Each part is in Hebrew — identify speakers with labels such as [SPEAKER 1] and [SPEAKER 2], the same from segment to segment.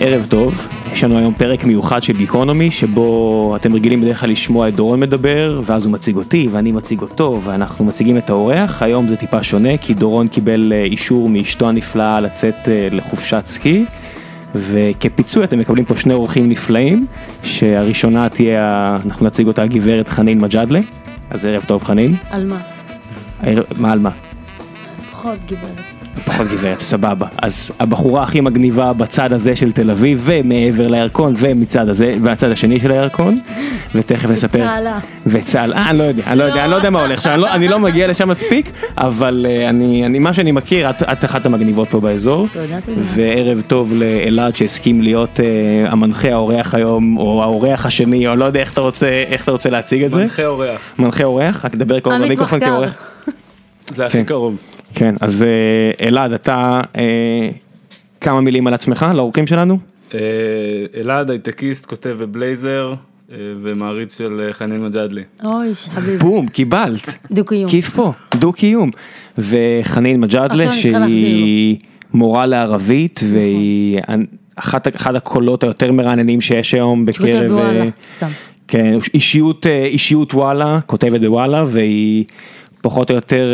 [SPEAKER 1] ערב טוב, יש לנו היום פרק מיוחד של גיקונומי שבו אתם רגילים בדרך כלל לשמוע את דורון מדבר ואז הוא מציג אותי ואני מציג אותו ואנחנו מציגים את האורח, היום זה טיפה שונה כי דורון קיבל אה, אישור מאשתו הנפלאה לצאת אה, לחופשת סקי וכפיצוי אתם מקבלים פה שני אורחים נפלאים שהראשונה תהיה, ה- אנחנו נציג אותה הגברת חנין מג'אדלה, אז ערב טוב חנין,
[SPEAKER 2] על מה?
[SPEAKER 1] הערב- מה על מה?
[SPEAKER 2] פחות גברת.
[SPEAKER 1] פחות גברת, סבבה. אז הבחורה הכי מגניבה בצד הזה של תל אביב, ומעבר לירקון, ומצד הזה, והצד השני של הירקון, ותכף נספר.
[SPEAKER 2] וצהלה.
[SPEAKER 1] וצהל, אה, אני לא יודע, אני לא יודע, אני לא יודע מה הולך שם, אני לא- אני לא מגיע לשם מספיק, אבל אה, אני, אני- מה שאני מכיר, את את אחת המגניבות פה באזור.
[SPEAKER 2] תודה, תודה.
[SPEAKER 1] וערב טוב לאלעד שהסכים להיות אה, המנחה האורח היום, או האורח השני, או לא יודע איך אתה רוצה, איך אתה רוצה להציג את זה.
[SPEAKER 3] מנחה אורח,
[SPEAKER 1] מנחה אורח, רק תדבר קרוב
[SPEAKER 2] עמית
[SPEAKER 1] למיקרופון
[SPEAKER 2] מחקר.
[SPEAKER 1] כאורח.
[SPEAKER 3] זה הכי
[SPEAKER 1] כן.
[SPEAKER 3] קרוב.
[SPEAKER 1] כן, אז אה, אלעד, אתה אה, כמה מילים על עצמך, לאורחים שלנו?
[SPEAKER 3] אה, אלעד הייטקיסט כותב בבלייזר אה, ומעריץ של אה, חנין מג'אדלי.
[SPEAKER 2] אוי, חביבי.
[SPEAKER 1] בום, קיבלת.
[SPEAKER 2] דו-קיום.
[SPEAKER 1] כיף פה, דו-קיום. וחנין מג'אדלה,
[SPEAKER 2] עכשיו אני צריכה נכון.
[SPEAKER 1] שהיא מורה לערבית, והיא אחת, אחד הקולות היותר מרעננים שיש היום בקרב...
[SPEAKER 2] כותב בוואלה,
[SPEAKER 1] אה,
[SPEAKER 2] סתם.
[SPEAKER 1] כן, אישיות, אה, אישיות וואלה, כותבת בוואלה, והיא פחות או יותר...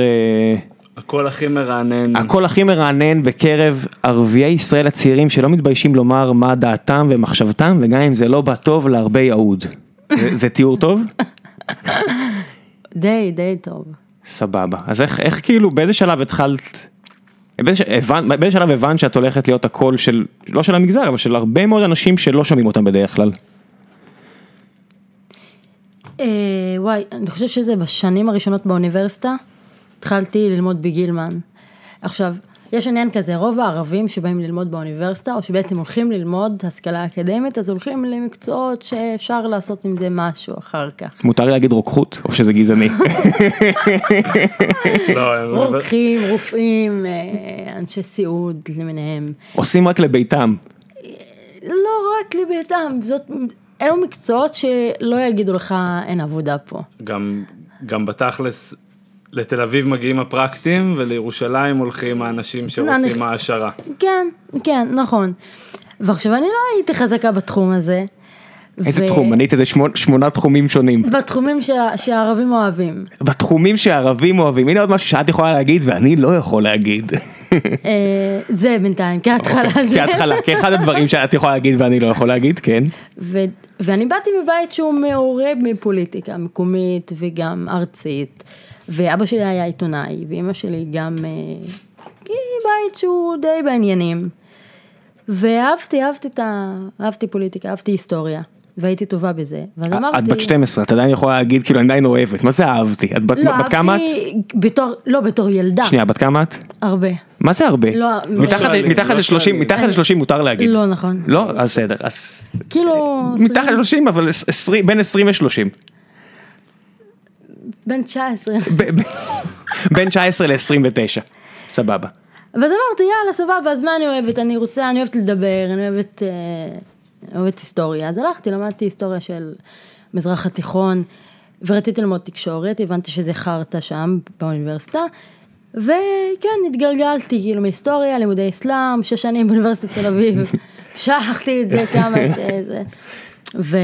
[SPEAKER 1] אה,
[SPEAKER 3] הכל הכי מרענן.
[SPEAKER 1] הקול הכי מרענן בקרב ערביי ישראל הצעירים שלא מתביישים לומר מה דעתם ומחשבתם וגם אם זה לא בא טוב להרבה יהוד. זה, זה תיאור טוב?
[SPEAKER 2] די, די טוב.
[SPEAKER 1] סבבה. אז איך, איך כאילו באיזה שלב התחלת? באיזה, ש- הבנ, באיזה שלב הבנת שאת הולכת להיות הקול של, לא של המגזר, אבל של הרבה מאוד אנשים שלא שומעים אותם בדרך כלל.
[SPEAKER 2] אה, וואי, אני חושבת שזה בשנים הראשונות באוניברסיטה, התחלתי ללמוד בגילמן. עכשיו, יש עניין כזה, רוב הערבים שבאים ללמוד באוניברסיטה, או שבעצם הולכים ללמוד השכלה אקדמית, אז הולכים למקצועות שאפשר לעשות עם זה משהו אחר כך.
[SPEAKER 1] מותר לי להגיד רוקחות או שזה גזעני?
[SPEAKER 3] לא, הם-
[SPEAKER 2] אוקיי. רוקחים, רופאים, אה, אנשי סיעוד למיניהם.
[SPEAKER 1] עושים רק לביתם.
[SPEAKER 2] לא רק לביתם, זאת, אלו מקצועות שלא יגידו לך אין עבודה פה.
[SPEAKER 3] גם, גם בתכלס, לתל אביב מגיעים הפרקטים ולירושלים הולכים האנשים שרוצים
[SPEAKER 2] אני-
[SPEAKER 3] העשרה.
[SPEAKER 2] כן, כן, נכון. ועכשיו אני לא הייתי חזקה בתחום הזה.
[SPEAKER 1] איזה תחום? מנית איזה שמונה, שמונה תחומים שונים.
[SPEAKER 2] בתחומים שה- שהערבים אוהבים.
[SPEAKER 1] בתחומים שהערבים אוהבים. הנה עוד משהו שאת יכולה להגיד ואני לא יכול להגיד.
[SPEAKER 2] אה, זה בינתיים, כהתחלה. זה.
[SPEAKER 1] אוקיי, כהתחלה, כאחד הדברים שאת יכולה להגיד ואני לא יכול להגיד, כן.
[SPEAKER 2] ו- ואני באתי מבית שהוא מעורה מפוליטיקה מקומית וגם ארצית, ואבא שלי היה עיתונאי, ואימא שלי גם, אה, היא בית שהוא די בעניינים. ואהבתי, אהבתי את ה... אהבתי פוליטיקה, אהבתי היסטוריה, והייתי טובה בזה, ואז אמרתי...
[SPEAKER 1] את בת 12, את עדיין יכולה להגיד כאילו אני עדיין אוהבת, מה זה אהבתי? את בת
[SPEAKER 2] לא,
[SPEAKER 1] בת כמה את?
[SPEAKER 2] אהבתי בתור, לא, בתור ילדה,
[SPEAKER 1] שנייה, בת כמה את?
[SPEAKER 2] הרבה.
[SPEAKER 1] מה זה הרבה?
[SPEAKER 2] לא,
[SPEAKER 1] מתחת
[SPEAKER 3] לא
[SPEAKER 1] ל-
[SPEAKER 3] שואלים,
[SPEAKER 1] מתחת
[SPEAKER 3] לא
[SPEAKER 1] ל-30,
[SPEAKER 3] שואלים.
[SPEAKER 1] מתחת ל-30 מותר להגיד.
[SPEAKER 2] לא נכון.
[SPEAKER 1] לא, אז בסדר, אז
[SPEAKER 2] כאילו...
[SPEAKER 1] מתחת ל-30 אבל 20 בין 20 ל-30.
[SPEAKER 2] בן 19.
[SPEAKER 1] בין 19 ל-29. סבבה.
[SPEAKER 2] ואז אמרתי, יאללה, סבבה, אז מה אני אוהבת? אני רוצה, אני אוהבת לדבר, אני אוהבת, אה, אני אוהבת היסטוריה. אז הלכתי, למדתי היסטוריה של מזרח התיכון, ורציתי ללמוד תקשורת, הבנתי שזה חרטא שם, באוניברסיטה, וכן, התגלגלתי, כאילו, מהיסטוריה, לימודי אסלאם, שש שנים באוניברסיטת תל אביב, שכחתי את זה כמה שזה. ו...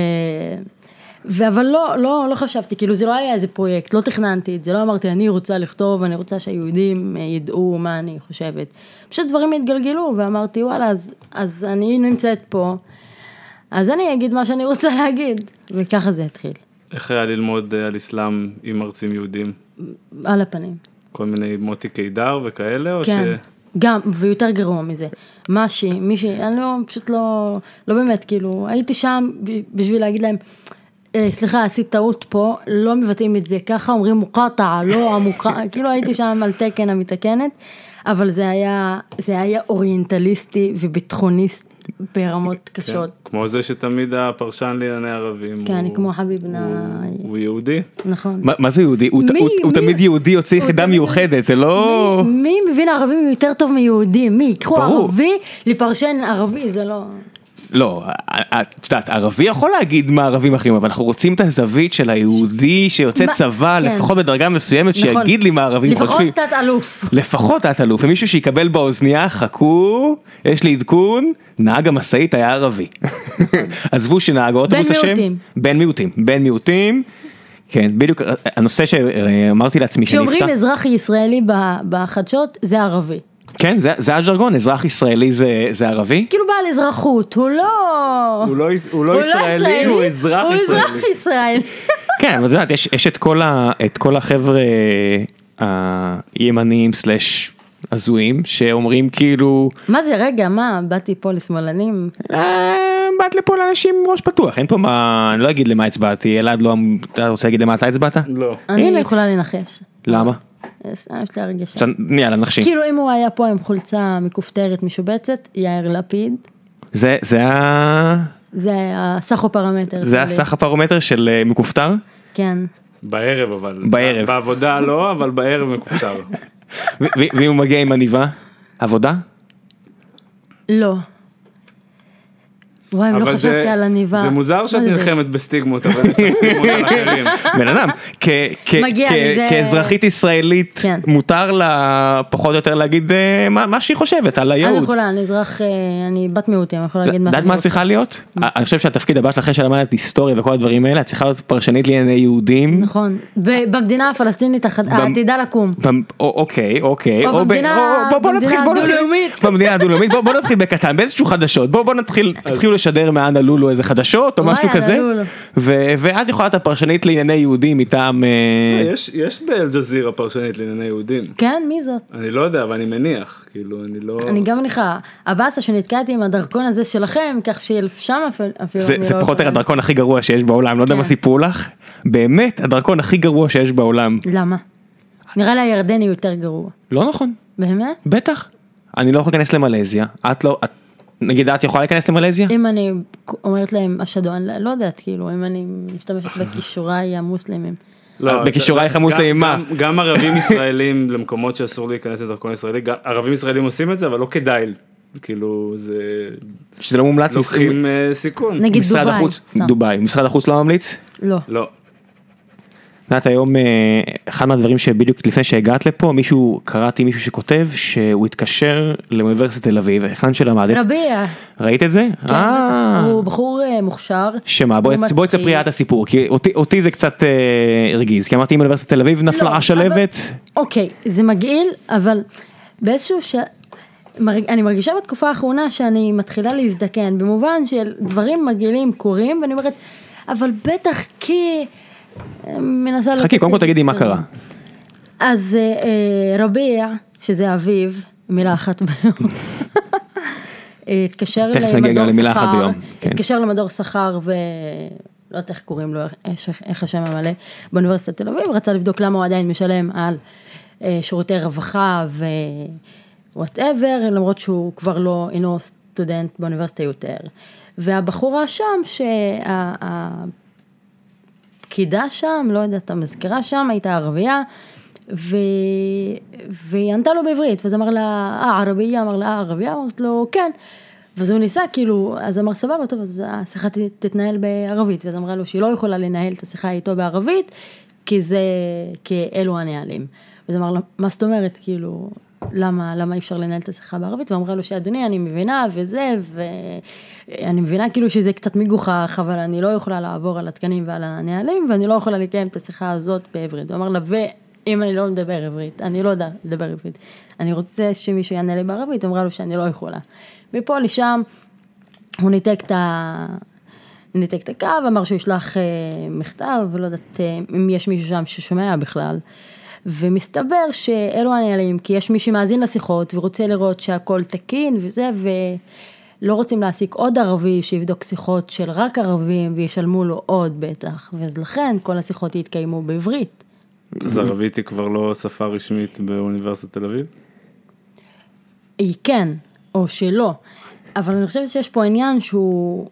[SPEAKER 2] אבל לא, לא, לא חשבתי, כאילו זה לא היה איזה פרויקט, לא תכננתי את זה, לא אמרתי אני רוצה לכתוב, אני רוצה שהיהודים אה, ידעו מה אני חושבת. פשוט דברים התגלגלו ואמרתי וואלה, אז, אז אני נמצאת פה, אז אני אגיד מה שאני רוצה להגיד, וככה זה התחיל,
[SPEAKER 3] איך היה ללמוד אה, על אסלאם עם מרצים יהודים?
[SPEAKER 2] על הפנים.
[SPEAKER 3] כל מיני מוטי קידר וכאלה? או
[SPEAKER 2] כן,
[SPEAKER 3] ש...
[SPEAKER 2] גם, ויותר גרוע מזה. משהי, מישהי, אני לא, פשוט לא, לא באמת, כאילו, הייתי שם ב- בשביל להגיד להם, "אה, סליחה, עשית טעות פה, לא מבטאים את זה ככה, אומרים מוקטעה, לא עמוקה, כאילו הייתי שם על תקן המתקנת, אבל זה היה, זה היה אוריינטליסטי וביטחוניסט ברמות
[SPEAKER 3] כן.
[SPEAKER 2] קשות.
[SPEAKER 3] כמו זה שתמיד הפרשן לענייני ערבים.
[SPEAKER 2] כן,
[SPEAKER 3] הוא-
[SPEAKER 2] כמו חביב נאי.
[SPEAKER 3] הוא- הוא יהודי?
[SPEAKER 2] נכון.
[SPEAKER 1] מה- מה זה יהודי? הוא ת-
[SPEAKER 2] מי-
[SPEAKER 1] הוא- הוא
[SPEAKER 2] מי-
[SPEAKER 1] תמיד יהודי יוצא
[SPEAKER 2] הוא
[SPEAKER 1] יחידה
[SPEAKER 2] תמיד-
[SPEAKER 1] מיוחדת, זה לא...
[SPEAKER 2] מי מי מבין ערבים יותר טוב מיהודים? מי? ייקחו
[SPEAKER 1] ברור.
[SPEAKER 2] ערבי, לפרשן ערבי, זה לא...
[SPEAKER 1] לא, את יודעת, ערבי יכול להגיד מה ערבים אחרים, אבל אנחנו רוצים את הזווית של היהודי שיוצא
[SPEAKER 2] מה-
[SPEAKER 1] צבא,
[SPEAKER 2] כן.
[SPEAKER 1] לפחות בדרגה מסוימת,
[SPEAKER 2] נכון.
[SPEAKER 1] שיגיד לי מה ערבים
[SPEAKER 2] לפחות
[SPEAKER 1] חושבים.
[SPEAKER 2] תת-אלוף.
[SPEAKER 1] לפחות תת-אלוף, ומישהו שיקבל באוזנייה, חכו, יש לי עדכון, נהג המשאית היה ערבי. עזבו שנהג האוטובוס
[SPEAKER 2] בן
[SPEAKER 1] אשם.
[SPEAKER 2] נכון. מיעוטים.
[SPEAKER 1] בן מיעוטים. בן מיעוטים. כן, בדיוק, הנושא שאמרתי לעצמי
[SPEAKER 2] כשאומרים
[SPEAKER 1] שנפתח.
[SPEAKER 2] אזרח ישראלי ב- בחדשות, זה ערבי.
[SPEAKER 1] כן, זה- זה הז'רגון, אזרח ישראלי זה- זה ערבי?
[SPEAKER 2] כאילו בעל אזרחות, הוא לא...
[SPEAKER 3] הוא לא יש- הוא לא ישראלי, הוא אזרח
[SPEAKER 2] הוא אזרח
[SPEAKER 3] ישראלי.
[SPEAKER 2] ישראלי.
[SPEAKER 1] כן, אבל את יודעת, יש, יש את, כל ה, את כל החבר'ה אה, הימניים סלאש הזויים, שאומרים כאילו,
[SPEAKER 2] מה זה, רגע, מה, באתי פה לשמאלנים?
[SPEAKER 1] "אה, באת לפה לאנשים עם ראש פתוח, אין פה מה, אני לא אגיד למה הצבעתי, אלעד לא, אמ- אתה רוצה להגיד למה אתה הצבעת?
[SPEAKER 3] לא.
[SPEAKER 2] אני
[SPEAKER 1] הנה.
[SPEAKER 2] יכולה לנחש.
[SPEAKER 1] למה?
[SPEAKER 2] יש אה, יש לי הרגשה.
[SPEAKER 1] אז יאללה נחשי.
[SPEAKER 2] כאילו אם הוא היה פה עם חולצה מכופתרת משובצת, יאיר לפיד,
[SPEAKER 1] זה, זה, ה-
[SPEAKER 2] זה הסכו פרמטר.
[SPEAKER 1] זה
[SPEAKER 2] שלי.
[SPEAKER 1] הסך הפרומטר של אה, מכופתר?
[SPEAKER 2] כן.
[SPEAKER 3] בערב אבל.
[SPEAKER 1] בערב.
[SPEAKER 3] בעבודה לא, אבל בערב מקוצר.
[SPEAKER 1] ו- ו- ואם הוא מגיע עם עניבה? עבודה?
[SPEAKER 2] לא. וואי, אם לא
[SPEAKER 3] אבל זה-
[SPEAKER 2] חשבתי על לא עניבה.
[SPEAKER 3] זה מוזר שאת
[SPEAKER 2] מה זה?
[SPEAKER 3] נלחמת בסטיגמות, אבל יש לך סטיגמות על אחרים.
[SPEAKER 1] בן אדם, כ- כ-
[SPEAKER 2] מגיע
[SPEAKER 1] כ-
[SPEAKER 2] לי, זה-
[SPEAKER 1] כאזרחית ישראלית,
[SPEAKER 2] כן.
[SPEAKER 1] מותר לה פחות או יותר להגיד אה, מה מה שהיא חושבת על
[SPEAKER 2] אני
[SPEAKER 1] הייעוד.
[SPEAKER 2] יכולה, אני אזרח, אה, אני בת מיעוטים, אני יכולה
[SPEAKER 1] את
[SPEAKER 2] להגיד מה
[SPEAKER 1] יודעת
[SPEAKER 2] שאני
[SPEAKER 1] מה את
[SPEAKER 2] רוצה.
[SPEAKER 1] צריכה להיות? אני חושב שהתפקיד הבא שלך אחרי שלמדת היסטוריה וכל הדברים האלה, את צריכה להיות פרשנית לענייני יהודים.
[SPEAKER 2] נכון. ב- במדינה הפלסטינית החד- העתידה לקום.
[SPEAKER 1] במ- או- אוקיי, אוקיי.
[SPEAKER 2] או
[SPEAKER 1] או ב-
[SPEAKER 2] במדינה-
[SPEAKER 1] או- בוא- בוא
[SPEAKER 2] במדינה
[SPEAKER 1] נתחיל- בוא נתחיל-
[SPEAKER 2] הדו-לאומית.
[SPEAKER 1] במדינה הדו-לאומית. בוא- בוא נתחיל בקטן, באיזשהו חדשות. בוא בוא נתחיל, תתחילו לשדר מאנה לולו איזה חדשות או
[SPEAKER 2] וואי,
[SPEAKER 1] משהו
[SPEAKER 2] אנה
[SPEAKER 1] כזה.
[SPEAKER 2] לולו.
[SPEAKER 1] ו- ואת יכולה להיות הפרשנית לענייני יהודים מטעם... אה,
[SPEAKER 3] יש- יש באל-ג'זירה פרשנית לענייני יהודים.
[SPEAKER 2] כן, מי זאת?
[SPEAKER 3] אני לא יודע, אבל אני מניח, כאילו, אני לא...
[SPEAKER 2] אני גם מניחה, הבאסה שנתקעתי עם הדרכון הזה שלכם, כך שאלפשם אפילו אפילו
[SPEAKER 1] זה,
[SPEAKER 2] אני
[SPEAKER 1] זה
[SPEAKER 2] לא
[SPEAKER 1] פחות או יותר
[SPEAKER 2] יכולה.
[SPEAKER 1] הדרכון הכי גרוע שיש בעולם, לא יודע
[SPEAKER 2] כן.
[SPEAKER 1] מה סיפרו לך, באמת הדרכון הכי גרוע שיש בעולם.
[SPEAKER 2] למה? נראה לי הירדני יותר גרוע.
[SPEAKER 1] לא נכון,
[SPEAKER 2] באמת?
[SPEAKER 1] בטח. אני לא יכול להיכנס למלזיה, את לא, את, נגיד את יכולה להיכנס למלזיה?
[SPEAKER 2] אם אני אומרת להם השדוען, לא יודעת, כאילו, אם אני משתמשת בכישוריי המוסלמים.
[SPEAKER 3] לא,
[SPEAKER 1] בכישורייך
[SPEAKER 3] גם-
[SPEAKER 1] המוסלמים, מה?
[SPEAKER 3] גם- גם ערבים ישראלים למקומות שאסור להיכנס לדרכון ישראלי, גם- ערבים ישראלים עושים את זה, אבל לא כדאי. כאילו, זה...
[SPEAKER 1] שזה לא מומלץ,
[SPEAKER 3] לוקחים אה, סיכון.
[SPEAKER 2] נגיד
[SPEAKER 1] משרד
[SPEAKER 2] דובאי.
[SPEAKER 1] החוץ,
[SPEAKER 2] סתם.
[SPEAKER 1] דובאי, משרד החוץ לא ממליץ?
[SPEAKER 2] לא.
[SPEAKER 3] לא.
[SPEAKER 1] את היום אה, אחד מהדברים שבדיוק לפני שהגעת לפה מישהו קראתי מישהו שכותב שהוא התקשר לאוניברסיטת תל אביב היכן שלמדת
[SPEAKER 2] רביע.
[SPEAKER 1] ראית את זה?
[SPEAKER 2] כן,
[SPEAKER 1] אה.
[SPEAKER 2] בטח. הוא בחור אה, מוכשר.
[SPEAKER 1] שמה בואי
[SPEAKER 2] הוא
[SPEAKER 1] בוא
[SPEAKER 2] מצחיק.
[SPEAKER 1] תספרי את הסיפור כי אותי, אותי זה קצת אה, הרגיז כי אמרתי אם אוניברסיטת תל אביב נפלה
[SPEAKER 2] לא, אבל-
[SPEAKER 1] השלהבת
[SPEAKER 2] אוקיי, זה מגעיל, אבל באיזשהו ש... מרג- אני מרגישה בתקופה האחרונה שאני מתחילה להזדקן, במובן של דברים מגעילים קורים, ואני אומרת, אבל בטח כי... אה, מנסה...
[SPEAKER 1] חכי
[SPEAKER 2] לתת
[SPEAKER 1] קודם כל
[SPEAKER 2] לי
[SPEAKER 1] תגידי מה
[SPEAKER 2] הסברים.
[SPEAKER 1] קרה
[SPEAKER 2] אז אה, אה, רביע, שזה אביו, מילה אחת ביום. אה, התקשר
[SPEAKER 1] תכף נגיע גם
[SPEAKER 2] למדור
[SPEAKER 1] למילה אחת
[SPEAKER 2] שכר,
[SPEAKER 1] ביום, כן.
[SPEAKER 2] התקשר למדור שכר ו... לא יודעת איך קוראים לו, איך- איך השם המלא, באוניברסיטת תל אביב, רצה לבדוק למה הוא עדיין משלם על אה, שירותי רווחה ווואטאבר, למרות שהוא כבר לא, אינו סטודנט באוניברסיטה יותר. והבחור האשם שה... ה- הפקידה שם, לא יודעת, המזכירה שם, הייתה ערבייה, ו... והיא ענתה לו בעברית, ואז אמר לה, אה, ערבייה, אמר לה, אה, ערבייה, אמרת לו, כן. ואז הוא ניסה, כאילו, אז אמר, סבבה, טוב, אז השיחה ת- תתנהל בערבית, ואז אמרה לו שהיא לא יכולה לנהל את השיחה איתו בערבית, כי זה, כי אלו הנהלים. ואז אמר לה, מה זאת אומרת, כאילו, למה, למה אי אפשר לנהל את השיחה בערבית? ואמרה לו שאדוני, אני מבינה וזה, ואני מבינה כאילו שזה קצת מגוחך, אבל אני לא יכולה לעבור על התקנים ועל הנהלים, ואני לא יכולה לקיים את השיחה הזאת בעברית. הוא אמר לה, ואם אני לא מדבר עברית, אני לא יודע לדבר עברית, אני רוצה שמישהו יענה לי בערבית, אמרה לו שאני לא יכולה. מפה לשם, הוא ניתק את ה... ניתק את הקו, אמר שהוא ישלח אה, מכתב, לא יודעת אה, אם יש מישהו שם ששומע בכלל. ומסתבר שאלו הנהלים, כי יש מי שמאזין לשיחות ורוצה לראות שהכל תקין וזה, ולא רוצים להעסיק עוד ערבי שיבדוק שיחות של רק ערבים וישלמו לו עוד בטח, ואז לכן כל השיחות יתקיימו בעברית.
[SPEAKER 3] אז ערבית היא כבר לא שפה רשמית באוניברסיטת תל אביב?
[SPEAKER 2] היא כן, או שלא. אבל אני חושבת שיש פה עניין שהוא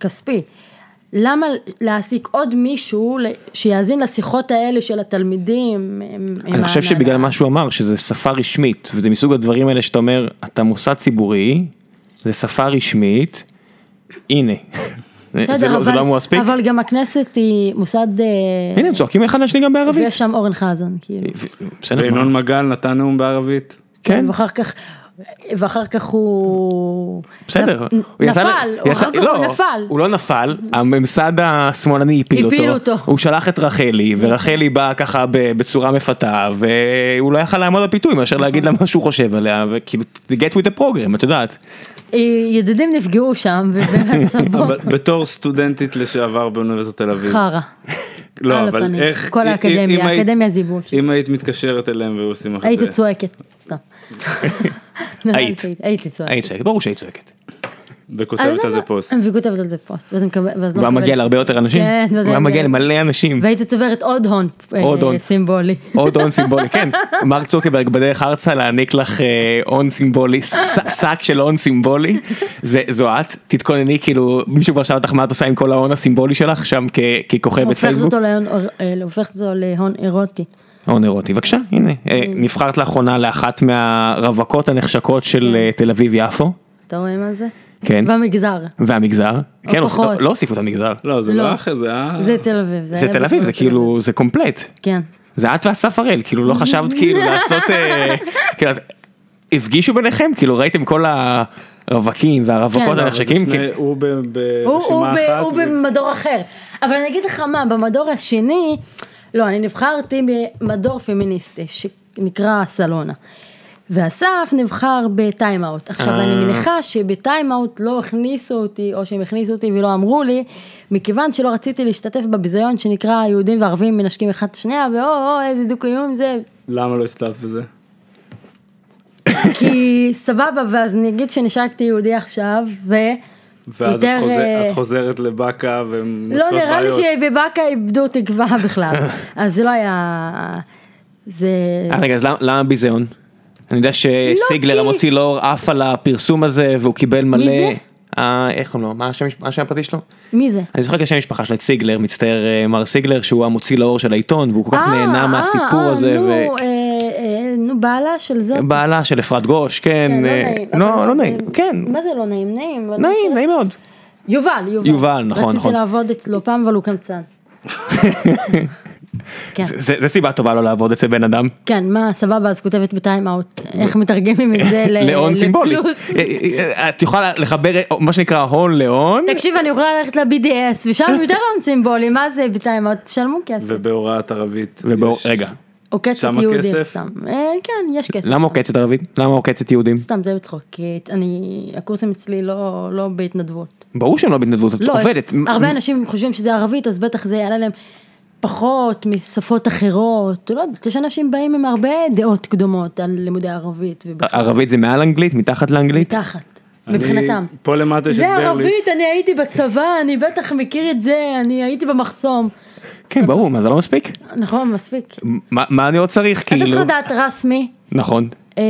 [SPEAKER 2] כספי. למה להעסיק עוד מישהו ל- שיאזין לשיחות האלה של התלמידים? עם- עם
[SPEAKER 1] אני חושב
[SPEAKER 2] ההנהלה?
[SPEAKER 1] שבגלל מה שהוא אמר שזה שפה רשמית וזה מסוג הדברים האלה שאתה אומר אתה מוסד ציבורי זה שפה רשמית הנה. זה לא- זה לא אמור להספיק?
[SPEAKER 2] אבל גם הכנסת היא מוסד... אה,
[SPEAKER 1] הנה הם צועקים אחד לשני גם בערבית.
[SPEAKER 2] ויש שם אורן חזן, כאילו.
[SPEAKER 1] בסדר, מה?
[SPEAKER 3] וינון מגל נתן נאום בערבית.
[SPEAKER 1] כן,
[SPEAKER 2] ואחר כך, ואחר כך הוא...
[SPEAKER 1] בסדר.
[SPEAKER 2] נ-
[SPEAKER 1] הוא יצא ל-
[SPEAKER 2] נפל, הוא
[SPEAKER 1] יצא-
[SPEAKER 2] אחר כך הוא
[SPEAKER 1] לא,
[SPEAKER 2] נפל.
[SPEAKER 1] הוא לא נפל, הממסד השמאלני הפיל
[SPEAKER 2] הפיל
[SPEAKER 1] אותו.
[SPEAKER 2] אותו.
[SPEAKER 1] הוא שלח את רחלי, ורחלי באה ככה ב- בצורה מפתה, והוא לא יכל לעמוד בפיתוי מאשר להגיד לה מה שהוא חושב עליה, וכאילו, get with the program, את יודעת. לא-
[SPEAKER 2] אה, ידידים נפגעו שם, ובאמת עכשיו בוא,
[SPEAKER 3] אבל בתור סטודנטית לשעבר באוניברסיטת תל אביב.
[SPEAKER 2] חרא.
[SPEAKER 3] לא,
[SPEAKER 2] על
[SPEAKER 3] אבל
[SPEAKER 2] הפנים.
[SPEAKER 3] איך...
[SPEAKER 2] כל
[SPEAKER 3] אם- אם
[SPEAKER 2] האקדמיה,
[SPEAKER 3] היית-
[SPEAKER 2] האקדמיה זיבול. שם.
[SPEAKER 3] אם היית מתקשרת אליהם והיו עושים לך את
[SPEAKER 2] הייתי
[SPEAKER 3] זה.
[SPEAKER 2] צועקת, סתם. נראה לי
[SPEAKER 1] היית.
[SPEAKER 2] שהייתי- הייתי צועקת.
[SPEAKER 1] היית צועקת, ברור שהיית צועקת.
[SPEAKER 2] אני
[SPEAKER 3] וכותבת
[SPEAKER 2] לא
[SPEAKER 3] על זה
[SPEAKER 2] יודעת,
[SPEAKER 3] פוסט.
[SPEAKER 2] וכותבת על זה פוסט, ואז מקבל- ואז לא
[SPEAKER 1] הוא היה מגיע
[SPEAKER 2] מקבלת.
[SPEAKER 1] להרבה יותר אנשים,
[SPEAKER 2] כן, ואז
[SPEAKER 1] הוא היה
[SPEAKER 2] אני-
[SPEAKER 1] מגיע למלא אנשים.
[SPEAKER 2] והייתי צוברת עוד הון אה,
[SPEAKER 1] עוד הון.
[SPEAKER 2] סימבולי.
[SPEAKER 1] עוד הון סימבולי, כן, מרק צוקרברג בדרך ארצה להעניק לך אה, הון סימבולי, ס- ס- שק של הון סימבולי, זה, זו את, תתכונני כאילו, מישהו כבר שאל אותך מה את עושה עם כל ההון הסימבולי שלך שם כ- ככוכבת
[SPEAKER 2] הופכת
[SPEAKER 1] פייסבוק,
[SPEAKER 2] אותו להון אור- אה, הופכת אותו להון אירוטי.
[SPEAKER 1] הון אירוטי, בבקשה, הנה, אה,
[SPEAKER 2] Mm.
[SPEAKER 1] נבחרת לאחרונה לאחת מהרווקות הנחשקות
[SPEAKER 2] כן.
[SPEAKER 1] של אה, תל אביב יפו,
[SPEAKER 2] אתה רואה מה זה?
[SPEAKER 1] כן,
[SPEAKER 2] במגזר.
[SPEAKER 1] והמגזר, כן, לא-
[SPEAKER 2] פחות.
[SPEAKER 1] לא- לא הוסיפו את המגזר,
[SPEAKER 3] לא, זה
[SPEAKER 2] לא.
[SPEAKER 3] לא אחרי זה, אה?
[SPEAKER 2] זה תל אביב.
[SPEAKER 1] זה
[SPEAKER 2] היה
[SPEAKER 1] תל אביב,
[SPEAKER 2] בגבול
[SPEAKER 1] זה כאילו, זה קומפלט.
[SPEAKER 2] כן.
[SPEAKER 1] זה את ואסף הראל כאילו לא חשבת כאילו לעשות אה, כאילו את- הפגישו ביניכם כאילו ראיתם כל הרווקים והרווקות כאילו-
[SPEAKER 2] כן.
[SPEAKER 1] הנחשקים
[SPEAKER 3] זה שני- הוא ב-
[SPEAKER 2] הוא- הוא
[SPEAKER 3] ברשימה
[SPEAKER 2] ב-
[SPEAKER 3] אחת.
[SPEAKER 2] הוא
[SPEAKER 3] ו-
[SPEAKER 2] במדור אחר. אבל אני אגיד לך מה, במדור השני, לא, אני נבחרתי במדור פמיניסטי, שנקרא סלונה. ואסף נבחר בטיימאוט. עכשיו
[SPEAKER 1] אה.
[SPEAKER 2] אני מניחה שבטיימאוט לא הכניסו אותי, או שהם הכניסו אותי ולא אמרו לי, מכיוון שלא רציתי להשתתף בביזיון שנקרא יהודים וערבים מנשקים אחד את השנייה, ואו, או, איזה דו-קיום זה,
[SPEAKER 3] למה לא הסתלבת בזה?
[SPEAKER 2] כי סבבה, ואז נגיד שנשקתי יהודי עכשיו, ו...
[SPEAKER 3] ואז את
[SPEAKER 2] יותר,
[SPEAKER 3] חוזר-
[SPEAKER 2] אה,
[SPEAKER 3] את חוזרת לבאקה ומוצאות
[SPEAKER 2] לא, נראה לי
[SPEAKER 3] בעיות.
[SPEAKER 2] שבבאקה איבדו תקווה בכלל. אז זה לא היה... זה...
[SPEAKER 1] אה, רגע אז למה- למה ביזיון? אני יודע שסיגלר
[SPEAKER 2] לא, כי-
[SPEAKER 1] המוציא לאור עף על הפרסום הזה והוא קיבל מלא.
[SPEAKER 2] זה?
[SPEAKER 1] אה, איך קוראים לו? מה השם מה השם הפרטי שלו?
[SPEAKER 2] מי זה?
[SPEAKER 1] אני זוכר את השם המשפחה שלו, את סיגלר, מצטער אה, מר סיגלר שהוא המוציא לאור של העיתון והוא כל כך נהנה מהסיפור
[SPEAKER 2] אה,
[SPEAKER 1] הזה.
[SPEAKER 2] נו,
[SPEAKER 1] ו-
[SPEAKER 2] אה, אה, נו, בעלה של זה.
[SPEAKER 1] בעלה של אפרת גוש, כן,
[SPEAKER 2] כן, לא
[SPEAKER 1] אה,
[SPEAKER 2] נעים,
[SPEAKER 1] לא
[SPEAKER 2] אבל
[SPEAKER 1] לא
[SPEAKER 2] זה-
[SPEAKER 1] נעים, כן,
[SPEAKER 2] מה זה לא נעים? נעים. אבל
[SPEAKER 1] נעים,
[SPEAKER 2] בסדר.
[SPEAKER 1] נעים מאוד.
[SPEAKER 2] יובל, יובל.
[SPEAKER 1] יובל, נכון, נכון.
[SPEAKER 2] רציתי לעבוד אצלו פעם, אבל הוא קמצן. כן.
[SPEAKER 1] זה- זה זה סיבה טובה לא לעבוד אצל בן אדם.
[SPEAKER 2] כן, מה, סבבה, אז כותבת בטיים-אאוט. איך מתרגמים את זה ל-
[SPEAKER 1] להון סימבולי.
[SPEAKER 2] אה, לפלוס?
[SPEAKER 1] אה, אה, את יכולה לחבר אה, מה שנקרא הון להון.
[SPEAKER 2] תקשיב, אני יכולה ללכת ל-BDS, ושם יותר הון סימבולי, מה זה בטיים-אאוט? תשלמו כסף.
[SPEAKER 3] ובהוראת ערבית.
[SPEAKER 1] ובוא-
[SPEAKER 3] יש-
[SPEAKER 1] רגע,
[SPEAKER 2] עוקצת
[SPEAKER 3] שמה
[SPEAKER 2] יהודים
[SPEAKER 3] כסף?
[SPEAKER 2] סתם. אה, כן, יש כסף.
[SPEAKER 1] למה
[SPEAKER 2] שם.
[SPEAKER 1] עוקצת ערבית? למה עוקצת יהודים?
[SPEAKER 2] סתם, זה בצחוק, כי אני, הקורסים אצלי לא, לא בהתנדבות.
[SPEAKER 1] ברור שהם לא בהתנדבות, את
[SPEAKER 2] לא, יש-
[SPEAKER 1] עובדת. מ-
[SPEAKER 2] הרבה
[SPEAKER 1] מ-
[SPEAKER 2] אנשים חושבים שזה ערבית, אז בטח זה יעלה להם פחות משפות אחרות. לא יודעת, יש אנשים באים עם הרבה דעות קדומות על לימודי ערבית ובכלל,
[SPEAKER 1] ערבית זה מעל אנגלית? מתחת לאנגלית?
[SPEAKER 2] תחת,
[SPEAKER 3] אני-
[SPEAKER 2] מבחינתם.
[SPEAKER 3] פה למטה יש את
[SPEAKER 2] זה
[SPEAKER 3] ברליץ.
[SPEAKER 2] ערבית, אני הייתי בצבא, אני בטח מכיר את זה, אני הייתי במחסום.
[SPEAKER 1] כן, ברור, מה זה לא מספיק?
[SPEAKER 2] נכון, מספיק.
[SPEAKER 1] מה- מה אני עוד צריך
[SPEAKER 2] אתה צריך
[SPEAKER 1] כאילו?
[SPEAKER 2] לדעת רסמי,
[SPEAKER 1] נכון.
[SPEAKER 2] אה,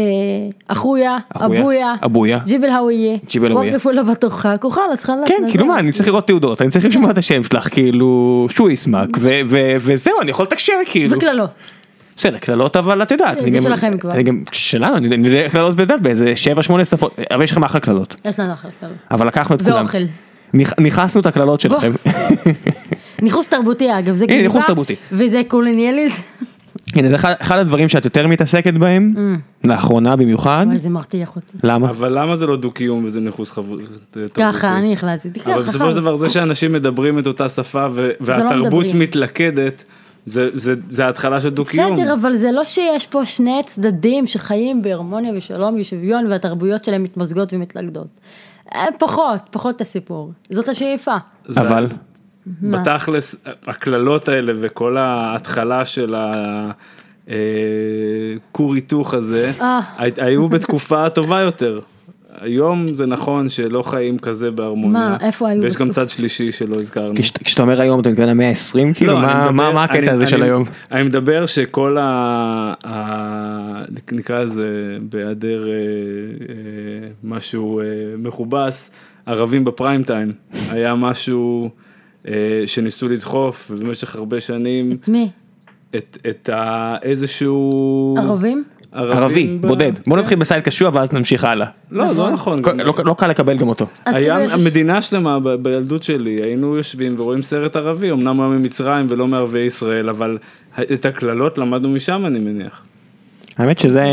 [SPEAKER 2] אחויה,
[SPEAKER 1] אחויה,
[SPEAKER 2] אבויה,
[SPEAKER 1] אבויה.
[SPEAKER 2] ג'יבל האויה,
[SPEAKER 1] ג'יבל האויה.
[SPEAKER 2] וואקף לא בתורך, כוחל, אז חלאס.
[SPEAKER 1] כן, כאילו
[SPEAKER 2] נעזוב.
[SPEAKER 1] מה, אני צריך לראות תעודות, אני צריך לשמוע את השם שלך, כאילו, שהוא יסמק, ו- ו- וזהו, אני יכול לתקשר, כאילו.
[SPEAKER 2] וקללות.
[SPEAKER 1] בסדר, קללות אבל את יודעת.
[SPEAKER 2] זה
[SPEAKER 1] אני גם-
[SPEAKER 2] שלכם כבר.
[SPEAKER 1] אני גם, שלנו, אני אני יודע קללות בדעת באיזה 7-8 שפות, אבל יש לכם אחלה קללות.
[SPEAKER 2] יש לנו אחלה קללות.
[SPEAKER 1] אבל לקחנו את כולם.
[SPEAKER 2] ואוכל.
[SPEAKER 1] נכ- נכנסנו את הקללות שלכם.
[SPEAKER 2] ניחוס תרבותי אגב, זה
[SPEAKER 1] הנה, ניחוס
[SPEAKER 2] גניבה,
[SPEAKER 1] תרבותי.
[SPEAKER 2] וזה קולוניאליזם.
[SPEAKER 1] הנה זה אחד- אחד הדברים שאת יותר מתעסקת בהם, לאחרונה במיוחד.
[SPEAKER 2] וואי, Mm. זה מרתיח אותי.
[SPEAKER 1] למה?
[SPEAKER 3] אבל למה זה לא דו קיום וזה ניחוס חברות?
[SPEAKER 2] ככה, אני החלטתי.
[SPEAKER 3] אבל בסופו של דבר זה שאנשים מדברים את אותה שפה ו- והתרבות
[SPEAKER 2] לא מדברים.
[SPEAKER 3] מתלכדת, זה- זה זה ההתחלה של דו קיום.
[SPEAKER 2] בסדר, אבל זה לא שיש פה שני צדדים שחיים בהרמוניה ושלום ושוויון והתרבויות שלהם מתמזגות ומתלכדות. אה, פחות, פחות הסיפור. זאת השאיפה.
[SPEAKER 1] אבל-
[SPEAKER 3] בתכלס הקללות האלה וכל ההתחלה של ה... אה, כור היתוך הזה
[SPEAKER 2] אה.
[SPEAKER 3] הי- היו בתקופה טובה יותר. היום זה נכון שלא חיים כזה בהרמוניה.
[SPEAKER 2] מה, איפה היו
[SPEAKER 3] ויש גם
[SPEAKER 2] בתקופה?
[SPEAKER 3] צד שלישי שלא הזכרנו.
[SPEAKER 1] כש- כשאתה אומר היום אתה מתכוון למאה ה-20 כאילו?
[SPEAKER 3] לא,
[SPEAKER 1] מה-
[SPEAKER 3] אני
[SPEAKER 1] מה
[SPEAKER 3] מדבר-
[SPEAKER 1] מה
[SPEAKER 3] אני-
[SPEAKER 1] הקטע הזה
[SPEAKER 3] אני-
[SPEAKER 1] של היום?
[SPEAKER 3] אני מדבר שכל ה... ה- נקרא לזה בהיעדר אה, אה, משהו אה, מכובס, ערבים בפריים טיים, היה משהו אה, שניסו לדחוף ובמשך הרבה שנים
[SPEAKER 2] מי?
[SPEAKER 3] את, את ה... איזשהו...
[SPEAKER 2] ערבים?
[SPEAKER 1] ערבי,
[SPEAKER 3] ב- כן.
[SPEAKER 1] בודד. בוא נתחיל בסייד קשוע ואז נמשיך הלאה.
[SPEAKER 3] לא, זה לא נכון.
[SPEAKER 1] כל- לא לא קל לקבל גם אותו.
[SPEAKER 2] אז
[SPEAKER 3] היה
[SPEAKER 2] כאילו יש-
[SPEAKER 3] המדינה שלמה ב- בילדות שלי, היינו יושבים ורואים סרט ערבי, אמנם היה ממצרים ולא מערביי ישראל, אבל את הקללות למדנו משם אני מניח.
[SPEAKER 1] האמת שזה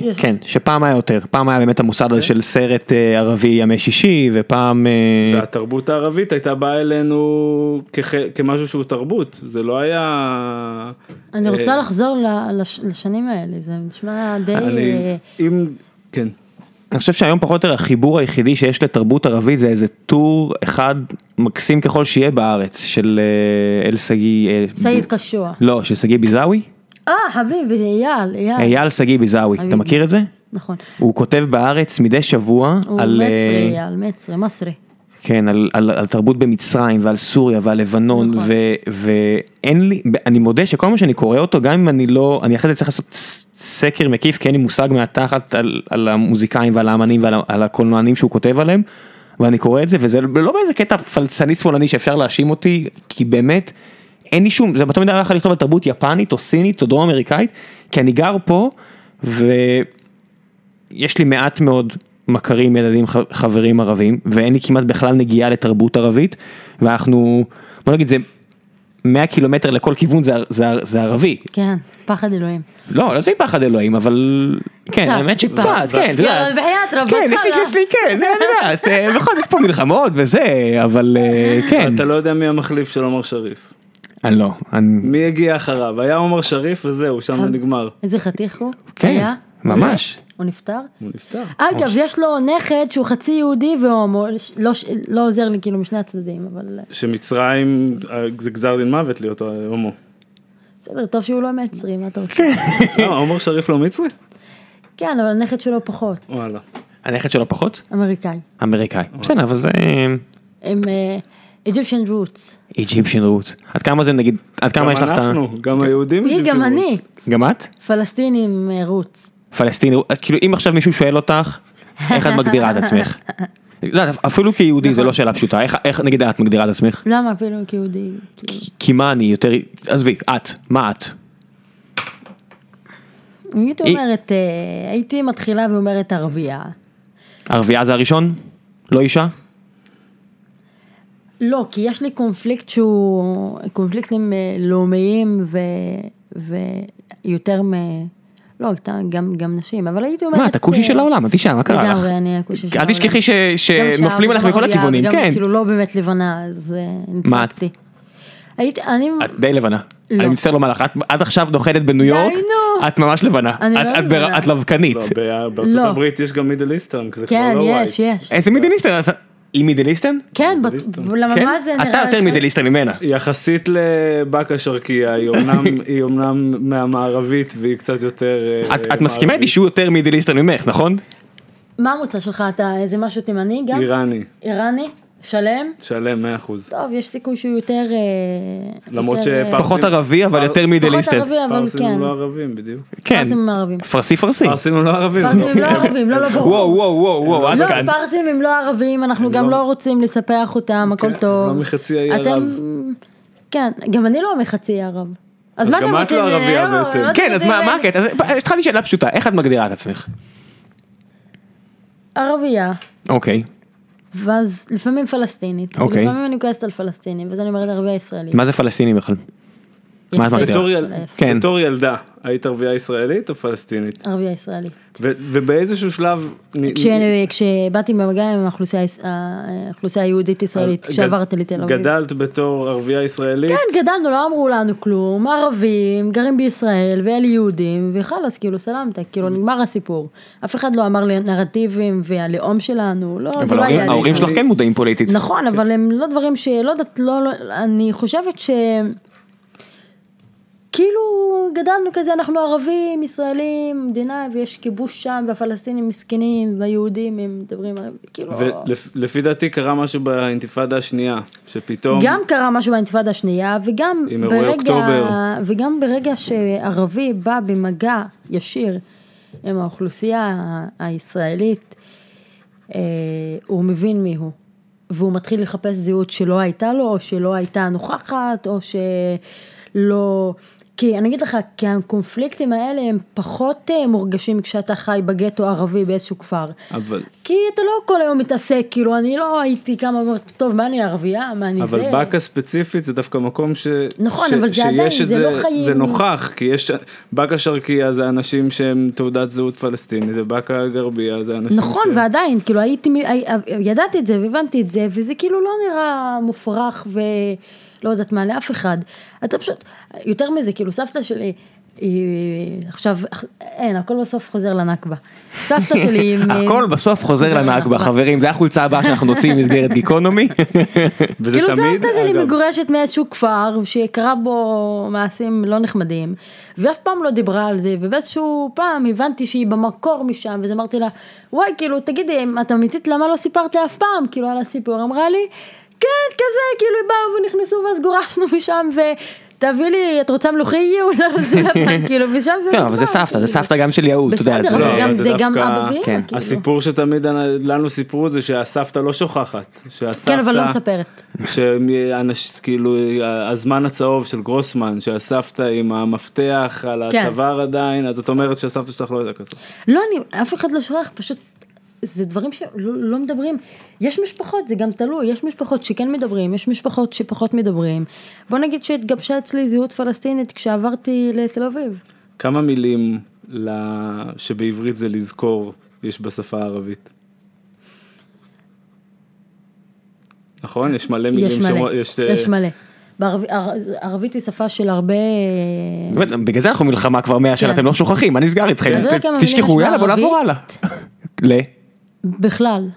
[SPEAKER 2] יש.
[SPEAKER 1] כן שפעם היה יותר פעם היה באמת המוסד
[SPEAKER 3] אוקיי.
[SPEAKER 1] הזה של סרט אה, ערבי ימי שישי ופעם אה,
[SPEAKER 3] והתרבות הערבית הייתה באה אלינו כח... כמשהו שהוא תרבות, זה לא היה...
[SPEAKER 2] אני
[SPEAKER 3] אה,
[SPEAKER 2] רוצה לחזור ל- לש- לשנים האלה, זה נשמע די...
[SPEAKER 3] אני...
[SPEAKER 2] אה,
[SPEAKER 3] אם... כן.
[SPEAKER 1] אני חושב שהיום פחות או יותר החיבור היחידי שיש לתרבות ערבית זה איזה טור אחד מקסים ככל שיהיה בארץ של אה, אל שגיא אה,
[SPEAKER 2] סעיד קשוע.
[SPEAKER 1] לא של שגיא ביזאווי
[SPEAKER 2] אה, חביבי, אייל, אייל.
[SPEAKER 1] אייל שגיא ביזאווי אתה מכיר את זה?
[SPEAKER 2] נכון.
[SPEAKER 1] הוא כותב בארץ מדי שבוע
[SPEAKER 2] הוא
[SPEAKER 1] על
[SPEAKER 2] מצרי,
[SPEAKER 1] אה,
[SPEAKER 2] אייל, מצרי, מסרי.
[SPEAKER 1] כן, על, על, על תרבות במצרים ועל סוריה ועל לבנון
[SPEAKER 2] נכון.
[SPEAKER 1] ו, ואין לי, אני מודה שכל מה שאני קורא אותו גם אם אני לא, אני אחרי זה צריך לעשות ס- סקר מקיף כי אין לי מושג מהתחת על, על המוזיקאים ועל האמנים ועל ה- על הקולנוענים שהוא כותב עליהם ואני קורא את זה וזה לא באיזה קטע פלצני שמאלני שאפשר להאשים אותי כי באמת אין לי שום, זה באותו מידה הלך לכתוב על תרבות יפנית או סינית או דרום אמריקאית כי אני גר פה ו... יש לי מעט מאוד מכרים, ילדים, ח- חברים ערבים, ואין לי כמעט בכלל נגיעה לתרבות ערבית, ואנחנו, בוא נגיד זה 100 קילומטר לכל כיוון זה, ער- זה, ער- זה ערבי.
[SPEAKER 2] כן, פחד אלוהים.
[SPEAKER 1] לא, לא זה מפחד אלוהים, אבל... כן,
[SPEAKER 2] קצת,
[SPEAKER 1] האמת
[SPEAKER 2] טיפה.
[SPEAKER 1] שקצת, כן, אתה
[SPEAKER 2] יאללה, בחייאת רבאק,
[SPEAKER 1] כן, יש לי,
[SPEAKER 2] יאללה.
[SPEAKER 1] יש לי, כן, את יודעת, אה, נכון, יש פה מלחמות וזה, אבל אה, כן.
[SPEAKER 3] אתה לא יודע מי המחליף של עומר שריף.
[SPEAKER 1] אני לא, אני...
[SPEAKER 3] מי הגיע אחריו? היה עומר שריף וזהו, שם
[SPEAKER 2] אה.
[SPEAKER 3] זה נגמר.
[SPEAKER 2] איזה חתיך הוא?
[SPEAKER 1] כן,
[SPEAKER 2] היה?
[SPEAKER 1] ממש.
[SPEAKER 2] הוא נפטר?
[SPEAKER 3] הוא נפטר.
[SPEAKER 2] אגב, יש לו נכד שהוא חצי יהודי והומו, לא ש- לא עוזר לי כאילו משני הצדדים, אבל אה,
[SPEAKER 3] שמצרים אה, זה גזר דין מוות להיות אה, הומו.
[SPEAKER 2] בסדר, טוב שהוא לא מצרי, מה אתה
[SPEAKER 1] כן.
[SPEAKER 2] רוצה?
[SPEAKER 3] אה, עומר שריף לא מצרי?
[SPEAKER 2] כן, אבל הנכד שלו פחות,
[SPEAKER 3] וואלה.
[SPEAKER 1] הנכד שלו פחות?
[SPEAKER 2] אמריקאי.
[SPEAKER 1] אמריקאי. בסדר, אבל זה...
[SPEAKER 2] הם אה, Egyptian roots.
[SPEAKER 1] איג'יפשן רוץ. עד כמה זה נגיד, עד
[SPEAKER 3] גם
[SPEAKER 1] כמה יש לך את ה...
[SPEAKER 3] אנחנו, גם היהודים.
[SPEAKER 2] היא, גם אני,
[SPEAKER 1] גם את?
[SPEAKER 2] פלסטינים אה, roots.
[SPEAKER 1] פלסטיני, אז כאילו אם עכשיו מישהו שואל אותך, איך את מגדירה את עצמך? לא, אפילו כיהודי
[SPEAKER 2] נכון.
[SPEAKER 1] זה לא שאלה פשוטה, איך, איך נגיד את מגדירה את עצמך?
[SPEAKER 2] למה אפילו כיהודי? כאילו,
[SPEAKER 1] כי מה אני יותר, עזבי, את, מה את?
[SPEAKER 2] אם הייתי
[SPEAKER 1] היא-
[SPEAKER 2] אומרת, אה, הייתי מתחילה ואומרת ערבייה.
[SPEAKER 1] ערבייה זה הראשון? לא אישה?
[SPEAKER 2] לא, כי יש לי קונפליקט שהוא קונפליקטים אה, לאומיים ו... ויותר מ... לא, אתה- גם, גם נשים, אבל הייתי אומרת...
[SPEAKER 1] מה, את הכושי
[SPEAKER 2] אה,
[SPEAKER 1] של העולם, את אישה, מה קרה לך?
[SPEAKER 2] לגמרי, אני הכושי של
[SPEAKER 1] אל
[SPEAKER 2] העולם.
[SPEAKER 1] תשכחי ש-
[SPEAKER 2] גם
[SPEAKER 1] שנופלים
[SPEAKER 2] שם,
[SPEAKER 1] עליך
[SPEAKER 2] גם
[SPEAKER 1] מכל
[SPEAKER 2] ערבייה
[SPEAKER 1] הכיוונים,
[SPEAKER 2] וגם
[SPEAKER 1] כן.
[SPEAKER 2] כאילו לא באמת לבנה, אז אה,
[SPEAKER 1] מה את?
[SPEAKER 2] נצחקתי. הייתי, אני...
[SPEAKER 1] כן. את די לבנה.
[SPEAKER 2] לא.
[SPEAKER 1] אני מצטער לומר לך, את עד עכשיו נוחתת בניו יורק,
[SPEAKER 2] די, נו.
[SPEAKER 1] את ממש לבנה.
[SPEAKER 2] אני
[SPEAKER 1] את-
[SPEAKER 2] לא
[SPEAKER 1] את בר-
[SPEAKER 2] לבנה.
[SPEAKER 1] את לבקנית.
[SPEAKER 3] לא, ב- בארצות
[SPEAKER 2] לא.
[SPEAKER 3] הברית יש גם מידל איסטרן, זה כבר
[SPEAKER 2] כן,
[SPEAKER 3] לא
[SPEAKER 2] יש,
[SPEAKER 3] white.
[SPEAKER 2] יש.
[SPEAKER 1] איזה מידליסטר? את- היא מידליסטן?
[SPEAKER 2] כן, בת-
[SPEAKER 3] מידליסטר.
[SPEAKER 2] למה
[SPEAKER 1] כן?
[SPEAKER 2] מה זה
[SPEAKER 1] אתה
[SPEAKER 2] נראה
[SPEAKER 1] יותר
[SPEAKER 2] לך?
[SPEAKER 1] מידליסטר ממנה.
[SPEAKER 3] יחסית לבאקה שרקייה, היא אומנם- היא אומנם מהמערבית והיא קצת יותר... אה,
[SPEAKER 1] את, את מסכימה איתי
[SPEAKER 3] מערבית.
[SPEAKER 1] שהוא יותר מידיליסטר ממך נכון?
[SPEAKER 2] מה המוצא שלך? אתה איזה משהו תימני גם?
[SPEAKER 3] איראני,
[SPEAKER 2] איראני? שלם?
[SPEAKER 3] שלם 100%.
[SPEAKER 2] טוב, יש סיכוי שהוא יותר... אה,
[SPEAKER 3] למרות
[SPEAKER 2] יותר, אה,
[SPEAKER 3] שפרסים-
[SPEAKER 1] פחות ערבי אבל
[SPEAKER 3] פר-
[SPEAKER 1] יותר
[SPEAKER 2] פחות
[SPEAKER 1] מידיליסטר.
[SPEAKER 2] ערבי, אבל
[SPEAKER 3] פרסים לא
[SPEAKER 2] כן.
[SPEAKER 3] הם לא ערבים בדיוק.
[SPEAKER 1] כן.
[SPEAKER 2] פרסים הם ערבים.
[SPEAKER 1] פרסי פרסי.
[SPEAKER 3] פרסים הם לא ערבים.
[SPEAKER 2] פרסים הם לא ערבים, לא, לא ברור.
[SPEAKER 1] כן. וואו וואו וואו וואו עד
[SPEAKER 2] לא,
[SPEAKER 1] כאן.
[SPEAKER 2] פרסים הם לא ערבים, אנחנו
[SPEAKER 3] הם
[SPEAKER 2] גם
[SPEAKER 3] לא-
[SPEAKER 2] לא רוצים לספח אותם, הכל
[SPEAKER 3] כן,
[SPEAKER 2] טוב.
[SPEAKER 3] לא מחצי האי ערב.
[SPEAKER 2] אתם- כן, גם אני לא מחצי ערב. אז
[SPEAKER 3] אז
[SPEAKER 2] מה אתם
[SPEAKER 3] גם את
[SPEAKER 2] רוצים?
[SPEAKER 3] לא ערבייה
[SPEAKER 2] לא,
[SPEAKER 3] בעצם.
[SPEAKER 2] מה אתם
[SPEAKER 1] כן אז מה
[SPEAKER 2] רוצים?
[SPEAKER 1] מה הקטע? אז יש לך לי שאלה פשוטה איך את מגדירה את עצמך?
[SPEAKER 2] ערבייה,
[SPEAKER 1] אוקיי.
[SPEAKER 2] ואז לפעמים פלסטינית.
[SPEAKER 1] אוקיי.
[SPEAKER 2] לפעמים אני כועסת על פלסטינים, ואז אני אומרת ערבייה ישראלית.
[SPEAKER 1] מה זה פלסטיני בכלל? מה את
[SPEAKER 2] יפה. אה,
[SPEAKER 1] מגדירה?
[SPEAKER 3] בתור יל-
[SPEAKER 1] כן.
[SPEAKER 3] בתור ילדה, היית ערבייה ישראלית או פלסטינית?
[SPEAKER 2] ערבייה ישראלית.
[SPEAKER 3] ו- ובאיזשהו שלב... נ-
[SPEAKER 2] כשאני- כשבאתי במגע עם האוכלוסייה היש- האוכלוסייה היהודית ישראלית,
[SPEAKER 3] אז
[SPEAKER 2] כשעברתי
[SPEAKER 3] גד-
[SPEAKER 2] לתל אביב.
[SPEAKER 3] גדלת בתור ערבייה ישראלית?
[SPEAKER 2] כן, גדלנו, לא אמרו לנו כלום, ערבים, גרים בישראל, ואלה יהודים, וחלאס, כאילו, סלמת, כאילו,
[SPEAKER 1] Mm.
[SPEAKER 2] נגמר הסיפור. אף אחד לא אמר לי נרטיבים והלאום שלנו, לא, זה
[SPEAKER 1] אבל
[SPEAKER 2] לא
[SPEAKER 1] ההורים-
[SPEAKER 2] היה... לי.
[SPEAKER 1] ההורים שלך כן מודעים פוליטית.
[SPEAKER 2] נכון, אבל הם לא דברים שלא יודעת, לא, לא, אני חושבת ש... כאילו גדלנו כזה, אנחנו ערבים, ישראלים, מדינה, ויש כיבוש שם, והפלסטינים מסכנים, והיהודים הם מדברים ערבים, כאילו...
[SPEAKER 3] ולפי דעתי קרה משהו באינתיפאדה השנייה, שפתאום...
[SPEAKER 2] גם קרה משהו באינתיפאדה השנייה, וגם
[SPEAKER 3] עם אירועי
[SPEAKER 2] ברגע,
[SPEAKER 3] אוקטובר.
[SPEAKER 2] וגם ברגע שערבי בא במגע ישיר עם האוכלוסייה ה- הישראלית, אה, הוא מבין מי הוא. והוא מתחיל לחפש זהות שלא הייתה לו, או שלא הייתה נוכחת, או שלא... כי אני אגיד לך, כי הקונפליקטים האלה הם פחות אה, מורגשים כשאתה חי בגטו ערבי באיזשהו כפר.
[SPEAKER 3] אבל,
[SPEAKER 2] כי אתה לא כל היום מתעסק, כאילו, אני לא הייתי כמה אומרת, טוב, מה אני ערבייה, מה אני
[SPEAKER 3] אבל
[SPEAKER 2] זה.
[SPEAKER 3] באקה ספציפית זה דווקא מקום ש...
[SPEAKER 2] נכון,
[SPEAKER 3] ש-
[SPEAKER 2] אבל זה
[SPEAKER 3] שיש
[SPEAKER 2] עדיין,
[SPEAKER 3] את
[SPEAKER 2] זה לא חיים.
[SPEAKER 3] זה נוכח, כי יש... באקה שרקייה זה אנשים שהם תעודת זהות פלסטינית, ובאקה גרבייה זה אנשים
[SPEAKER 2] נכון,
[SPEAKER 3] שהם...
[SPEAKER 2] ועדיין, כאילו, הייתי, מ- הי- ידעתי את זה והבנתי את זה, וזה כאילו לא נראה מופרך ולא יודעת מה לאף אחד. אתה פשוט, יותר מזה, כאילו, סבתא שלי... היא עכשיו, אין, הכל בסוף חוזר לנכבה. סבתא
[SPEAKER 1] נכון,
[SPEAKER 2] שלי עם...
[SPEAKER 1] הכל בסוף חוזר
[SPEAKER 2] חוזר
[SPEAKER 1] לנכבה
[SPEAKER 2] לנכבה.
[SPEAKER 1] חברים זה החולצה הבאה שאנחנו נוציא במסגרת גיקונומי.
[SPEAKER 3] וזה
[SPEAKER 2] כאילו
[SPEAKER 3] תמיד,
[SPEAKER 2] סבתא שלי
[SPEAKER 3] אגב,
[SPEAKER 2] מגורשת מאיזשהו כפר שקרה בו מעשים לא נחמדים ואף פעם לא דיברה על זה ובאיזשהו פעם הבנתי שהיא במקור משם ואז אמרתי לה וואי כאילו תגידי אם את אמיתית למה לא סיפרת לי אף פעם כאילו על הסיפור אמרה לי כן כזה כאילו באו ונכנסו ואז גורשנו משם ו... תביא לי, את רוצה מלוכי יהיו? לא, זה לא פעם, כאילו, ושם זה...
[SPEAKER 1] כן, אבל זה
[SPEAKER 2] נגמר,
[SPEAKER 1] סבתא זה
[SPEAKER 2] כאילו.
[SPEAKER 1] סבתא גם של יהוד. אתה יודע,
[SPEAKER 2] בסדר,
[SPEAKER 1] זה-
[SPEAKER 3] לא,
[SPEAKER 2] אבל גם
[SPEAKER 3] אבל זה
[SPEAKER 2] זה גם
[SPEAKER 3] דווקא-
[SPEAKER 2] אבא ואמא,
[SPEAKER 1] כן.
[SPEAKER 2] כאילו.
[SPEAKER 3] הסיפור שתמיד לנו סיפרו זה שהסבתא לא שוכחת, שהסבתא...
[SPEAKER 2] כן, אבל לא מספרת.
[SPEAKER 3] שאנש, כאילו הזמן הצהוב של גרוסמן שהסבתא עם המפתח על
[SPEAKER 2] כן.
[SPEAKER 3] הצוואר עדיין אז את אומרת שהסבתא שלך לא הייתה כזאת.
[SPEAKER 2] לא, אני, אף אחד לא שוכח, פשוט, זה דברים שלא לא מדברים. יש משפחות, זה גם תלוי, יש משפחות שכן מדברים, יש משפחות שפחות מדברים. בוא נגיד שהתגבשה אצלי זהות פלסטינית כשעברתי לתל אביב.
[SPEAKER 3] כמה מילים ל... שבעברית זה לזכור יש בשפה הערבית. נכון יש מלא מילים
[SPEAKER 2] יש מלא,
[SPEAKER 3] שאומר-
[SPEAKER 2] יש,
[SPEAKER 3] אה,
[SPEAKER 2] מלא. בערבית ער, ערבית היא שפה של הרבה...
[SPEAKER 1] באמת, בגלל זה אנחנו מלחמה כבר 100 שנה
[SPEAKER 2] כן.
[SPEAKER 1] אתם לא שוכחים מה נסגר איתכם
[SPEAKER 2] אתה יודע
[SPEAKER 1] ת-
[SPEAKER 2] כמה מילים
[SPEAKER 1] תשכחו
[SPEAKER 2] יש
[SPEAKER 1] יאללה בוא נעבור הלאה. ל
[SPEAKER 2] בכלל,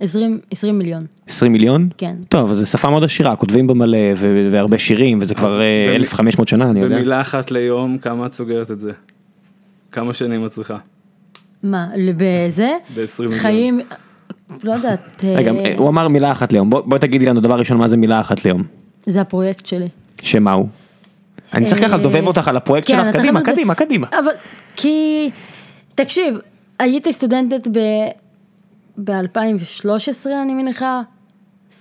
[SPEAKER 2] 20, 20 מיליון.
[SPEAKER 1] 20 מיליון?
[SPEAKER 2] כן.
[SPEAKER 1] טוב אבל זה שפה מאוד עשירה כותבים בה מלא ו- והרבה שירים וזה כבר אה,
[SPEAKER 3] במ-
[SPEAKER 1] 1500 שנה אני יודע.
[SPEAKER 3] במילה אחת ליום כמה את סוגרת את זה. כמה שנים את צריכה.
[SPEAKER 2] מה, בזה?
[SPEAKER 3] ב-20 מיליון.
[SPEAKER 2] חיים, לא יודעת,
[SPEAKER 1] רגע
[SPEAKER 2] אה,
[SPEAKER 1] אה, הוא אמר מילה אחת ליום בוא בואי תגידי לנו דבר ראשון מה זה מילה אחת ליום.
[SPEAKER 2] זה הפרויקט שלי.
[SPEAKER 1] שמה הוא? אני צריך
[SPEAKER 2] אה,
[SPEAKER 1] ככה לדובב אותך על הפרויקט
[SPEAKER 2] כן,
[SPEAKER 1] שלך
[SPEAKER 2] אתה
[SPEAKER 1] קדימה
[SPEAKER 2] חייב לדבר-
[SPEAKER 1] קדימה קדימה.
[SPEAKER 2] אבל כי, תקשיב, הייתי סטודנטית ב... ב-2013 אני מניחה,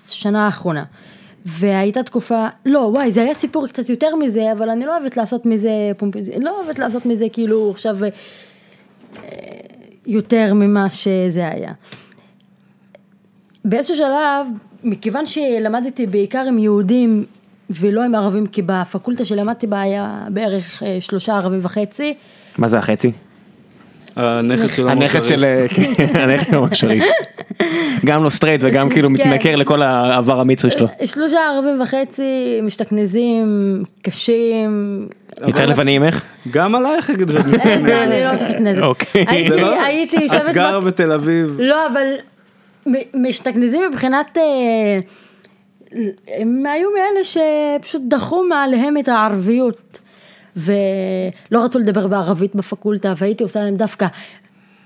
[SPEAKER 2] שנה האחרונה. והייתה תקופה, לא וואי זה היה סיפור קצת יותר מזה, אבל אני לא אוהבת לעשות מזה פומפיזם, לא אוהבת לעשות מזה כאילו עכשיו אה, יותר ממה שזה היה. באיזשהו שלב, מכיוון שלמדתי בעיקר עם יהודים ולא עם ערבים, כי בפקולטה שלמדתי בה היה בערך אה, שלושה ערבים וחצי,
[SPEAKER 1] מה זה החצי?
[SPEAKER 3] הנכד של עומר
[SPEAKER 1] הנכד
[SPEAKER 3] שריף.
[SPEAKER 1] של אה, כן, הנכד של עומר שריף. גם לא סטרייט וגם כאילו
[SPEAKER 2] כן.
[SPEAKER 1] מתנכר לכל העבר המצרי שלו.
[SPEAKER 2] שלושה ערבים וחצי משתכנזים, קשים.
[SPEAKER 1] יותר לבנים איך?
[SPEAKER 3] גם עלייך יגידו שאת
[SPEAKER 2] אה,
[SPEAKER 3] מתכוונת.
[SPEAKER 2] לא, אני לא משתכנזת.
[SPEAKER 1] אוקיי.
[SPEAKER 2] הייתי-
[SPEAKER 3] זה לא-
[SPEAKER 2] הייתי יושבת...
[SPEAKER 3] את גרה
[SPEAKER 2] ב-
[SPEAKER 3] בתל אביב.
[SPEAKER 2] לא, אבל מ- משתכנזים מבחינת... אה, הם היו מאלה שפשוט דחו מעליהם את הערביות. ולא רצו לדבר בערבית בפקולטה, והייתי עושה להם דווקא.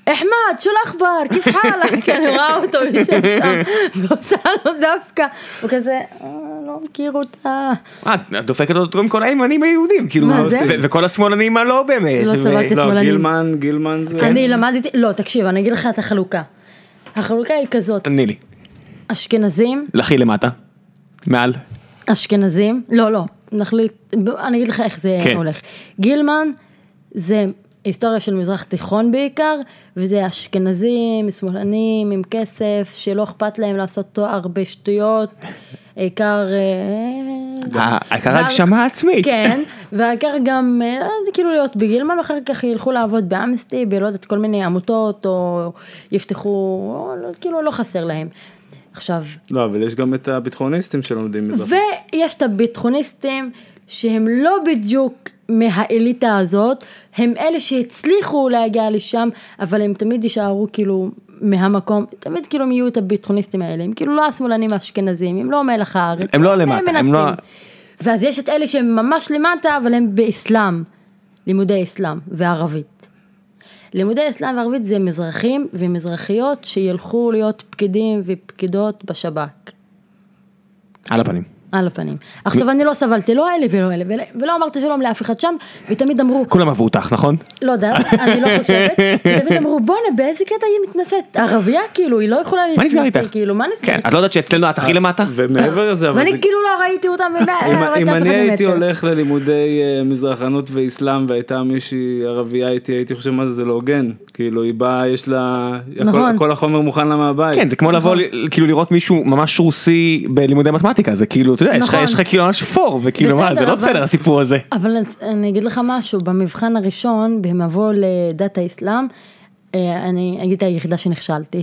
[SPEAKER 2] אחמד, שו אל-אכבר, כיף חאלק? כי אני רואה אותו יושב שם, ועושה לו דווקא. הוא כזה, "אה, לא מכיר אותה.
[SPEAKER 1] אה, את דופקת אותו עם כל הימנים היהודים כאילו
[SPEAKER 2] מה זה?
[SPEAKER 1] ו- וכל השמאלנים הלא באמת.
[SPEAKER 2] לא
[SPEAKER 1] ו-
[SPEAKER 2] סבלתי.
[SPEAKER 3] לא,
[SPEAKER 2] שמאלנים.
[SPEAKER 3] גילמן, גילמן זה...
[SPEAKER 2] אני למדתי, לא, תקשיב, אני אגיד לך את החלוקה. החלוקה היא כזאת,
[SPEAKER 1] תני לי.
[SPEAKER 2] אשכנזים,
[SPEAKER 1] הכי למטה. מעל.
[SPEAKER 2] אשכנזים, לא, לא, נחליט, ב- אני אגיד לך איך זה
[SPEAKER 1] כן.
[SPEAKER 2] הולך. גילמן זה היסטוריה של מזרח תיכון בעיקר, וזה אשכנזים, שמאלנים, עם כסף, שלא אכפת להם לעשות תואר בשטויות, העיקר... אה,
[SPEAKER 1] העיקר
[SPEAKER 2] ואז-
[SPEAKER 1] הגשמה עצמית.
[SPEAKER 2] כן, והעיקר גם אה, זה כאילו להיות בגילמן, ואחר כך ילכו לעבוד באמנסטי, בלא יודעת, כל מיני עמותות, או יפתחו, או לא- כאילו לא חסר להם. עכשיו,
[SPEAKER 3] לא, אבל יש גם את הביטחוניסטים שלומדים מזרח.
[SPEAKER 2] ויש את הביטחוניסטים שהם לא בדיוק מהאליטה הזאת, הם אלה שהצליחו להגיע לשם, אבל הם תמיד יישארו כאילו מהמקום, תמיד כאילו הם יהיו את הביטחוניסטים האלה, הם כאילו לא השמאלנים האשכנזים, הם לא מלח הארץ,
[SPEAKER 1] הם לא למטה, הם לא-
[SPEAKER 2] מנסים. ואז יש את אלה שהם ממש למטה, אבל הם באסלאם, לימודי אסלאם וערבית. לימודי אסלאם וערבית זה מזרחים ומזרחיות שילכו להיות פקידים ופקידות בשב"כ.
[SPEAKER 1] על הפנים.
[SPEAKER 2] על הפנים. עכשיו אני לא סבלתי לא אלה ולא אלה ולא- ולא אמרתי שלום לאף אחד שם ותמיד אמרו
[SPEAKER 1] כולם אהבו אותך נכון?
[SPEAKER 2] לא יודעת אני לא חושבת ותמיד אמרו בואנה באיזה קטע היא מתנשאת ערבייה כאילו היא לא יכולה
[SPEAKER 1] מה נסגר
[SPEAKER 2] להתנשא
[SPEAKER 1] איתך?
[SPEAKER 2] כאילו מה נסגר
[SPEAKER 1] כן, את לא יודעת שאצלנו את הכי למטה?
[SPEAKER 3] ומעבר לזה, אבל זה-
[SPEAKER 2] ואני כאילו לא ראיתי אותם ולא
[SPEAKER 3] אם-
[SPEAKER 2] ראיתי
[SPEAKER 3] אם
[SPEAKER 2] אף אחד
[SPEAKER 3] אני הייתי
[SPEAKER 2] ממטר.
[SPEAKER 3] הולך ללימודי אה, מזרחנות ואסלאם והייתה מישהי ערבייה איתי, הייתי חושב מה זה, זה לא הוגן. כאילו, היא באה, יש לה, הכל-
[SPEAKER 2] נכון.
[SPEAKER 3] כל החומר מוכן לה מהבית.
[SPEAKER 1] כן, זה כמו לבוא ל- כאילו לראות מישהו ממש רוסי בלימודי מתמטיקה, זה כאילו, אתה יודע, יש לך-
[SPEAKER 2] נכון.
[SPEAKER 1] יש לך כאילו ממש פור, וכאילו מה,
[SPEAKER 2] בסדר,
[SPEAKER 1] זה לא
[SPEAKER 2] אבל-
[SPEAKER 1] בסדר הסיפור הזה.
[SPEAKER 2] אבל אני- אני אגיד לך משהו, במבחן הראשון, במבוא לדת האסלאם, אה, אני אגיד את היחידה שנכשלתי,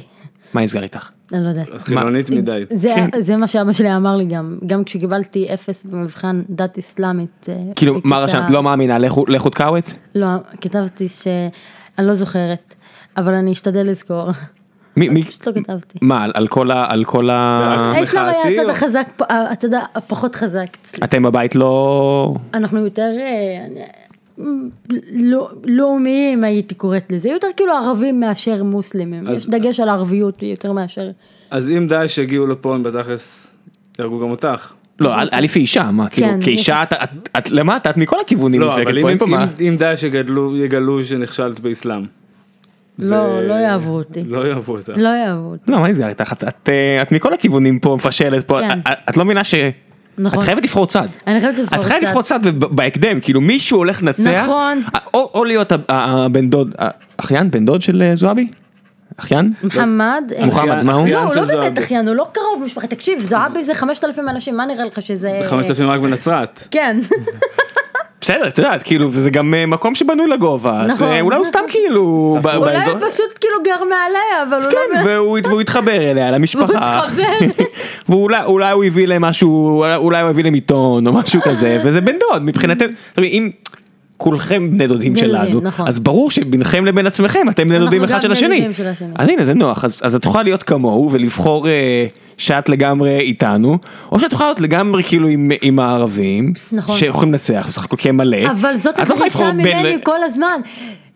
[SPEAKER 1] מה נסגר איתך?
[SPEAKER 2] אני לא יודעת.
[SPEAKER 3] חילונית מדי. כן.
[SPEAKER 2] זה, זה מה שאבא שלי אמר לי גם, גם כשקיבלתי אפס במבחן דת אסלאמית. אה,
[SPEAKER 1] כאילו, מה
[SPEAKER 2] בכיתה-
[SPEAKER 1] רשמת? לא מאמינה, לכו- לכו תקאווט?
[SPEAKER 2] לא, כתבתי ש... אני לא זוכרת, אבל אני אשתדל לזכור.
[SPEAKER 1] מי, מי,
[SPEAKER 2] פשוט לא כתבתי.
[SPEAKER 1] מה, על- על כל ה... לא, על כל ה...
[SPEAKER 3] אה,
[SPEAKER 2] האסלאם היה
[SPEAKER 3] מחאתי
[SPEAKER 2] הצד
[SPEAKER 3] או-
[SPEAKER 2] החזק, פ- אה, הצד הפחות חזק אצלי.
[SPEAKER 1] אתם בבית לא...
[SPEAKER 2] אנחנו יותר אה, אני- לא- לאומיים הייתי קוראת לזה, יותר כאילו ערבים מאשר מוסלמים,
[SPEAKER 3] אז-
[SPEAKER 2] יש דגש על ערביות יותר מאשר,
[SPEAKER 3] אז אם דאעש יגיעו לפה, הם בתכלס יהרגו גם אותך.
[SPEAKER 1] לא, אל- אליף היא אישה, מה, כאילו,
[SPEAKER 2] נכון. כן,
[SPEAKER 1] כאישה את- את- את למטה, את מכל הכיוונים
[SPEAKER 3] לא,
[SPEAKER 1] נדפקת
[SPEAKER 3] אבל
[SPEAKER 1] פה,
[SPEAKER 3] אם-
[SPEAKER 1] אין פה מה.
[SPEAKER 3] אם- אם דאעש יגדלו- יגלו שנכשלת באסלאם.
[SPEAKER 2] לא, לא יאהבו אותי,
[SPEAKER 3] לא יאהבו אותך.
[SPEAKER 2] לא יאהבו אותי,
[SPEAKER 1] לא, מה נסגר איתך? את- את אה, את מכל הכיוונים פה מפשלת פה,
[SPEAKER 2] כן.
[SPEAKER 1] את- את לא מבינה ש... את
[SPEAKER 2] נכון.
[SPEAKER 1] חייבת לבחור צד.
[SPEAKER 2] אני חייבת
[SPEAKER 1] את
[SPEAKER 2] לבחור
[SPEAKER 1] חייבת לבחור צד
[SPEAKER 2] קצת,
[SPEAKER 1] וב- בהקדם, כאילו מישהו הולך לנצח.
[SPEAKER 2] נכון.
[SPEAKER 1] או או להיות ה- ה- הבן דוד, ה- אחיין? בן דוד של אה, זועבי? אחיין?
[SPEAKER 2] מוחמד, אה,
[SPEAKER 1] לא. מוחמד, מה הוא?
[SPEAKER 2] לא,
[SPEAKER 3] אחיין
[SPEAKER 2] הוא
[SPEAKER 3] של
[SPEAKER 2] לא באמת
[SPEAKER 3] זועבי.
[SPEAKER 2] אחיין, הוא לא קרוב משפחה, תקשיב, זועבי זה 5,000 אנשים, מה נראה לך שזה,
[SPEAKER 3] זה 5,000 רק בנצרת.
[SPEAKER 2] כן,
[SPEAKER 1] בסדר, את יודעת, כאילו, וזה גם אה, מקום שבנוי לגובה, אז
[SPEAKER 2] נכון.
[SPEAKER 1] אה, אולי הוא סתם כאילו... ב-
[SPEAKER 2] אולי
[SPEAKER 1] באזור-
[SPEAKER 2] הוא פשוט כאילו גר מעליה, אבל הוא לא,
[SPEAKER 1] כן, והוא הת- והוא התחבר אליה, למשפחה.
[SPEAKER 2] הוא מתחבר.
[SPEAKER 1] ואולי אולי הוא הביא להם משהו, אולי- אולי הוא הביא להם עיתון או משהו כזה, וזה בן דוד מבחינתם, זאת אומרת, אם כולכם בני דודים
[SPEAKER 2] בני
[SPEAKER 1] שלנו,
[SPEAKER 2] דודים, נכון.
[SPEAKER 1] אז ברור שבינכם לבין עצמכם אתם בני
[SPEAKER 2] אנחנו
[SPEAKER 1] דודים
[SPEAKER 2] גם
[SPEAKER 1] אחד של
[SPEAKER 2] בני
[SPEAKER 1] השני.
[SPEAKER 2] דודים של השני.
[SPEAKER 1] אז הנה זה נוח, אז- אז את יכולה להיות כמוהו ולבחור אה, שאת לגמרי איתנו, או שאת יכולה להיות לגמרי כאילו עם- עם הערבים,
[SPEAKER 2] נכון.
[SPEAKER 1] שיכולים לנצח בסך הכל כי הם מלא.
[SPEAKER 2] אבל זאת
[SPEAKER 1] את לא יכולה
[SPEAKER 2] הדרישה
[SPEAKER 1] לבחור בין-
[SPEAKER 2] ממני כל הזמן.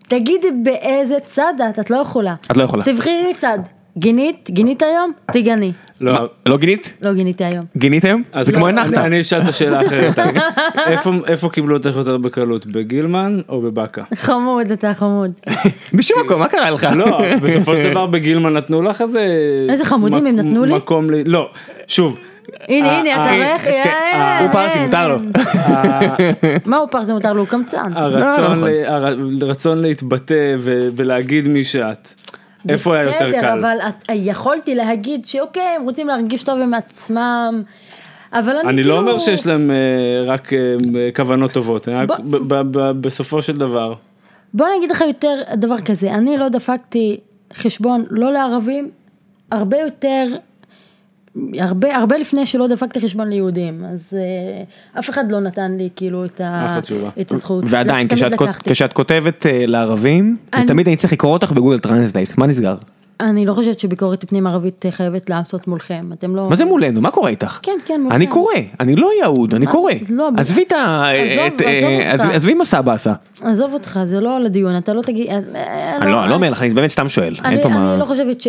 [SPEAKER 2] תגידי באיזה צד את, את לא יכולה.
[SPEAKER 1] את לא יכולה.
[SPEAKER 2] תבחרי צד. גינית? גינית היום? תגני.
[SPEAKER 1] מה,
[SPEAKER 3] לא,
[SPEAKER 1] לא גינית?
[SPEAKER 2] לא גיניתי היום.
[SPEAKER 1] גינית היום?
[SPEAKER 3] אז
[SPEAKER 1] זה
[SPEAKER 3] לא,
[SPEAKER 1] כמו
[SPEAKER 3] אני-
[SPEAKER 1] הנחת.
[SPEAKER 3] אני אשאל את השאלה האחרת. איפה- איפה קיבלו אותך יותר בקלות, בגילמן או בבאקה?
[SPEAKER 2] חמוד אתה חמוד.
[SPEAKER 1] בשום מקום, מה קרה לך?
[SPEAKER 3] לא, בסופו של דבר בגילמן נתנו לך איזה...
[SPEAKER 2] איזה חמודים הם
[SPEAKER 3] מק-
[SPEAKER 2] נתנו לי?
[SPEAKER 3] מקום ל... לא, שוב.
[SPEAKER 2] הנה
[SPEAKER 3] אה,
[SPEAKER 2] הנה אתה
[SPEAKER 3] אה,
[SPEAKER 2] רואה איך...
[SPEAKER 1] כן,
[SPEAKER 2] אה,
[SPEAKER 1] הוא פרסי,
[SPEAKER 2] אין,
[SPEAKER 1] מותר לו.
[SPEAKER 2] אין. מה הוא פרסי מותר לו? הוא קמצן.
[SPEAKER 1] לא,
[SPEAKER 2] נכון.
[SPEAKER 3] הרצון,
[SPEAKER 1] לא
[SPEAKER 3] ל... הר- הרצון להתבטא ו... ולהגיד מי שאת. איפה היה יותר
[SPEAKER 2] בסדר,
[SPEAKER 3] קל?
[SPEAKER 2] אבל את- יכולתי להגיד שאוקיי הם רוצים להרגיש טוב עם עצמם. אבל אני כאילו...
[SPEAKER 3] אני לא אומר שיש להם אה, רק אה, כוונות טובות, אני רק
[SPEAKER 2] בוא-
[SPEAKER 3] ב- ב- ב- בסופו של דבר.
[SPEAKER 2] בוא אני אגיד לך יותר דבר כזה, אני לא דפקתי חשבון לא לערבים, הרבה יותר, הרבה, הרבה לפני שלא דפקתי חשבון ליהודים, אז אה, אף אחד לא נתן לי כאילו את, ה,
[SPEAKER 1] לא
[SPEAKER 3] אחלה תשובה.
[SPEAKER 2] את הזכות.
[SPEAKER 1] ועדיין
[SPEAKER 2] תמיד
[SPEAKER 1] כשאת, כות-
[SPEAKER 2] לקחתי.
[SPEAKER 1] כשאת כותבת אה, לערבים
[SPEAKER 2] אני-
[SPEAKER 1] תמיד אני צריך לקרוא אותך בגוגל טרנסלייט מה נסגר
[SPEAKER 2] אני לא חושבת שביקורת פנים ערבית חייבת לעשות מולכם, אתם לא...
[SPEAKER 1] מה זה מולנו מה קורה איתך
[SPEAKER 2] כן, כן, מולכם.
[SPEAKER 1] אני קורא אני לא יהוד אני
[SPEAKER 2] מה
[SPEAKER 1] קורא
[SPEAKER 2] זה? לא, ב-
[SPEAKER 1] עזבי את ה...
[SPEAKER 2] עזוב,
[SPEAKER 1] את- אה,
[SPEAKER 2] עזוב אותך.
[SPEAKER 1] עזבי מה סבא עשה
[SPEAKER 2] עזוב אותך, זה לא לדיון, אתה לא תגיד... אה,
[SPEAKER 1] אני לא אני לא אומר לך אני באמת סתם שואל אין
[SPEAKER 2] אני,
[SPEAKER 1] פה
[SPEAKER 2] אני
[SPEAKER 1] מה
[SPEAKER 2] לא חושבת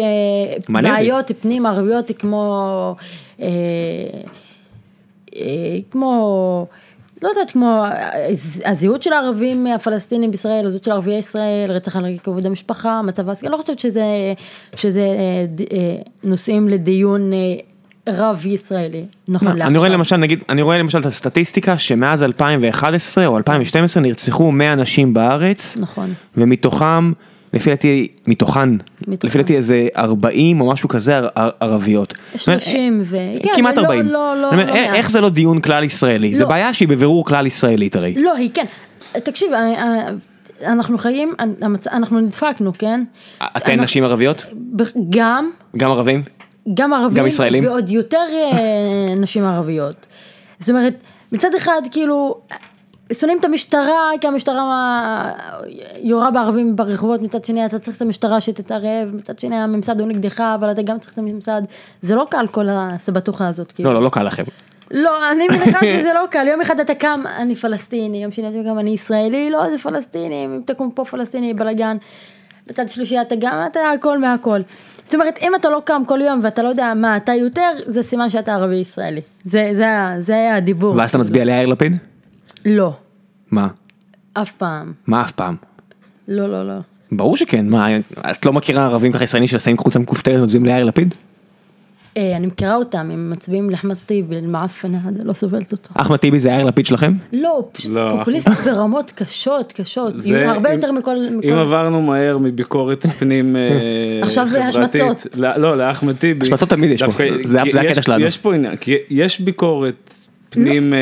[SPEAKER 1] מעניין אותי.
[SPEAKER 2] שבעיות פנים ערביות כמו, אה, אה, כמו, לא יודעת, כמו הז- הזהות של הערבים הפלסטינים בישראל, הזהות של ערביי ישראל, רצח על רקע כבוד המשפחה, מצב ההשכלה, אני לא חושבת שזה, שזה אה, ד- אה, נושאים לדיון אה, רב ישראלי, נכון
[SPEAKER 1] מה,
[SPEAKER 2] לעכשיו.
[SPEAKER 1] אני רואה למשל נגיד אני רואה למשל את הסטטיסטיקה שמאז 2011 או 2012 נרצחו 100 נשים בארץ
[SPEAKER 2] נכון.
[SPEAKER 1] ומתוכם לפי דעתי מתוכן
[SPEAKER 2] מתוכן.
[SPEAKER 1] לפי דעתי איזה 40 או משהו כזה ער- ער- ערביות. זאת אומרת, אה,
[SPEAKER 2] 30 ו... כן,
[SPEAKER 1] כמעט
[SPEAKER 2] לא-
[SPEAKER 1] 40.
[SPEAKER 2] לא, לא,
[SPEAKER 1] אני אומר,
[SPEAKER 2] לא
[SPEAKER 1] איך-
[SPEAKER 2] מעט.
[SPEAKER 1] איך זה לא דיון כלל ישראלי? זה
[SPEAKER 2] לא.
[SPEAKER 1] בעיה שהיא בבירור כלל ישראלית הרי.
[SPEAKER 2] לא, היא כן. תקשיב, אני- אה, אנחנו חיים, המצ- אנחנו נדפקנו, כן?
[SPEAKER 1] אה, אתן
[SPEAKER 2] אנחנו-
[SPEAKER 1] נשים ערביות?
[SPEAKER 2] ב- גם,
[SPEAKER 1] גם ערבים?
[SPEAKER 2] גם ערבים.
[SPEAKER 1] גם ישראלים?
[SPEAKER 2] ועוד יותר אה, נשים ערביות. זאת אומרת, מצד אחד, כאילו, שונאים את המשטרה, כי המשטרה אה, יורה בערבים ברחובות, מצד שני אתה צריך את המשטרה שתתערב, מצד שני הממסד הוא נגדך, אבל אתה גם צריך את הממסד. זה לא קל כל הסבטוחה הזאת, כאילו.
[SPEAKER 1] לא, לא, לא קל לכם.
[SPEAKER 2] לא, אני מניחה שזה לא קל, יום אחד אתה קם, אני פלסטיני, יום שני אתה קם, אני ישראלי, לא, זה פלסטיני, אם תקום פה פלסטיני, בלאגן. בצד שלישי אתה גם, אתה הכל מהכל. זאת אומרת, אם אתה לא קם כל יום ואתה לא יודע מה אתה יותר, זה סימן שאתה ערבי ישראלי. זה, זה, ה- זה הדיבור.
[SPEAKER 1] ואז אתה מצביע ליאיר לפיד?
[SPEAKER 2] לא,
[SPEAKER 1] מה?
[SPEAKER 2] אף פעם.
[SPEAKER 1] מה אף פעם?
[SPEAKER 2] לא, לא, לא.
[SPEAKER 1] ברור שכן, מה, את לא מכירה ערבים ככה ישראלים ששמים חולצה מכופתרת ומצביעים ליאיר לפיד?
[SPEAKER 2] אה, אני מכירה אותם, הם מצביעים לאחמד טיבי, למעפן הזה, לא סובלת אותו.
[SPEAKER 1] אחמד טיבי זה יאיר לפיד שלכם?
[SPEAKER 2] לא, פשוט
[SPEAKER 3] לא.
[SPEAKER 2] פופוליסט ברמות קשות, קשות,
[SPEAKER 3] זה-
[SPEAKER 2] עם הרבה
[SPEAKER 3] אם-
[SPEAKER 2] יותר מכל... מכל-
[SPEAKER 3] אם עברנו מהר מביקורת פנים אה,
[SPEAKER 2] עכשיו זה
[SPEAKER 3] חברתית,
[SPEAKER 2] השמצות.
[SPEAKER 3] לא, לא, לאחמד טיבי,
[SPEAKER 1] השמצות תמיד יש פה.
[SPEAKER 3] דווקא-
[SPEAKER 1] זה- זה
[SPEAKER 3] כי
[SPEAKER 1] הקטע
[SPEAKER 3] יש-
[SPEAKER 1] שלנו.
[SPEAKER 3] יש פה עניין, כי יש ביקורת
[SPEAKER 2] לא.
[SPEAKER 3] פנים אה,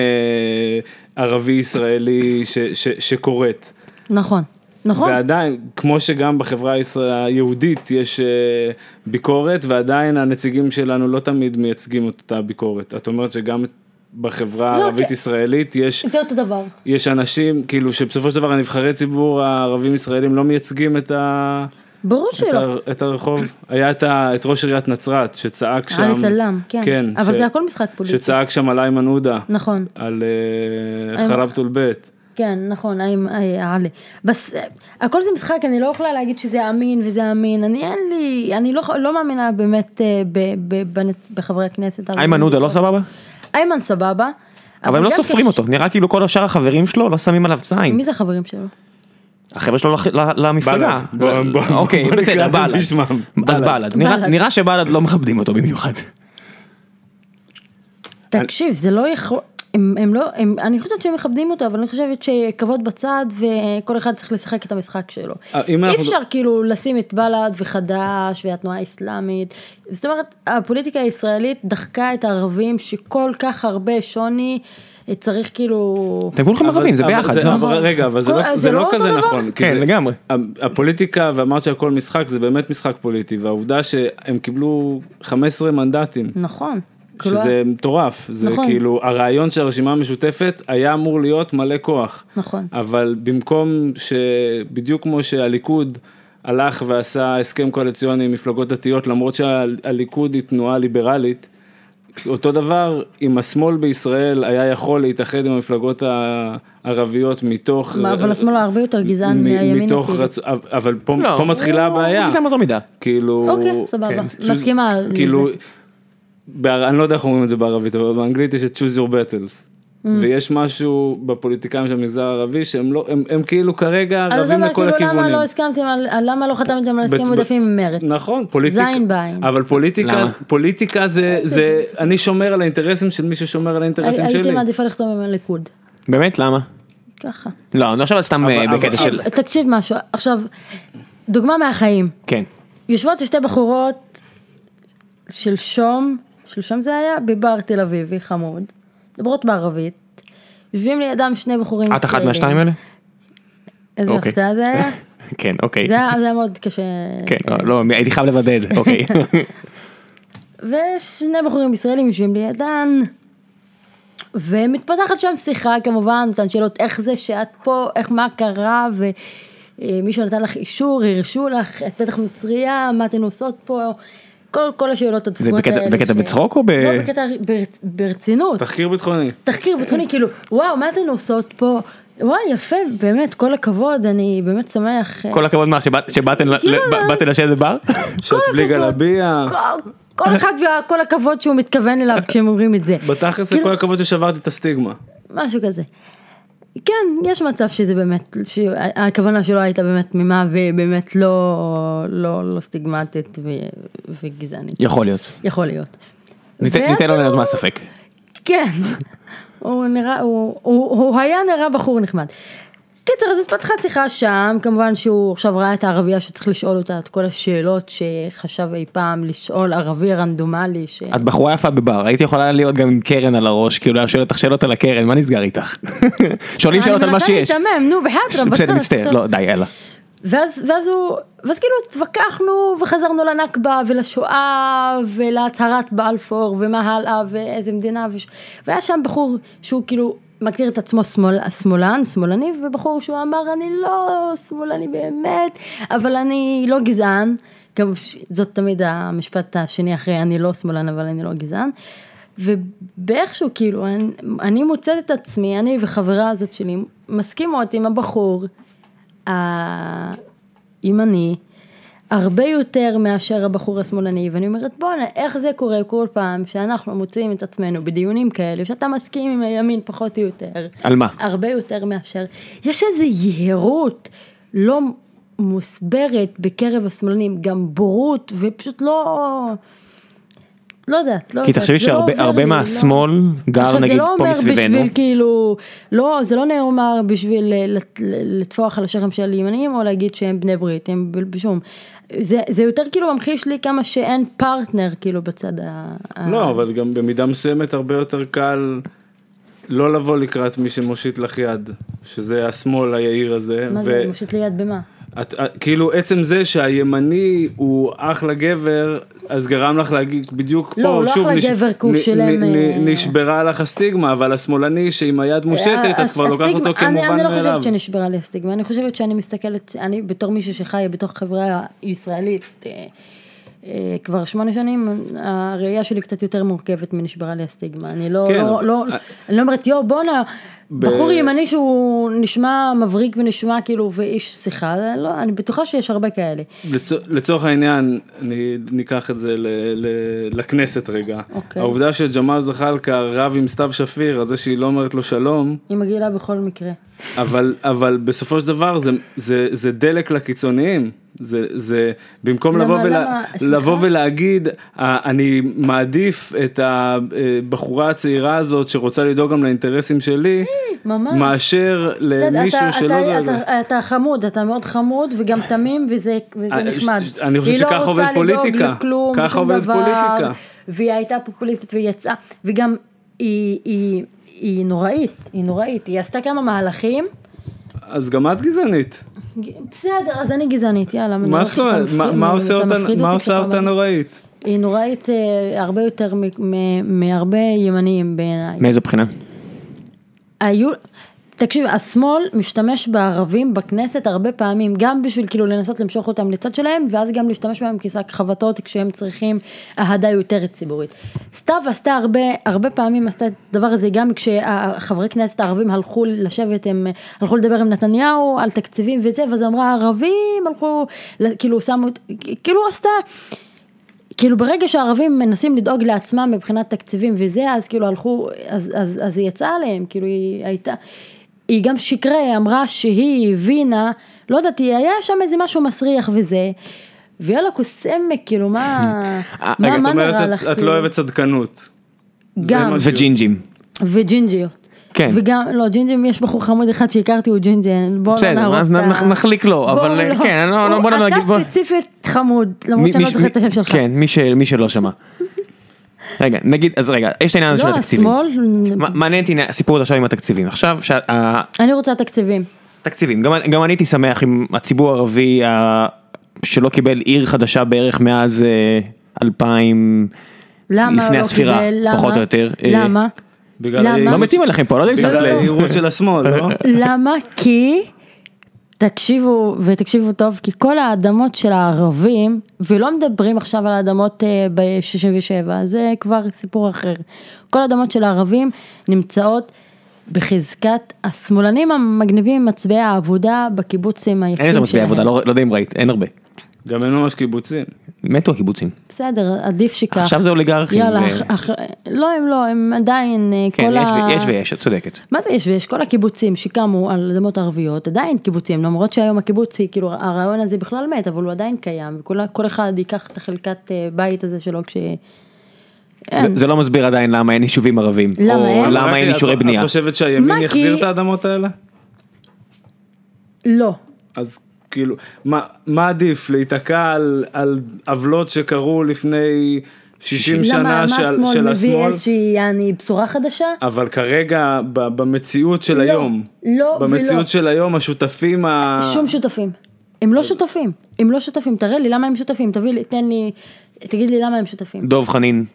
[SPEAKER 3] ערבי ישראלי ש- ש- שקורית,
[SPEAKER 2] נכון, נכון.
[SPEAKER 3] ועדיין, כמו שגם בחברה הישראל- היהודית יש אה, ביקורת, ועדיין הנציגים שלנו לא תמיד מייצגים את אותה ביקורת. את אומרת שגם בחברה
[SPEAKER 2] לא,
[SPEAKER 3] הערבית
[SPEAKER 2] כי-
[SPEAKER 3] ישראלית יש
[SPEAKER 2] זה אותו דבר.
[SPEAKER 3] יש אנשים כאילו שבסופו של דבר הנבחרי ציבור הערבים ישראלים לא מייצגים את, ה...
[SPEAKER 2] ברור
[SPEAKER 3] את,
[SPEAKER 2] שלא.
[SPEAKER 3] ה... את הרחוב היה את, ה... את ראש עיריית נצרת שצעק שם
[SPEAKER 2] עלי סלאם, כן.
[SPEAKER 3] כן
[SPEAKER 2] אבל זה הכל משחק פוליטי.
[SPEAKER 3] שצעק שם על איימן עודה
[SPEAKER 2] נכון,
[SPEAKER 3] על אה,
[SPEAKER 2] איימן-
[SPEAKER 3] חלבתול בית
[SPEAKER 2] כן, נכון, איים- אה, עלי. בס... אה, הכל זה משחק, אני לא יכולה להגיד שזה אמין וזה אמין. אני אין לי, אני לא, לא מאמינה באמת אה, ב, ב, בנצ... בחברי הכנסת. הערבים.
[SPEAKER 1] איימן עודה לא סבבה?
[SPEAKER 2] איימן סבבה.
[SPEAKER 1] אבל הם לא
[SPEAKER 2] גם
[SPEAKER 1] סופרים
[SPEAKER 2] כש-
[SPEAKER 1] אותו, נראה כאילו כל השאר החברים שלו לא שמים עליו זין.
[SPEAKER 2] מי זה החברים שלו?
[SPEAKER 1] החבר'ה שלו לח- ל- למפלגה.
[SPEAKER 3] בל"ד. בוא- בוא- בוא
[SPEAKER 1] אוקיי,
[SPEAKER 3] נקרא
[SPEAKER 1] בסדר,
[SPEAKER 3] לזה
[SPEAKER 1] בל"ד.
[SPEAKER 3] בשמם.
[SPEAKER 1] אז
[SPEAKER 3] בל"ד.
[SPEAKER 1] בל"ד. נראה-
[SPEAKER 2] בל"ד.
[SPEAKER 1] נראה שבל"ד לא מכבדים אותו במיוחד.
[SPEAKER 2] תקשיב, זה לא יכול... הם, הם לא, הם, אני חושבת שהם מכבדים אותו, אבל אני חושבת שכבוד בצד וכל אחד צריך לשחק את המשחק שלו.
[SPEAKER 3] אה, אם
[SPEAKER 2] אי
[SPEAKER 3] אנחנו-
[SPEAKER 2] אפשר כאילו לשים את בל"ד וחד"ש והתנועה האסלאמית. זאת אומרת, הפוליטיקה הישראלית דחקה את הערבים שכל כך הרבה שוני אה, צריך כאילו...
[SPEAKER 1] אתם כולכם
[SPEAKER 3] אבל-
[SPEAKER 1] ערבים, זה
[SPEAKER 3] אבל
[SPEAKER 1] ביחד.
[SPEAKER 3] זה-
[SPEAKER 1] לא?
[SPEAKER 3] אבל רגע אבל זה
[SPEAKER 2] כל-
[SPEAKER 3] לא-
[SPEAKER 2] זה
[SPEAKER 3] זה
[SPEAKER 2] לא
[SPEAKER 3] לא
[SPEAKER 2] אותו
[SPEAKER 3] כזה
[SPEAKER 2] דבר?
[SPEAKER 3] נכון כי
[SPEAKER 1] כן,
[SPEAKER 3] זה-
[SPEAKER 1] לגמרי.
[SPEAKER 3] ה- הפוליטיקה ואמרת שהכל משחק זה באמת משחק פוליטי והעובדה שהם קיבלו 15 מנדטים
[SPEAKER 2] נכון. כאילו,
[SPEAKER 3] שזה מטורף, זה
[SPEAKER 2] נכון.
[SPEAKER 3] כאילו הרעיון של הרשימה המשותפת היה אמור להיות מלא כוח,
[SPEAKER 2] נכון.
[SPEAKER 3] אבל במקום שבדיוק כמו שהליכוד הלך ועשה הסכם קואליציוני עם מפלגות דתיות למרות שהליכוד היא תנועה ליברלית, אותו דבר אם השמאל בישראל היה יכול להתאחד עם המפלגות הערביות מתוך,
[SPEAKER 2] מה, אבל השמאל הרבה יותר גזען
[SPEAKER 3] אה, מ-
[SPEAKER 2] מהימין.
[SPEAKER 3] מתוך
[SPEAKER 2] אפילו.
[SPEAKER 3] רצון, אבל פה,
[SPEAKER 1] לא,
[SPEAKER 3] פה מתחילה
[SPEAKER 1] הוא-
[SPEAKER 3] הבעיה.
[SPEAKER 1] הוא גזען באותה מידה.
[SPEAKER 3] כאילו,
[SPEAKER 2] אוקיי, סבבה.
[SPEAKER 1] כן.
[SPEAKER 2] Choose- מסכימה על
[SPEAKER 3] כאילו,
[SPEAKER 2] זה.
[SPEAKER 3] באר... אני לא יודע איך אומרים את זה בערבית, אבל באנגלית יש את choose your battles.
[SPEAKER 2] Mm.
[SPEAKER 3] ויש משהו בפוליטיקאים של המגזר הערבי שהם לא, הם, הם כאילו כרגע
[SPEAKER 2] אז
[SPEAKER 3] רבים
[SPEAKER 2] אומר,
[SPEAKER 3] לכל
[SPEAKER 2] כאילו, למה
[SPEAKER 3] הכיוונים.
[SPEAKER 2] לא הסכמתם, על- על- למה לא חתמתם על
[SPEAKER 3] בת-
[SPEAKER 2] הסכם
[SPEAKER 3] בת-
[SPEAKER 2] עודפים עם מרצ?
[SPEAKER 3] נכון, פוליטיקה,
[SPEAKER 2] זין בעין. אוקיי.
[SPEAKER 3] אבל פוליטיקה,
[SPEAKER 1] למה?
[SPEAKER 3] פוליטיקה זה, זה, אני שומר על האינטרסים של מי ששומר על האינטרסים
[SPEAKER 2] הי- הייתי
[SPEAKER 3] שלי.
[SPEAKER 2] מעדיפה לכתוב עם הליכוד.
[SPEAKER 1] באמת? למה?
[SPEAKER 2] ככה.
[SPEAKER 1] לא, אני לא עכשיו סתם אה,
[SPEAKER 3] אבל-
[SPEAKER 1] בקטע של...
[SPEAKER 2] עכשיו, תקשיב משהו, עכשיו, דוגמה מהחיים.
[SPEAKER 1] כן.
[SPEAKER 2] יושבות שתי בחורות שלשום, שלשום זה היה, בבר תל אביבי, חמוד, מדברות בערבית, יושבים לידם שני בחורים
[SPEAKER 1] את אחת מהשתיים האלה?
[SPEAKER 2] איזה
[SPEAKER 1] אוקיי.
[SPEAKER 2] הפתעה זה היה?
[SPEAKER 1] כן, אוקיי.
[SPEAKER 2] זה היה זה היה מאוד קשה.
[SPEAKER 1] כן, לא, לא, הייתי חייב לוודא את זה, אוקיי.
[SPEAKER 2] ושני בחורים ישראלים יושבים לידן. ומתפתחת שם שיחה כמובן, אותן שאלות איך זה שאת פה, איך מה קרה ומישהו נתן לך אישור, הרשו לך, את בטח נוצרייה, מה אתן עושות פה, כל, כל השאלות הדפוקות
[SPEAKER 1] בקטע-
[SPEAKER 2] האלה.
[SPEAKER 1] בקטע בצחוק או ב-
[SPEAKER 2] לא, בקטע ברצ... ברצינות.
[SPEAKER 3] תחקיר ביטחוני.
[SPEAKER 2] תחקיר ביטחוני, כאילו, וואו, מה אתן עושות פה? וואי, יפה, באמת, כל הכבוד, אני באמת שמח.
[SPEAKER 1] כל הכבוד מה, שבאת- שבאתן ל-
[SPEAKER 2] כאילו,
[SPEAKER 1] ב- באתן לשבת בבר?
[SPEAKER 3] שאת בלי
[SPEAKER 2] הכבוד.
[SPEAKER 3] גלביה.
[SPEAKER 2] כל- כל אחד וכל הכבוד שהוא מתכוון אליו כשהם אומרים את זה.
[SPEAKER 3] בתכלס זה
[SPEAKER 2] כאילו-
[SPEAKER 3] כל הכבוד ששברתי את הסטיגמה.
[SPEAKER 2] משהו כזה. כן, יש מצב שזה באמת, שהכוונה שלו הייתה באמת תמימה ובאמת לא, לא, לא סטיגמטית ו, וגזענית.
[SPEAKER 1] יכול להיות.
[SPEAKER 2] יכול להיות.
[SPEAKER 1] ניתן
[SPEAKER 2] ואז
[SPEAKER 1] ניתן לו
[SPEAKER 2] הוא-
[SPEAKER 1] ליהנות מהספק.
[SPEAKER 2] כן. הוא נראה, הוא, הוא, הוא היה נראה בחור נחמד. קיצר, אז התפתחה שיחה שם, כמובן שהוא עכשיו ראה את הערבייה שצריך לשאול אותה את כל השאלות שחשב אי פעם לשאול ערבי רנדומלי. ש...
[SPEAKER 1] את בחורה יפה בבר, הייתי יכולה להיות גם עם קרן על הראש, כאילו היה שואל אותך שאלות על הקרן, מה נסגר איתך? שואלים שאלות על מה שיש.
[SPEAKER 2] אה, אני מנסה להיתמם, נו, בחדרה,
[SPEAKER 1] בסדר,
[SPEAKER 2] בחדרה,
[SPEAKER 1] מצטער,
[SPEAKER 2] עכשיו-
[SPEAKER 1] לא, די, יאללה.
[SPEAKER 2] ואז, ואז הוא, ואז כאילו התווכחנו וחזרנו לנכבה ולשואה ולהצהרת בלפור ומה הלאה ואיזה מדינה וש... והיה שם בחור שהוא כאילו מגדיר את עצמו שמאל, שמאלן, שמאלני ובחור שהוא אמר אני לא שמאלני באמת אבל אני לא גזען, גם ש- זאת תמיד המשפט השני אחרי אני לא שמאלן אבל אני לא גזען ובאיכשהו כאילו אני, אני מוצאת את עצמי, אני וחברה הזאת שלי מסכימות עם הבחור הימני הרבה יותר מאשר הבחור השמאלני, ואני אומרת בואנה, איך זה קורה כל פעם שאנחנו מוצאים את עצמנו בדיונים כאלה, שאתה מסכים עם הימין פחות או יותר,
[SPEAKER 1] על מה?
[SPEAKER 2] הרבה יותר מאשר, יש איזו יהירות לא מוסברת בקרב השמאלנים, גם בורות, ופשוט לא... לא יודעת, לא
[SPEAKER 1] כי
[SPEAKER 2] יודעת,
[SPEAKER 1] תחשבי
[SPEAKER 2] זה לא
[SPEAKER 1] שהרבה
[SPEAKER 2] עובר
[SPEAKER 1] הרבה
[SPEAKER 2] לי, לא-
[SPEAKER 1] מהשמאל גר
[SPEAKER 2] עכשיו,
[SPEAKER 1] נגיד פה
[SPEAKER 2] זה לא אומר
[SPEAKER 1] מסביבנו.
[SPEAKER 2] בשביל כאילו, לא, זה לא נאמר בשביל אה, לת- לטפוח על השכם של ימנים או להגיד שהם בני ברית, הם ב- בשום. זה, זה יותר כאילו ממחיש לי כמה שאין פרטנר כאילו בצד ה... ה-
[SPEAKER 3] לא, אבל גם במידה מסוימת הרבה יותר קל לא לבוא לקראת מי שמושיט לך יד, שזה השמאל היהיר הזה.
[SPEAKER 2] מה זה,
[SPEAKER 3] ו-
[SPEAKER 2] מושיט לי יד במה?
[SPEAKER 3] את, את, כאילו עצם זה שהימני הוא אחלה גבר, אז גרם לך להגיד בדיוק
[SPEAKER 2] לא,
[SPEAKER 3] פה,
[SPEAKER 2] הוא לא
[SPEAKER 3] שוב,
[SPEAKER 2] אחלה גבר, כי הוא
[SPEAKER 3] נ,
[SPEAKER 2] שילם, אה,
[SPEAKER 3] נ, נשברה לך הסטיגמה, אבל השמאלני שעם היד מושטת, את
[SPEAKER 2] הס-
[SPEAKER 3] כבר לוקחת
[SPEAKER 2] אה, הסטיגמה-
[SPEAKER 3] אותו כמובן
[SPEAKER 2] אני-
[SPEAKER 3] מאליו.
[SPEAKER 2] אני לא חושבת שנשברה לי הסטיגמה, אני חושבת שאני מסתכלת, אני בתור מישהי שחיה בתוך חברה ישראלית אה, אה, כבר שמונה שנים, הראייה שלי קצת יותר מורכבת מנשברה לי הסטיגמה, אני לא,
[SPEAKER 3] כן,
[SPEAKER 2] לא,
[SPEAKER 3] אבל-
[SPEAKER 2] לא, אני לא אומרת יו בואנה, בחור ימני שהוא נשמע מבריק ונשמע כאילו ואיש שיחה, לא, אני בטוחה שיש הרבה כאלה.
[SPEAKER 3] לצו- לצורך העניין, אני ניקח את זה ל, ל, לכנסת רגע.
[SPEAKER 2] אוקיי.
[SPEAKER 3] העובדה שג'מאל זחאלקה רב עם סתיו שפיר, על זה שהיא לא אומרת לו שלום,
[SPEAKER 2] היא מגעילה בכל מקרה.
[SPEAKER 3] אבל, אבל בסופו של דבר זה, זה, זה דלק לקיצוניים. זה, זה במקום
[SPEAKER 2] למה-
[SPEAKER 3] לבוא,
[SPEAKER 2] למה?
[SPEAKER 3] ולה,
[SPEAKER 2] סליחה?
[SPEAKER 3] לבוא ולהגיד "אה, אני מעדיף את הבחורה הצעירה הזאת שרוצה לדאוג גם לאינטרסים שלי
[SPEAKER 2] ממש.
[SPEAKER 3] מאשר
[SPEAKER 2] אה, בסדר,
[SPEAKER 3] למישהו
[SPEAKER 2] אתה-
[SPEAKER 3] שלא
[SPEAKER 2] אתה-
[SPEAKER 3] דואג. לה."
[SPEAKER 2] אתה- אתה חמוד, אתה מאוד חמוד וגם תמים וזה וזה
[SPEAKER 3] אני-
[SPEAKER 2] נחמד.
[SPEAKER 3] אני חושב
[SPEAKER 2] היא
[SPEAKER 3] שככה
[SPEAKER 2] לא רוצה
[SPEAKER 3] עובדת
[SPEAKER 2] לדאוג
[SPEAKER 3] פוליטיקה.
[SPEAKER 2] לכלום,
[SPEAKER 3] ככה
[SPEAKER 2] שום
[SPEAKER 3] עובדת
[SPEAKER 2] דבר,
[SPEAKER 3] פוליטיקה.
[SPEAKER 2] והיא הייתה פופוליסטית והיא יצאה, וגם היא- היא היא נוראית, היא נוראית, היא עשתה כמה מהלכים.
[SPEAKER 3] אז גם את גזענית.
[SPEAKER 2] בסדר, אז אני גזענית, יאללה. אני
[SPEAKER 3] מה
[SPEAKER 2] רואה
[SPEAKER 3] זאת
[SPEAKER 2] שאתה
[SPEAKER 3] אומרת?
[SPEAKER 2] מפחיד
[SPEAKER 3] מה- מה
[SPEAKER 2] אותי,
[SPEAKER 3] עושה
[SPEAKER 2] אתה
[SPEAKER 3] אותה-
[SPEAKER 2] מפחיד
[SPEAKER 3] מה
[SPEAKER 2] אותי
[SPEAKER 3] עושה
[SPEAKER 2] כשאתה
[SPEAKER 3] אותה
[SPEAKER 2] אומר-
[SPEAKER 3] נוראית?
[SPEAKER 2] היא נוראית אה, הרבה יותר מ- מ- מהרבה ימניים בעיניי.
[SPEAKER 1] מאיזו בחינה?
[SPEAKER 2] היו, תקשיב, השמאל משתמש בערבים בכנסת הרבה פעמים, גם בשביל כאילו לנסות למשוך אותם לצד שלהם, ואז גם להשתמש בהם כשק חבטות כשהם צריכים אהדה יותר ציבורית. סתיו עשתה הרבה, הרבה פעמים עשתה את הדבר הזה, גם כשהחברי כנסת הערבים הלכו לשבת, הם הלכו לדבר עם נתניהו על תקציבים וזה, ואז היא אמרה הערבים הלכו, ל- כאילו שמו, את- כאילו עשתה. כאילו ברגע שהערבים מנסים לדאוג לעצמם מבחינת תקציבים וזה, אז כאילו הלכו, אז, אז, אז היא יצאה עליהם, כאילו היא הייתה, היא גם שקרה, היא אמרה שהיא הבינה, לא יודעת, היא היה שם איזה משהו מסריח וזה, ויאללה קוסמק, כאילו מה, מה,
[SPEAKER 1] אה,
[SPEAKER 3] רגע, את
[SPEAKER 2] מה
[SPEAKER 3] אומרת
[SPEAKER 2] נראה
[SPEAKER 3] שאת-
[SPEAKER 2] לך,
[SPEAKER 3] את
[SPEAKER 2] כאילו?
[SPEAKER 3] לא אוהבת צדקנות.
[SPEAKER 2] גם,
[SPEAKER 3] מה ש-
[SPEAKER 1] וג'ינג'ים.
[SPEAKER 2] לא וג'ינג'יות.
[SPEAKER 1] כן.
[SPEAKER 2] וגם, לא, ג'ינג'ים, יש בחור חמוד אחד שהכרתי, הוא ג'ינג'י, בוא לא
[SPEAKER 1] בסדר,
[SPEAKER 2] נהרוג
[SPEAKER 1] אז
[SPEAKER 2] את ה-
[SPEAKER 1] נח- נחליק לו,
[SPEAKER 2] בוא
[SPEAKER 1] אבל אה,
[SPEAKER 2] לא.
[SPEAKER 1] כן, לא, לא,
[SPEAKER 2] הוא-
[SPEAKER 1] בוא לא נגיד, בוא.
[SPEAKER 2] אתה ספציפית חמוד,
[SPEAKER 1] מי-
[SPEAKER 2] למרות שאני
[SPEAKER 1] מי
[SPEAKER 2] לא
[SPEAKER 1] ש-
[SPEAKER 2] זוכרת את
[SPEAKER 1] מי-
[SPEAKER 2] השם שלך.
[SPEAKER 1] כן, מי ש- מי שלא שמע. רגע, נגיד, אז רגע, יש את העניין הזה של
[SPEAKER 2] לא,
[SPEAKER 1] התקציבים.
[SPEAKER 2] השמאל,
[SPEAKER 1] מה- מעניין אותי הסיפור הזה עכשיו עם התקציבים. עכשיו, שה-
[SPEAKER 2] אני רוצה תקציבים.
[SPEAKER 1] תקציבים, גם, גם אני הייתי שמח אם הציבור הערבי ה... שלא קיבל עיר חדשה בערך מאז אה, 2000,
[SPEAKER 2] למה
[SPEAKER 1] לפני
[SPEAKER 2] לא
[SPEAKER 1] הספירה,
[SPEAKER 2] קיבל? למה?
[SPEAKER 1] פחות או יותר, אה,
[SPEAKER 2] למה?
[SPEAKER 3] בגלל
[SPEAKER 2] למה?
[SPEAKER 3] היהירות-
[SPEAKER 1] לא מתים עליכם פה, לא יודע אם שמת
[SPEAKER 3] בגלל
[SPEAKER 1] לב.
[SPEAKER 3] היהירות של השמאל, לא?
[SPEAKER 2] למה? כי, תקשיבו ותקשיבו טוב, כי כל האדמות של הערבים, ולא מדברים עכשיו על האדמות אה, ב-67, זה כבר סיפור אחר. כל האדמות של הערבים נמצאות בחזקת השמאלנים המגניבים מצביעי העבודה בקיבוצים היפים
[SPEAKER 1] אין
[SPEAKER 2] שלהם.
[SPEAKER 1] יותר מצביעי עבודה, לא, לא יודע אם ראית, אין הרבה.
[SPEAKER 3] גם אין ממש קיבוצים.
[SPEAKER 1] מתו הקיבוצים.
[SPEAKER 2] בסדר, עדיף שכך.
[SPEAKER 1] עכשיו זה אוליגרכים.
[SPEAKER 2] יאללה,
[SPEAKER 1] אה,
[SPEAKER 2] אח- אח- לא הם לא, הם עדיין אה,
[SPEAKER 1] כן,
[SPEAKER 2] כל
[SPEAKER 1] יש,
[SPEAKER 2] ה...
[SPEAKER 1] ו- יש ויש, את צודקת.
[SPEAKER 2] מה זה יש ויש? כל הקיבוצים שקמו על אדמות ערביות עדיין קיבוצים, למרות שהיום הקיבוץ היא כאילו הרעיון הזה בכלל מת, אבל הוא עדיין קיים, וכל כל אחד ייקח את החלקת אה, בית הזה שלו כש... אין.
[SPEAKER 1] זה, זה לא מסביר עדיין למה אין יישובים ערבים.
[SPEAKER 2] למה
[SPEAKER 1] או
[SPEAKER 2] אין?
[SPEAKER 1] למה
[SPEAKER 3] רגע,
[SPEAKER 1] אין
[SPEAKER 3] את-
[SPEAKER 1] אישורי בנייה.
[SPEAKER 3] את חושבת שהימין
[SPEAKER 2] מה,
[SPEAKER 3] יחזיר
[SPEAKER 2] כי-
[SPEAKER 3] את האדמות האלה?
[SPEAKER 2] לא.
[SPEAKER 3] אז כאילו, מה, מה עדיף, להיתקע על, על עוולות שקרו לפני 60
[SPEAKER 2] למה
[SPEAKER 3] שנה
[SPEAKER 2] מה
[SPEAKER 3] של,
[SPEAKER 2] השמאל
[SPEAKER 3] של
[SPEAKER 2] מביא
[SPEAKER 3] השמאל?
[SPEAKER 2] איזושהי יעני בשורה חדשה?
[SPEAKER 3] אבל כרגע, ב, במציאות של
[SPEAKER 2] לא,
[SPEAKER 3] היום,
[SPEAKER 2] לא ולא.
[SPEAKER 3] במציאות של היום, השותפים ה...
[SPEAKER 2] שום שותפים. הם לא שותפים. הם לא שותפים. תראה לי למה הם שותפים. תביא לי, תן לי, תגיד לי למה הם שותפים.
[SPEAKER 1] דב חנין,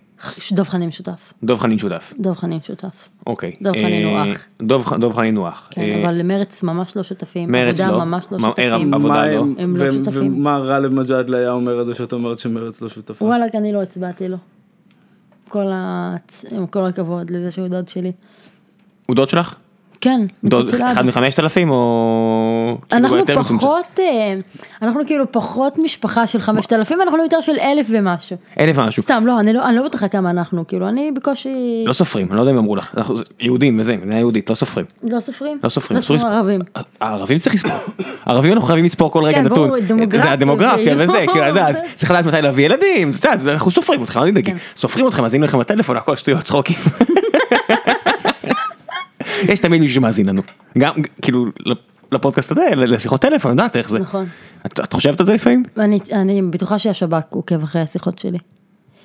[SPEAKER 2] דב חנין שותף.
[SPEAKER 1] דב חנין שותף.
[SPEAKER 2] דב חנין שותף.
[SPEAKER 1] אוקיי.
[SPEAKER 2] דב חנין הוא
[SPEAKER 1] אה,
[SPEAKER 2] אח.
[SPEAKER 1] דב ח- דב חנין הוא אח.
[SPEAKER 2] כן,
[SPEAKER 1] אה,
[SPEAKER 2] אבל מרץ ממש לא שותפים.
[SPEAKER 1] מרצ לא.
[SPEAKER 2] עבודה ממש לא
[SPEAKER 1] מה- אה,
[SPEAKER 2] שותפים.
[SPEAKER 1] עבודה
[SPEAKER 3] מה
[SPEAKER 1] לא.
[SPEAKER 3] הם-
[SPEAKER 2] הם לא
[SPEAKER 3] ו-
[SPEAKER 2] שותפים.
[SPEAKER 3] ומה גאלב מג'אדלה היה אומר על זה שאת אומרת שמרץ לא שותפה?
[SPEAKER 2] וואלכ, אני לא הצבעתי לו. כל ה... עם כל הכבוד לזה שהוא דוד שלי.
[SPEAKER 1] הוא דוד שלך?
[SPEAKER 2] כן,
[SPEAKER 1] דוד-
[SPEAKER 2] מחוץ לארץ.
[SPEAKER 1] אחד מחמשת אלפים או כאילו
[SPEAKER 2] אנחנו
[SPEAKER 1] יותר מצומצם?
[SPEAKER 2] פחות, אה, אנחנו כאילו פחות משפחה של 5,000, אנחנו יותר של אלף ומשהו.
[SPEAKER 1] אלף משהו.
[SPEAKER 2] סתם, לא, אני לא, אני לא בטוחה כמה אנחנו, כאילו, אני בקושי...
[SPEAKER 1] לא סופרים, אני לא יודע אם אמרו לך, אנחנו יהודים וזה, מדינה יהודית, לא סופרים.
[SPEAKER 2] לא סופרים?
[SPEAKER 1] לא סופרים,
[SPEAKER 2] לא
[SPEAKER 1] אסור
[SPEAKER 2] סופרים
[SPEAKER 1] לספור.
[SPEAKER 2] ערבים.
[SPEAKER 1] הערבים צריך לספור. ערבים אנחנו חייבים לספור כל רגע
[SPEAKER 2] כן,
[SPEAKER 1] נתון.
[SPEAKER 2] ברור, דמוגרפיה,
[SPEAKER 1] זה הדמוגרפיה
[SPEAKER 2] זה-
[SPEAKER 1] וזה, כאילו, לדעת, צריך לדעת מתי להביא ילדים, אתה יודע, אנחנו סופרים אותך, אל
[SPEAKER 2] כן.
[SPEAKER 1] תדאגי. סופרים אותך, מאזינים לכם בטלפון, הכל שטויות, צחוקים. יש תמיד מישהו שמאזין לנו. גם, כאילו, לפודקאסט הזה, לשיחות טלפון, יודעת איך זה.
[SPEAKER 2] נכון.
[SPEAKER 1] את את חושבת על זה לפעמים?
[SPEAKER 2] אני, אני בטוחה שהשב"כ עוקב אחרי השיחות שלי.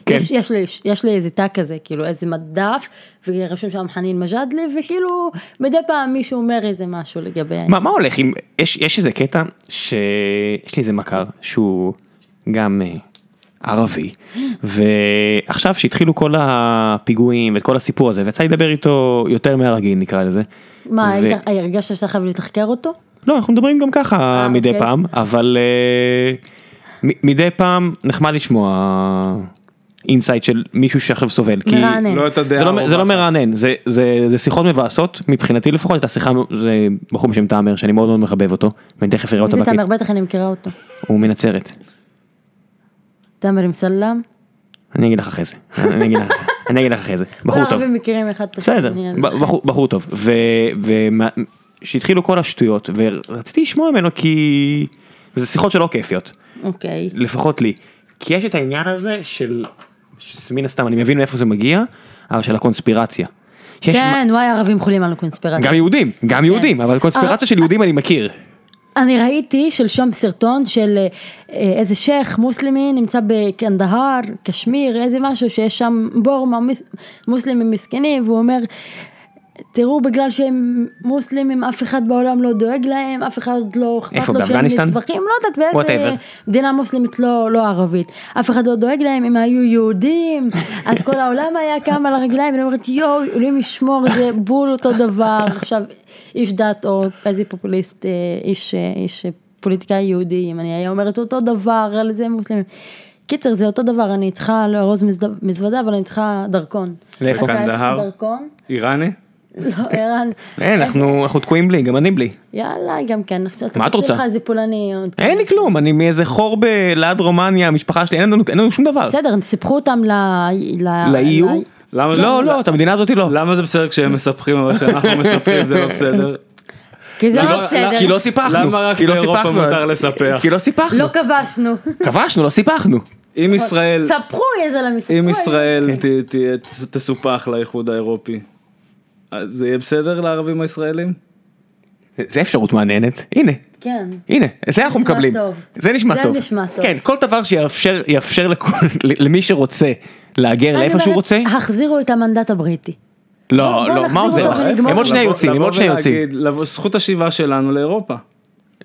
[SPEAKER 1] כן.
[SPEAKER 2] יש, יש, לי, יש לי איזה תא כזה, כאילו איזה מדף, ורשום שם חנין מג'אדלה, וכאילו מדי פעם מישהו אומר איזה משהו לגבי...
[SPEAKER 1] מה, מה הולך עם, יש, יש איזה קטע שיש לי איזה מכר שהוא גם אה, ערבי ועכשיו שהתחילו כל הפיגועים ואת כל הסיפור הזה ויצא לי לדבר איתו יותר מהרגיל נקרא לזה.
[SPEAKER 2] מה,
[SPEAKER 1] ו-
[SPEAKER 2] היית- הרגשת שאתה חייב לתחקר אותו?
[SPEAKER 1] לא אנחנו מדברים גם ככה
[SPEAKER 2] אה,
[SPEAKER 1] מדי
[SPEAKER 2] אוקיי.
[SPEAKER 1] פעם אבל אה, מ- מדי פעם נחמד לשמוע אינסייט של מישהו שעכשיו סובל. כי-
[SPEAKER 2] מרענן.
[SPEAKER 3] לא את הדעה
[SPEAKER 1] זה לא,
[SPEAKER 3] הרווחת.
[SPEAKER 1] זה לא מרענן, זה, זה, זה שיחות מבאסות, מבחינתי לפחות, הייתה שיחה, זה בחור בשם תאמר, שאני מאוד מאוד מחבב אותו, ואני תכף אראה אותה
[SPEAKER 2] איזה
[SPEAKER 1] בקליפ,
[SPEAKER 2] תאמר, בטח אני מכירה אותו.
[SPEAKER 1] הוא מנצרת.
[SPEAKER 2] תאמר עם סלאם.
[SPEAKER 1] אני אגיד לך אחרי זה, אני אגיד לך, אני אגיד לך אחרי זה, בחור
[SPEAKER 2] כל
[SPEAKER 1] טוב,
[SPEAKER 2] הערבים מכירים אחד את
[SPEAKER 1] בסדר,
[SPEAKER 2] השני. לא, אני-
[SPEAKER 1] ב- בחור- בחור טוב, וכשהתחילו כל השטויות ורציתי לשמוע ממנו כי זה שיחות שלא כיפיות,
[SPEAKER 2] אוקיי.
[SPEAKER 1] לפחות לי, כי יש את העניין הזה של, שמן הסתם אני מבין מאיפה זה מגיע, אבל של הקונספירציה. שיש מה-
[SPEAKER 2] כן, וואי, ערבים חולים על הקונספירציה.
[SPEAKER 1] גם יהודים,
[SPEAKER 2] כן.
[SPEAKER 1] גם יהודים, אבל
[SPEAKER 2] אה,
[SPEAKER 1] קונספירציה של יהודים אני מכיר.
[SPEAKER 2] אני ראיתי שלשום סרטון של אה, אה, איזה שייח מוסלמי נמצא בקנדהר, קשמיר, איזה משהו שיש שם בור מהמוס- מוסלמים מסכנים, והוא אומר, תראו בגלל שהם מוסלמים אף אחד בעולם לא דואג להם, אף אחד לא אכפת
[SPEAKER 1] איפה,
[SPEAKER 2] לו שהם
[SPEAKER 1] באפגניסטן?
[SPEAKER 2] נטבחים, לא יודעת באיזה
[SPEAKER 1] Whatever.
[SPEAKER 2] מדינה מוסלמית לא, לא ערבית, אף אחד לא דואג להם, הם היו יהודים, אז כל העולם היה קם על הרגליים, ואני אומרת יואו, אלוהים ישמור, זה בול אותו דבר, עכשיו איש דת או איזה פופוליסט, אה, איש, אה, איש אה, פוליטיקאי יהודי, אם אני היה אומרת אותו דבר על זה מוסלמים. קיצר זה אותו דבר, אני צריכה לארוז מזד- מזוודה, אבל אני צריכה דרכון.
[SPEAKER 1] לאיפה?
[SPEAKER 2] אתה, יש לך
[SPEAKER 3] קנדהר?
[SPEAKER 2] דרכון?
[SPEAKER 3] איראני?
[SPEAKER 2] לא, ערן.
[SPEAKER 1] אין, אנחנו אנחנו תקועים בלי, גם אני בלי.
[SPEAKER 2] יאללה, גם כן. עכשיו
[SPEAKER 1] מה את
[SPEAKER 2] תוציא
[SPEAKER 1] רוצה? אה,
[SPEAKER 2] לך איזה פולני. עוד
[SPEAKER 1] אין לי כלום, אני מאיזה חור ב- ליד רומניה, המשפחה שלי, אין לנו אין לנו שום דבר.
[SPEAKER 2] בסדר, הם סיפחו אותם ל...
[SPEAKER 3] לא,
[SPEAKER 2] ל-
[SPEAKER 1] ל-EU?
[SPEAKER 2] ל-
[SPEAKER 3] למה זה-
[SPEAKER 1] לא, לא, את המדינה הזאתי לא.
[SPEAKER 3] למה זה בסדר כשהם מספחים אבל כשאנחנו מספחים זה לא בסדר?
[SPEAKER 2] כי זה
[SPEAKER 3] כי
[SPEAKER 2] לא
[SPEAKER 3] לא-
[SPEAKER 2] בסדר.
[SPEAKER 1] כי לא סיפחנו.
[SPEAKER 3] למה רק
[SPEAKER 1] כי לא
[SPEAKER 3] באירופה
[SPEAKER 1] סיפחנו.
[SPEAKER 3] מותר לספח?
[SPEAKER 1] כי לא סיפחנו.
[SPEAKER 2] לא כבשנו.
[SPEAKER 1] כבשנו, לא סיפחנו.
[SPEAKER 3] אם ישראל,
[SPEAKER 2] ספחו יא זלמי, ספחו.
[SPEAKER 3] אם
[SPEAKER 1] כן.
[SPEAKER 3] ישראל ת- תהיה- ת- תסופח לאיחוד האירופי, אז זה יהיה בסדר לערבים הישראלים?
[SPEAKER 1] זה- זה אפשרות מעניינת. הנה,
[SPEAKER 2] כן.
[SPEAKER 1] הנה, זה אנחנו
[SPEAKER 2] נשמע
[SPEAKER 1] מקבלים.
[SPEAKER 2] טוב.
[SPEAKER 1] זה נשמע
[SPEAKER 2] זה
[SPEAKER 1] טוב.
[SPEAKER 2] נשמע טוב.
[SPEAKER 1] כן, כל דבר שיאפשר יאפשר לכל- למי שרוצה להגר
[SPEAKER 2] אני
[SPEAKER 1] לאיפה שהוא
[SPEAKER 2] אומרת,
[SPEAKER 1] רוצה.
[SPEAKER 2] החזירו את המנדט הבריטי.
[SPEAKER 1] לא,
[SPEAKER 2] בוא
[SPEAKER 1] לא, מה
[SPEAKER 2] נחזיר
[SPEAKER 1] עוזר?
[SPEAKER 2] אותו ונגמור.
[SPEAKER 1] הם עוד שנייה
[SPEAKER 3] לבוא-
[SPEAKER 1] יוצאים, הם
[SPEAKER 3] לבוא
[SPEAKER 1] עוד שנייה
[SPEAKER 3] ולהגיד,
[SPEAKER 1] יוצאים.
[SPEAKER 3] לבוא- זכות השיבה שלנו לאירופה.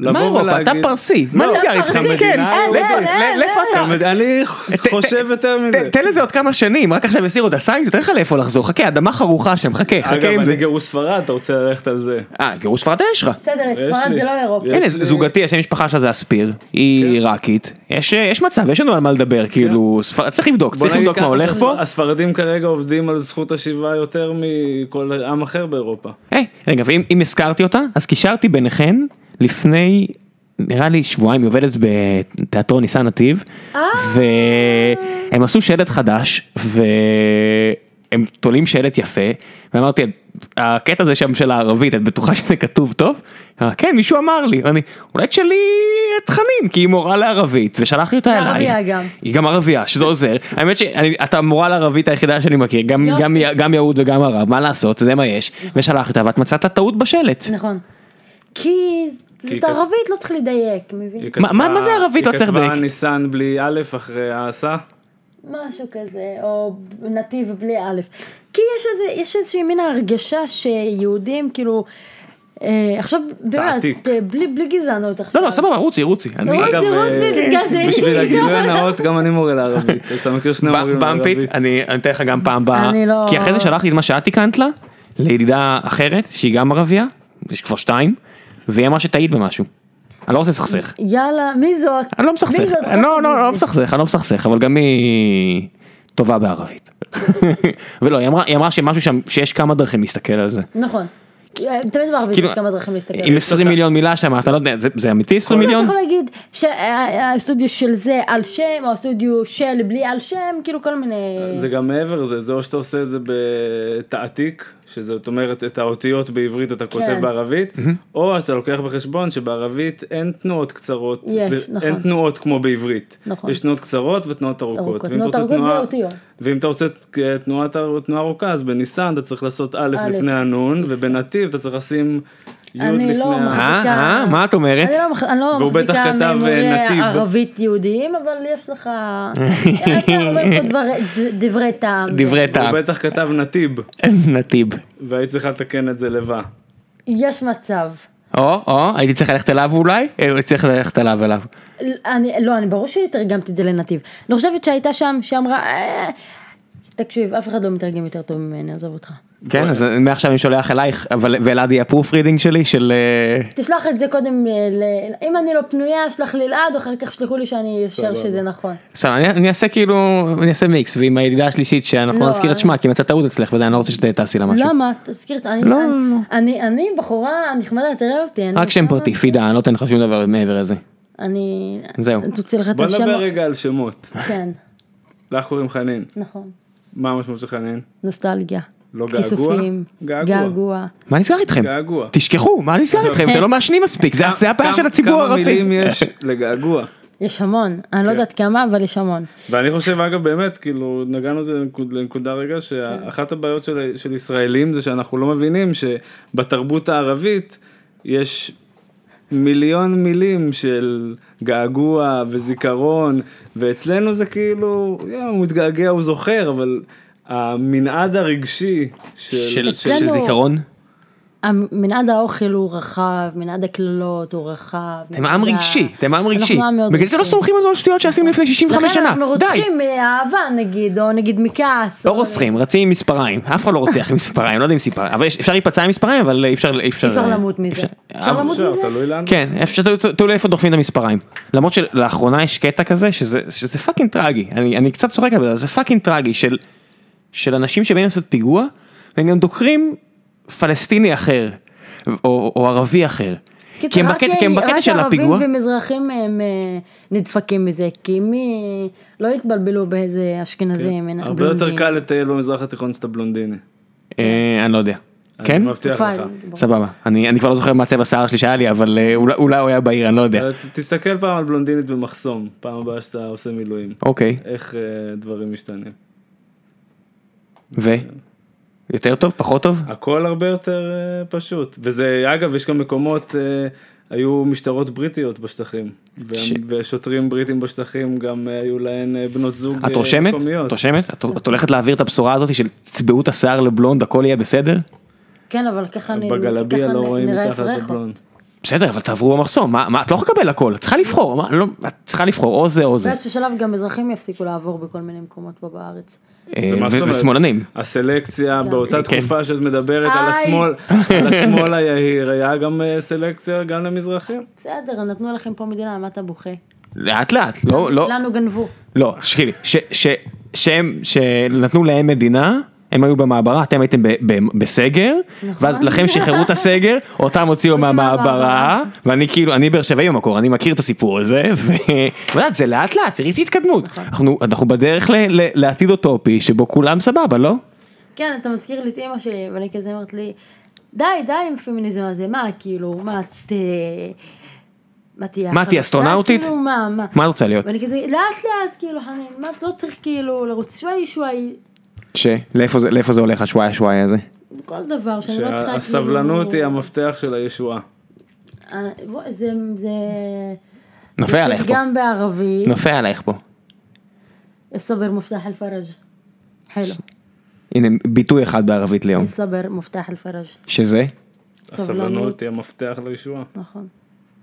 [SPEAKER 1] מה
[SPEAKER 3] לבוא
[SPEAKER 1] אירופה? אתה
[SPEAKER 3] ולהגיד-
[SPEAKER 1] פרסי, מה
[SPEAKER 3] לא,
[SPEAKER 1] נסגר איתך?
[SPEAKER 2] אתה פרסי, אה,
[SPEAKER 1] כן,
[SPEAKER 3] מדינה
[SPEAKER 1] לאיפה-
[SPEAKER 2] אין, אין,
[SPEAKER 1] לאיפה
[SPEAKER 2] אין.
[SPEAKER 1] אתה?
[SPEAKER 3] אני
[SPEAKER 1] אה,
[SPEAKER 2] אה.
[SPEAKER 1] ת- ת-
[SPEAKER 3] חושב יותר
[SPEAKER 1] ת-
[SPEAKER 3] מזה.
[SPEAKER 1] תן לזה עוד כמה שנים, רק עכשיו הסירו את הסנקציות, אין לך לאיפה לחזור, חכה, אדמה חרוכה שם, חכה, חכה
[SPEAKER 3] אגב,
[SPEAKER 1] עם זה.
[SPEAKER 3] אני גירוש ספרד, אתה רוצה ללכת על זה.
[SPEAKER 1] אה, גירוש ספרד יש לך.
[SPEAKER 2] בסדר,
[SPEAKER 3] יש
[SPEAKER 2] ספרד
[SPEAKER 3] לי.
[SPEAKER 2] זה לא אירופה.
[SPEAKER 3] יש אה, כן.
[SPEAKER 1] הנה,
[SPEAKER 3] לי-
[SPEAKER 1] זוגתי, השם משפחה שלה זה אספיר, היא עיראקית, יש אה, יש מצב, יש לנו על מה לדבר, כאילו, ספר- צריך לבדוק,
[SPEAKER 3] כן. בוא
[SPEAKER 1] צריך
[SPEAKER 3] נגיד
[SPEAKER 1] לבדוק מה
[SPEAKER 3] ככה,
[SPEAKER 1] הולך פה.
[SPEAKER 3] שהספר- הספרדים כרגע עובדים על זכות השיבה יותר מכל עם אחר באירופה.
[SPEAKER 1] היי, רגע, ואם אם הזכרתי אותה, אז קישרתי ביניכן לפני, נראה לי שבועיים, היא עובדת בתיאטרון ניסן נתיב,
[SPEAKER 2] אה.
[SPEAKER 1] והם עשו שלט חדש, והם תולים שלט יפה, ואמרתי, הקטע הזה שם של הערבית, את בטוחה שזה כתוב טוב? היא אמרה, כן, מישהו אמר לי, אני, אולי תשאלי את חנין, כי היא מורה לערבית, ושלחתי אותה
[SPEAKER 2] היא
[SPEAKER 1] אלייך.
[SPEAKER 2] ערבייה גם.
[SPEAKER 1] היא גם ערבייה, שזה עוזר. האמת שאת המורה לערבית היחידה שאני מכיר, גם,
[SPEAKER 2] יופי.
[SPEAKER 1] גם, גם יהוד וגם ערב, מה לעשות, זה מה יש. ושלח אותה ואת מצאת טעות בשלט.
[SPEAKER 2] נכון. כי
[SPEAKER 3] כי
[SPEAKER 2] זאת
[SPEAKER 3] כת-
[SPEAKER 2] ערבית, לא צריך לדייק, מבין?
[SPEAKER 3] היא כתבה-
[SPEAKER 1] מה- מה זה ערבית? לא צריך
[SPEAKER 3] היא
[SPEAKER 1] דק.
[SPEAKER 3] כתבה ניסן בלי א' אחרי העשה.
[SPEAKER 2] משהו כזה, או נתיב בלי א', כי יש, איזה, יש איזושהי מין הרגשה שיהודים כאילו, אה, עכשיו באמת,
[SPEAKER 3] תעתיק.
[SPEAKER 2] אה, בלי, בלי גזענות עכשיו.
[SPEAKER 1] לא, לא, סבבה, רוצי, רוצי. אני
[SPEAKER 2] אוי,
[SPEAKER 3] אגב,
[SPEAKER 2] זה מאוד
[SPEAKER 3] אה,
[SPEAKER 2] מתגזען.
[SPEAKER 3] בשביל הגילוי הנאות גם אני מורה לערבית, אז אתה מכיר שני מורים
[SPEAKER 1] ב-
[SPEAKER 3] לערבית.
[SPEAKER 1] במפית, אני אני אתן לך גם פעם הבאה.
[SPEAKER 2] אני לא-
[SPEAKER 1] כי אחרי זה שלחתי את מה שאת תיקנת לה, לידידה אחרת, שהיא גם ערבייה, יש כבר שתיים, והיא אמרה שטעית במשהו. אני לא רוצה לסכסך.
[SPEAKER 2] יאללה, מי זאת?
[SPEAKER 1] אני לא מסכסך.
[SPEAKER 2] מי זאת? אה,
[SPEAKER 1] אני לא, לא,
[SPEAKER 2] תגידי.
[SPEAKER 1] לא מסכסך, אני לא מסכסך, אבל גם היא טובה בערבית. ולא, היא אמרה, היא אמרה שמשהו שם, שיש כמה דרכים להסתכל על זה.
[SPEAKER 2] נכון. תמיד בערבית
[SPEAKER 1] כאילו,
[SPEAKER 2] יש כמה דרכים להסתכל.
[SPEAKER 1] עם 20 מיליון מילה שם אתה לא יודע זה- זה אמיתי 20 מיליון?
[SPEAKER 2] אתה יכול להגיד שהסטודיו של זה על שם, או הסטודיו של בלי על שם, כאילו כל מיני...
[SPEAKER 3] אה, זה גם מעבר לזה, זה או שאתה עושה את זה בתעתיק, שזאת אומרת את האותיות בעברית אתה כותב
[SPEAKER 2] כן.
[SPEAKER 3] בערבית, או אתה לוקח בחשבון שבערבית אין תנועות קצרות,
[SPEAKER 2] יש,
[SPEAKER 3] סליח,
[SPEAKER 2] נכון.
[SPEAKER 3] אין תנועות כמו בעברית,
[SPEAKER 2] נכון.
[SPEAKER 3] יש תנועות קצרות ותנועות ארוכות,
[SPEAKER 2] ארוכות.
[SPEAKER 3] ואם אתה
[SPEAKER 2] תנועות
[SPEAKER 3] רוצה
[SPEAKER 2] ארוכות זה
[SPEAKER 3] תנועה-
[SPEAKER 2] אותיות.
[SPEAKER 3] ואם אתה רוצה ת- אה, תנועה תנועה ארוכה אז בניסן אתה צריך לעשות א'
[SPEAKER 2] א'.
[SPEAKER 3] לפני הנון, ובנתיב אתה צריך לשים י'
[SPEAKER 2] אני לא
[SPEAKER 3] לפני
[SPEAKER 2] מחזיקה-
[SPEAKER 3] ה...
[SPEAKER 1] אה, אה, מה את אומרת?
[SPEAKER 2] אני לא מח- אני לא
[SPEAKER 3] והוא בטח
[SPEAKER 2] מחזיקה
[SPEAKER 3] כתב, אה,
[SPEAKER 2] ממורי
[SPEAKER 3] נתיב.
[SPEAKER 2] ערבית יהודיים, אבל יש לך... אתה אומר פה דבר- ד- דברי טעם.
[SPEAKER 1] דברי טעם,
[SPEAKER 3] הוא בטח כתב נתיב,
[SPEAKER 1] נתיב.
[SPEAKER 3] והיית צריכה לתקן את זה לבא.
[SPEAKER 2] יש מצב.
[SPEAKER 1] או, או, הייתי צריך ללכת אליו אולי? אה, הייתי צריך ללכת אליו אליו.
[SPEAKER 2] אני, לא, אני ברור שתרגמתי את זה לנתיב. אני חושבת שהייתה שם, שאמרה, "אה, תקשיב, אף אחד לא מתרגם יותר טוב ממני, עזוב אותך.
[SPEAKER 1] כן, אז מעכשיו אני שולח אלייך, אבל ואלעד יהיה הפרוף רידינג שלי של... אה,
[SPEAKER 2] תשלח את זה קודם, אה, ל- אם אני לא פנויה, שלח לי אלעד, אחר כך שלחו לי שאני אשר
[SPEAKER 3] סבבה.
[SPEAKER 2] שזה נכון.
[SPEAKER 1] בסדר, אני, אני אעשה כאילו, אני אעשה מיקס, ועם הידידה השלישית שאנחנו לא
[SPEAKER 2] לא,
[SPEAKER 1] נזכיר את
[SPEAKER 2] אה.
[SPEAKER 1] שמה, כי מצאה טעות אצלך, ואני לא רוצה שתעשי לה משהו.
[SPEAKER 2] למה? תזכיר, את- אני,
[SPEAKER 1] לא,
[SPEAKER 2] אני,
[SPEAKER 1] לא, לא.
[SPEAKER 2] אני, אני בחורה נחמדה, תראה אותי. אני
[SPEAKER 1] רק שם
[SPEAKER 2] בחורה-
[SPEAKER 1] פרטי, פידה, אני לא אתן לך שום דבר מעבר לזה.
[SPEAKER 2] אני...
[SPEAKER 1] זהו.
[SPEAKER 2] תוציא לך את
[SPEAKER 3] בוא
[SPEAKER 2] השם.
[SPEAKER 3] נדבר רגע על שמות.
[SPEAKER 2] כן,
[SPEAKER 3] לך קוראים חנין,
[SPEAKER 2] נכון.
[SPEAKER 3] מה המשמעות של חנין?
[SPEAKER 2] נוסטלגיה.
[SPEAKER 3] לא געגוע?
[SPEAKER 2] כיסופים.
[SPEAKER 3] געגוע.
[SPEAKER 2] געגוע.
[SPEAKER 1] מה נסגר איתכם?
[SPEAKER 3] געגוע.
[SPEAKER 1] תשכחו, מה נסגר איתכם? אתם לא מעשנים מספיק, זה זה הבעיה
[SPEAKER 3] כמה-
[SPEAKER 1] של הציבור
[SPEAKER 3] כמה
[SPEAKER 1] הערבי.
[SPEAKER 3] מילים יש לגעגוע.
[SPEAKER 2] יש המון, אני לא
[SPEAKER 3] כן.
[SPEAKER 2] יודעת כמה, אבל יש המון.
[SPEAKER 3] ואני חושב אגב באמת כאילו נגענו בזה לנקוד- לנקודה רגע שאחת הבעיות של, של ישראלים זה שאנחנו לא מבינים שבתרבות הערבית יש מיליון מילים של געגוע וזיכרון ואצלנו זה כאילו "יא, הוא מתגעגע הוא זוכר אבל המנעד הרגשי של,
[SPEAKER 1] של
[SPEAKER 3] של...
[SPEAKER 2] אצלנו-
[SPEAKER 1] של זיכרון?
[SPEAKER 2] מנעד האוכל הוא רחב, מנעד הקללות הוא רחב.
[SPEAKER 1] אתם עם
[SPEAKER 2] מנעד ה-
[SPEAKER 1] רגשי, אתם עם רגשי.
[SPEAKER 2] אנחנו עם מאוד
[SPEAKER 1] בגלל זה לא
[SPEAKER 2] רגשי.
[SPEAKER 1] סומכים לנו על שטויות שעשינו לפני 65
[SPEAKER 2] לכן
[SPEAKER 1] שנה,
[SPEAKER 2] אנחנו
[SPEAKER 1] די.
[SPEAKER 2] רוצחים מאהבה נגיד, או נגיד מכעס.
[SPEAKER 1] לא
[SPEAKER 2] או-
[SPEAKER 1] רוצחים, רצים עם מספריים, אף אחד לא רוצח עם מספריים, לא יודע אם מספריים, אבל יש- אפשר להיפצע עם מספריים, אבל אי אפשר, אי אפשר,
[SPEAKER 2] אפשר למות מזה.
[SPEAKER 1] אה, אפשר- אה,
[SPEAKER 2] אפשר למות
[SPEAKER 3] אפשר,
[SPEAKER 2] מזה?
[SPEAKER 3] תלוי לאן.
[SPEAKER 1] כן, איפה שאתה תלוי איפה דוחפים את המספריים. למרות שלאחרונה יש קטע כזה שזה, שזה פאקינג טרגי, אני, אני קצת צוחק על זה, זה פאקינג טרגי של, של אנשים שבאים לעשות פיגוע, והם גם דוקרים פלסטיני אחר, או, או ערבי אחר. כי הם
[SPEAKER 2] רק-
[SPEAKER 1] בקטע, כי הם בקטע של הפיגוע,
[SPEAKER 2] רק אה, ערבים ומזרחים הם אה, נדפקים מזה, כי מי... לא יתבלבלו באיזה
[SPEAKER 1] כן,
[SPEAKER 2] אשכנזים. אין-
[SPEAKER 3] הרבה
[SPEAKER 2] בלונדינים.
[SPEAKER 3] יותר קל לטייל במזרח התיכון כשאתה בלונדיני.
[SPEAKER 1] אה, אני לא יודע. כן?
[SPEAKER 3] אני מבטיח
[SPEAKER 2] תופעה,
[SPEAKER 3] לך.
[SPEAKER 2] ברור.
[SPEAKER 1] סבבה, אני, אני כבר לא זוכר מה צבע השיער שלי שהיה לי, אבל אה, אולי, אולי הוא היה בעיר, אני לא יודע.
[SPEAKER 3] ת- תסתכל פעם על בלונדינית במחסום, פעם הבאה שאתה עושה מילואים.
[SPEAKER 1] אוקיי,
[SPEAKER 3] איך אה, דברים משתנים.
[SPEAKER 1] ו? יותר טוב? פחות טוב?
[SPEAKER 3] הכל הרבה יותר אה, פשוט. וזה, אגב, יש גם מקומות, אה, היו משטרות בריטיות בשטחים. והם-
[SPEAKER 1] ש-
[SPEAKER 3] ושוטרים בריטים בשטחים גם אה, היו להן אה, בנות זוג
[SPEAKER 1] את
[SPEAKER 3] אה,
[SPEAKER 1] רושמת? את
[SPEAKER 3] מקומיות.
[SPEAKER 1] רושמת? את- את הולכת להעביר את הבשורה הזאת של צבעו את השיער לבלונד הכל יהיה בסדר?
[SPEAKER 2] כן, אבל ככה אני...
[SPEAKER 3] בגלביה
[SPEAKER 2] ככה
[SPEAKER 3] לא
[SPEAKER 2] נ-
[SPEAKER 3] רואים
[SPEAKER 2] נראה
[SPEAKER 3] מתחת
[SPEAKER 2] פרחות.
[SPEAKER 3] לבלון.
[SPEAKER 1] אה, בסדר אבל תעברו במחסום מה מה את לא יכולה לקבל הכל את צריכה לבחור מה, לא, את צריכה לבחור או זה או זה
[SPEAKER 2] באיזשהו שלב גם אזרחים יפסיקו לעבור בכל מיני מקומות פה בארץ.
[SPEAKER 1] אה,
[SPEAKER 3] זה מה
[SPEAKER 1] ו-
[SPEAKER 3] זאת אומרת?
[SPEAKER 1] ושמאלנים
[SPEAKER 3] הסלקציה
[SPEAKER 2] כן.
[SPEAKER 1] כן.
[SPEAKER 3] באותה תקופה שאת מדברת על
[SPEAKER 2] איי.
[SPEAKER 3] השמאל, על השמאל היהיר, היה גם אה, סלקציה גם למזרחים.
[SPEAKER 2] בסדר, נתנו לכם פה מדינה, מה אתה בוכה?
[SPEAKER 1] לאט לאט לא לא
[SPEAKER 2] לנו גנבו.
[SPEAKER 1] לא שכאילו ש- ש- שהם שנתנו להם מדינה. הם היו במעברה, אתם הייתם ב- ב- בסגר, ואז לכם שחררו את הסגר, אותם הוציאו מהמעברה,
[SPEAKER 2] מהמעברה.
[SPEAKER 1] ואני כאילו, אני באר שבעי במקור, אני מכיר את הסיפור הזה, ואת יודעת, זה לאט לאט, תראי איזה התקדמות. אנחנו אנחנו בדרך ל- ל- לעתיד אוטופי, שבו כולם סבבה, לא?
[SPEAKER 2] כן, אתה מזכיר לי את אימא שלי, ואני כזה אומרת לי, די, די עם הפמיניזם הזה, מה, כאילו, מה, את... אה, מה תהיה?
[SPEAKER 1] מה, תהיי
[SPEAKER 2] חלוצה?
[SPEAKER 1] אסטרונאוטית?
[SPEAKER 2] כאילו, מה, מה?
[SPEAKER 1] מה את רוצה להיות?
[SPEAKER 2] ואני כזה, לאט לאט, כאילו, חנין, מה, את לא צריך כאילו לרוץ שוואי שוואי,
[SPEAKER 1] ש? לאיפה זה, לאיפה זה הולך השוואי השוואי הזה?
[SPEAKER 2] כל דבר שאני לא צריכה כאילו...
[SPEAKER 3] שהסבלנות היא המפתח של הישועה.
[SPEAKER 2] אה, בוא, זה... זה...
[SPEAKER 1] נופל עלייך פה.
[SPEAKER 2] גם בערבית,
[SPEAKER 1] נופל עלייך פה.
[SPEAKER 2] אסבר מפתח אל-פרג'. חלו,
[SPEAKER 1] הנה ביטוי אחד בערבית ליום.
[SPEAKER 2] אסבר מפתח אל-פרג'.
[SPEAKER 1] שזה?
[SPEAKER 3] הסבלנות היא המפתח לישועה.
[SPEAKER 2] נכון.